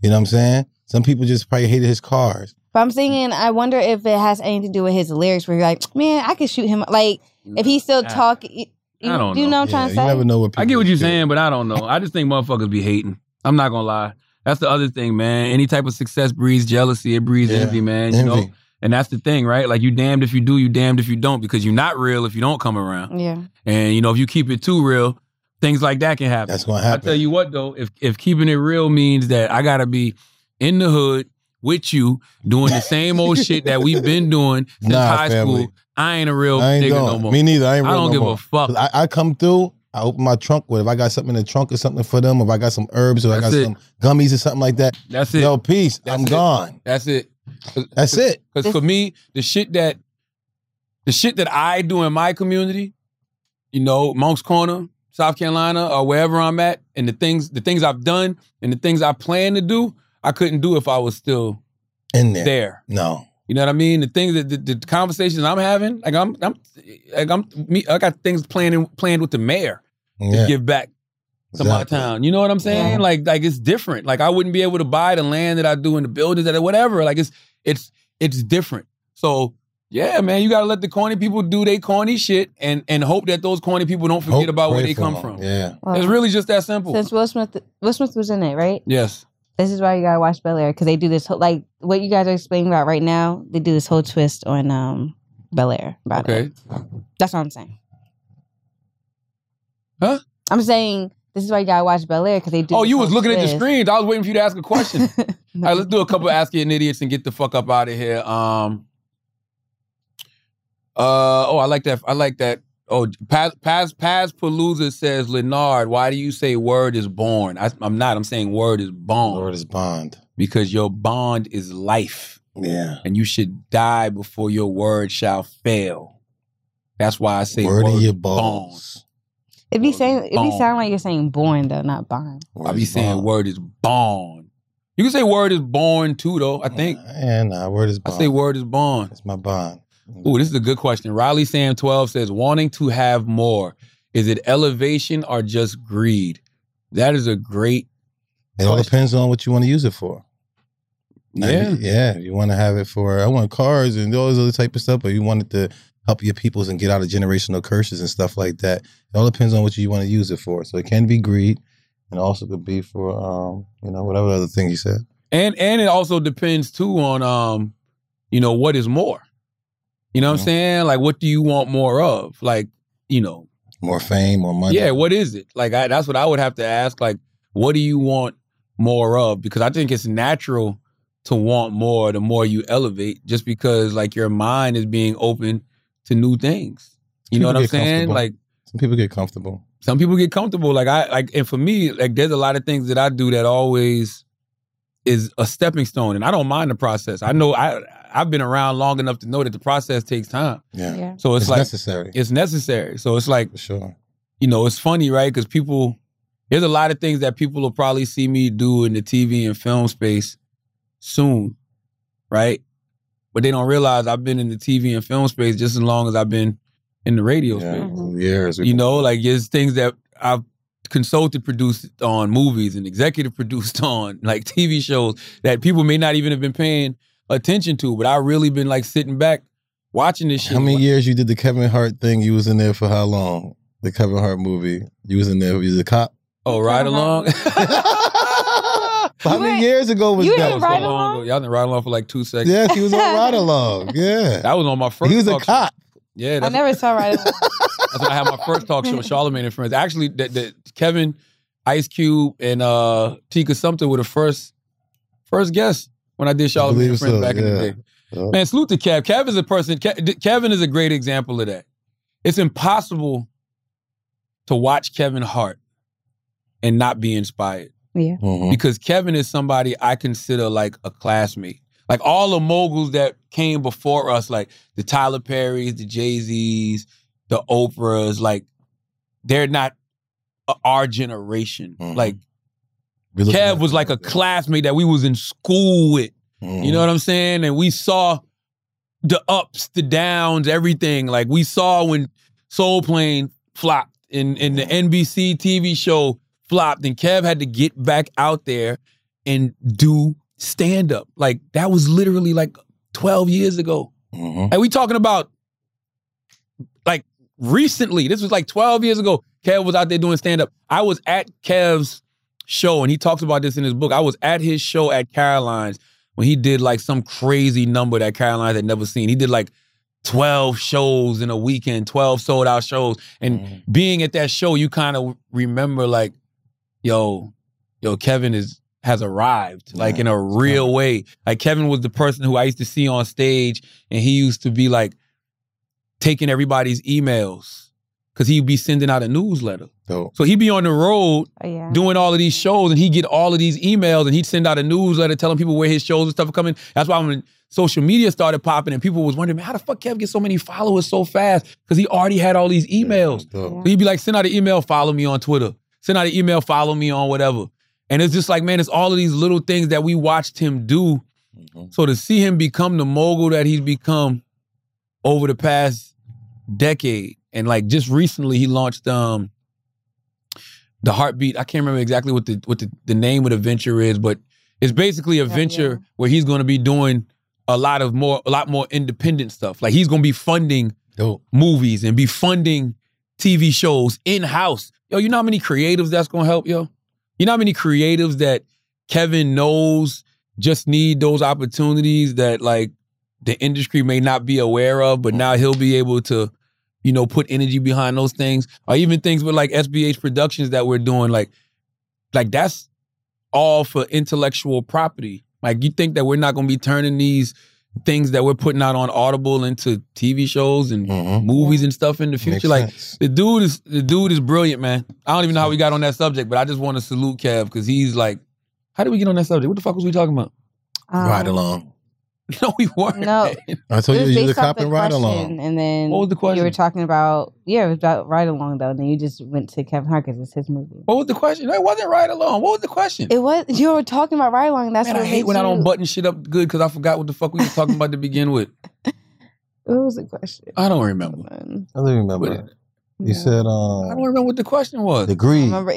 C: You know what I'm saying? Some people just probably hated his cars.
D: But I'm saying I wonder if it has anything to do with his lyrics, where you're like, man, I could shoot him. Like if he's still
B: I-
D: talking, you,
B: I don't
D: do you know,
B: know.
D: what I'm
C: you
D: trying
C: never
D: to say?
C: know what people
B: I get what you're
C: do.
B: saying, but I don't know. I just think motherfuckers be hating. I'm not gonna lie. That's the other thing, man. Any type of success breeds jealousy. It breeds
C: Yeah.
B: envy, man. You know,
C: Envy.
B: and that's the thing, right? Like you damned if you do, you damned if you don't, because you're not real if you don't come
C: Mm.
B: around.
D: Yeah,
B: And you know, if you keep it too real, things like that can happen.
C: That's gonna
B: I
C: happen.
B: tell you what, though, if if keeping it real means that I gotta be in the hood with you doing the same old shit that we've been doing since
C: Nah,
B: high
C: family.
B: school, I ain't a real
C: I ain't
B: nigga
C: going.
B: no more.
C: Me neither. I ain't
B: I
C: real
B: don't
C: no
B: give
C: more.
B: a fuck.
C: 'Cause I, I come through. I open my trunk. What if I got something in the trunk or something for them? If I got some herbs or I
B: That's
C: got
B: it.
C: some gummies or something like that?
B: That's it.
C: Yo, peace. I'm
B: That's it.
C: gone.
B: That's it.
C: That's it.
B: Because for me, the shit that the shit that I do in my community, you know, Monk's Corner, South Carolina, or wherever I'm at, and the things the things I've done and the things I plan to do, I couldn't do if I was still
C: In there.
B: there.
C: No.
B: You know what I mean? The things that the, the conversations I'm having, like I'm I'm like I'm me, I got things planning planned with the mayor to
C: Yeah.
B: give back to my
C: Exactly.
B: town. You know what I'm saying?
D: Yeah.
B: Like like it's different. Like I wouldn't be able to buy the land that I do and the buildings that I, whatever. Like it's it's it's different. So yeah, man, you gotta let the corny people do their corny shit and and hope that those corny people don't forget
C: Hope-
B: about where
C: pray
B: they
C: for
B: come
C: them.
B: from.
C: Yeah.
D: Well,
B: It's really just that simple.
D: since Will Smith, Will Smith was in it, right?
B: yes.
D: This is why you gotta watch Bel Air because they do this whole like what you guys are explaining about right now. They do this whole twist on um Bel Air about
B: Okay.
D: it. That's what I'm saying.
B: Huh?
D: I'm saying this is why you gotta watch Bel Air because they do.
B: Oh,
D: this
B: you
D: whole
B: was looking at
D: twist.
B: the screens. I was waiting for you to ask a question. All
D: No.
B: right, let's do a couple of ask you an idiots and get the fuck up out of here. Um. Uh oh, I like that. I like that. Oh, Paz Paz Paz Palooza says, Lenard, why do you say word is born? I, I'm not. I'm saying word is born
C: Lord is bond.
B: because your bond is life,
C: Yeah.
B: and you should die before your word shall fail. That's why I say
C: Word in your
B: born.
C: balls.
D: It be saying it be
B: Bone.
D: sound like you're saying born though, not bond.
C: Word
B: I be
C: is
B: saying
C: bond.
B: word is born. You can say word is born too, though. I think.
C: Yeah, nah, word is
B: I
C: bond.
B: say word is born.
C: It's my bond.
B: Ooh, this is a good question. Riley Sam 12 says, wanting to have more. Is it elevation or just greed? That is a great
C: It all depends on what you want to use it for. Like,
B: yeah.
C: yeah. if You want to have it for I want cars and all this other type of stuff, or you want it to help your peoples and get out of generational curses and stuff like that. It all depends on what you want to use it for. So it can be greed, and also could be for um, you know whatever other thing you said.
B: And and it also depends too on um, you know, what is more. You know what
C: Mhm.
B: I'm saying? Like what do you want more of? Like, you know,
C: More fame, more money.
B: yeah, what is it? Like I, that's what I would have to ask. Like, what do you want more of? Because I think it's natural to want more the more you elevate, just because like your mind is being open to new things. You know
C: People
B: what I'm
C: get
B: saying?
C: comfortable.
B: Like
C: Some people get comfortable.
B: some people get comfortable. Like I like, and for me, like there's a lot of things that I do that always is a stepping stone, and I don't mind the process. I know I I've been around long enough to know that the process takes time.
C: Yeah,
D: Yeah.
B: So
C: it's,
B: it's, like
C: necessary
B: it's necessary. So it's like
C: for sure.
B: you know, it's funny, right? Because people, there's a lot of things that people will probably see me do in the TV and film space soon, right? But they don't realize I've been in the TV and film space just as long as I've been in the radio
C: Yeah,
B: space.
D: Mhm.
C: years.
B: You know, like there's things that I've consulted, produced on movies and executive produced on like TV shows that people may not even have been paying attention to, but I've really been like sitting back watching this shit.
C: How many years you did the Kevin Hart thing? You was in there for how long? The Kevin Hart movie. You was in there. You was a cop.
B: Oh, ride along.
C: How many
D: ain't-
C: years ago was
D: you
C: that?
D: ain't
B: was
D: Ride
B: so long
D: Along?
B: ago. Y'all didn't ride along for like two seconds.
C: Yeah, he was on Ride Along. Yeah.
B: That was on my first.
C: He was a
B: talk show.
C: cop.
B: Yeah,
D: I
B: that's,
D: never saw right.
B: that's when I had my first talk show with Charlamagne and friends. Actually, that that Kevin, Ice Cube, and uh, Tika Sumter were the first first guests when I did Charlamagne
C: believe
B: and friends
C: so,
B: back in
C: yeah.
B: the day.
C: Yeah.
B: Man, salute to Kev. Kev is a person. Kev, Kevin is a great example of that. It's impossible to watch Kevin Hart and not be inspired.
C: Mhm.
B: because Kevin is somebody I consider like a classmate. Like all the moguls that came before us, like the Tyler Perrys, the Jay Z's, the Oprahs, like they're not uh, our generation.
C: Mhm.
B: Like
C: We looking
B: Kev
C: at
B: was
C: it
B: like a
C: that.
B: classmate that we was in school with.
C: Mhm.
B: You know what I'm saying? And we saw the ups, the downs, everything. Like we saw when Soul Plane flopped and, and the NBC TV show flopped, and Kev had to get back out there and do stand up. Like that was literally like 12 years ago.
C: Mhm.
B: And we talking about like recently. This was like 12 years ago. Kev was out there doing stand up. I was at Kev's show, and he talks about this in his book. I was at his show at Caroline's when he did like some crazy number that Caroline's had never seen. He did like 12 shows in a weekend, 12 sold out shows. And
C: Mhm.
B: being at that show, you kind of remember like, yo, yo, Kevin is has arrived, like
C: Yeah,
B: in a real way. Like Kevin was the person who I used to see on stage, and he used to be like taking everybody's emails because he'd be sending out a newsletter.
C: Dope.
B: So he'd be on the road
D: Oh yeah.
B: doing all of these shows, and he'd get all of these emails, and he'd send out a newsletter telling people where his shows and stuff are coming. That's why when social media started popping, and people was wondering, man, how the fuck Kev get so many followers so fast? Because he already had all these emails.
C: Dope.
B: So you'd be like, send out an email, follow me on Twitter. Send out an email, follow me on whatever. And it's just like, man, it's all of these little things that we watched him do.
C: Mhm.
B: So to see him become the mogul that he's become over the past decade, and like just recently he launched um the heartbeat. I can't remember exactly what the what the, the name of the venture is, but it's basically a
D: yeah.
B: venture where he's going to be doing a lot of more a lot more independent stuff. Like he's going to be funding
C: Dope.
B: movies and be funding TV shows in house. Yo, you know how many creatives that's gonna help, yo? You know how many creatives that Kevin knows just need those opportunities that like the industry may not be aware of, but now he'll be able to, you know, put energy behind those things. Or even things with like SBH productions that we're doing, like, like that's all for intellectual property. Like you think that we're not gonna be turning these things that we're putting out on Audible into TV shows and
C: Mm-hmm.
B: movies and stuff in the future. like the dude is the dude is brilliant, man. I don't even know how we got on that subject, but I just want to salute Kev because he's like, how did we get on that subject? What the fuck was we talking about?
D: Um,
C: ride along.
B: No, we weren't.
D: No.
B: man.
C: I told
D: it
C: you
D: was
C: you the
D: based off
C: cop
D: the
C: and ride
D: question,
C: along.
D: and then
B: What was the
D: you were
B: question?
D: talking about yeah, it was about ride along though, and then you just went to Kevin Hart because it's his movie.
B: What was the question? That wasn't right along. What was the question?
D: It was you were talking about ride along. and That's
B: man,
D: what
B: I hate
D: made
B: when I
D: you-
B: don't button shit up good because I forgot what the fuck we was talking about to begin with.
D: What was the question?
B: I don't remember.
D: Hold on.
C: I don't remember.
B: What-
C: You said
B: I don't
C: um
B: remember what the question was.
C: the
B: The,
C: greed.
D: Remember,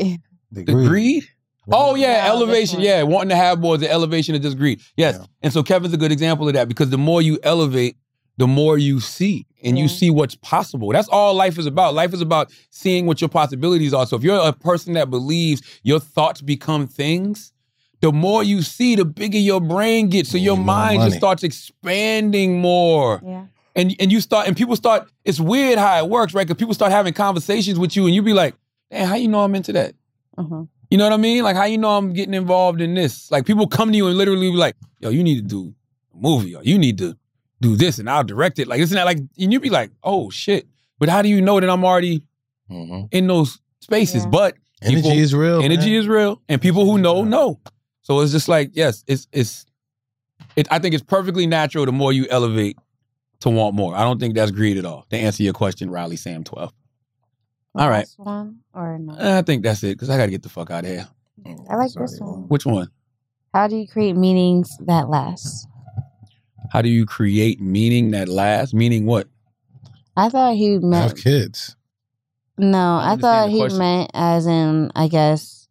C: The
B: greed? Oh yeah,
D: Yeah,
B: elevation.
D: this one.
B: Yeah, wanting to have more is the elevation of just greed. Yes,
C: Yeah.
B: and so Kevin's a good example of that because the more you elevate, the more you see, and you
D: Yeah.
B: see what's possible. That's all life is about. Life is about seeing what your possibilities are. So if you're a person that believes your thoughts become things, the more you see, the bigger your brain gets. So
C: Yeah,
B: your
C: more
B: mind
C: money.
B: just starts expanding more
D: yeah,
B: and and you start and people start it's weird how it works right because people start having conversations with you and you be like man how you know i'm into that
D: uh-huh.
B: you know what i mean like how you know i'm getting involved in this like people come to you and literally be like yo you need to do a movie or you need to do this and i'll direct it like isn't that like and you be like oh shit but how do you know that i'm already
C: hmm
B: in those spaces
D: Yeah.
B: but
C: Energy
B: People-
C: is real.
B: Oh, energy is real and people who know know so it's just like yes it's it's it, i think it's perfectly natural the more you elevate to want more i don't think that's greed at all to answer your question riley sam 12 all right
D: This one or no?
B: i think that's it because i gotta get the fuck out of here
D: I like this one.
B: which one
D: How do you create meanings that last?
B: how do you create meaning that lasts meaning what
D: I thought he meant
C: Have kids.
D: No,
B: I
D: I, thought
B: understand the
D: he
B: question.
D: meant as in, I guess,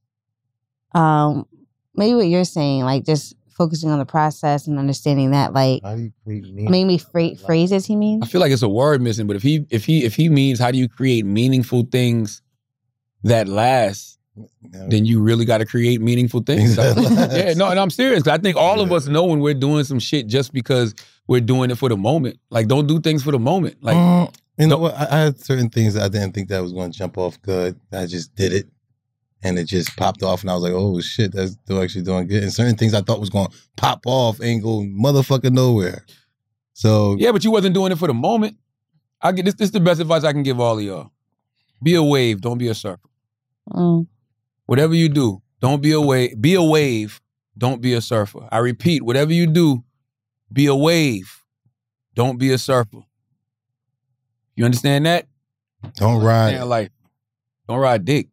D: um, maybe what you're saying, like just focusing on the process and understanding that, like
C: How do you create me?
D: maybe fra- phrases he
B: i
D: means.
B: feel like it's a word missing but if he if he if he means how do you create meaningful things that last then you really got to create meaningful things. yeah, no, and I'm serious. 'cause I think all of
C: Yeah.
B: us know when we're doing some shit just because we're doing it for the moment. Like, don't do things for the moment. Like,
C: Mm, you know
B: No.
C: what? I, I had certain things that I didn't think that was going to jump off good. I just did it, and it just popped off, and I was like, "Oh shit, that's they're actually doing good." And certain things I thought was going to pop off ain't go motherfucking nowhere. So
B: yeah, but you wasn't doing it for the moment. I get this. This is the best advice I can give all of y'all. Be a wave. Don't be a circle.
D: Mm.
B: Whatever you do, don't be a wave. Be a wave. Don't be a surfer. I repeat, whatever you do, be a wave. Don't be a surfer. You understand that?
C: don't ride.
B: Understand life. Don't ride dick.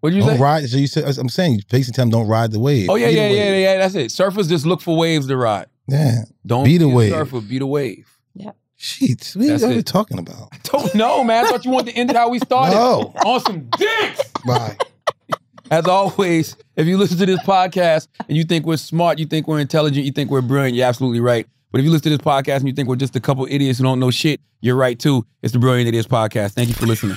B: What'd you
C: Don't
B: say?
C: ride. So you said I'm saying basically tell them don't ride the wave.
B: Oh yeah,
C: Be the
B: yeah, yeah,
C: wave.
B: yeah. That's it. Surfers just look for waves to ride.
C: Yeah.
B: Don't
C: Be the
B: a
C: wave.
B: Surfer, be the wave.
C: Sheets. What
B: That's
C: are we
B: it.
C: talking about?
B: Don't know, man. I thought you wanted to end it how we started.
C: No.
B: On some dicks.
C: Bye.
B: As always, if you listen to this podcast and you think we're smart, you think we're intelligent, you think we're brilliant, you're absolutely right. But if you listen to this podcast and you think we're just a couple idiots who don't know shit, you're right too. It's the Brilliant Idiots Podcast. Thank you for listening.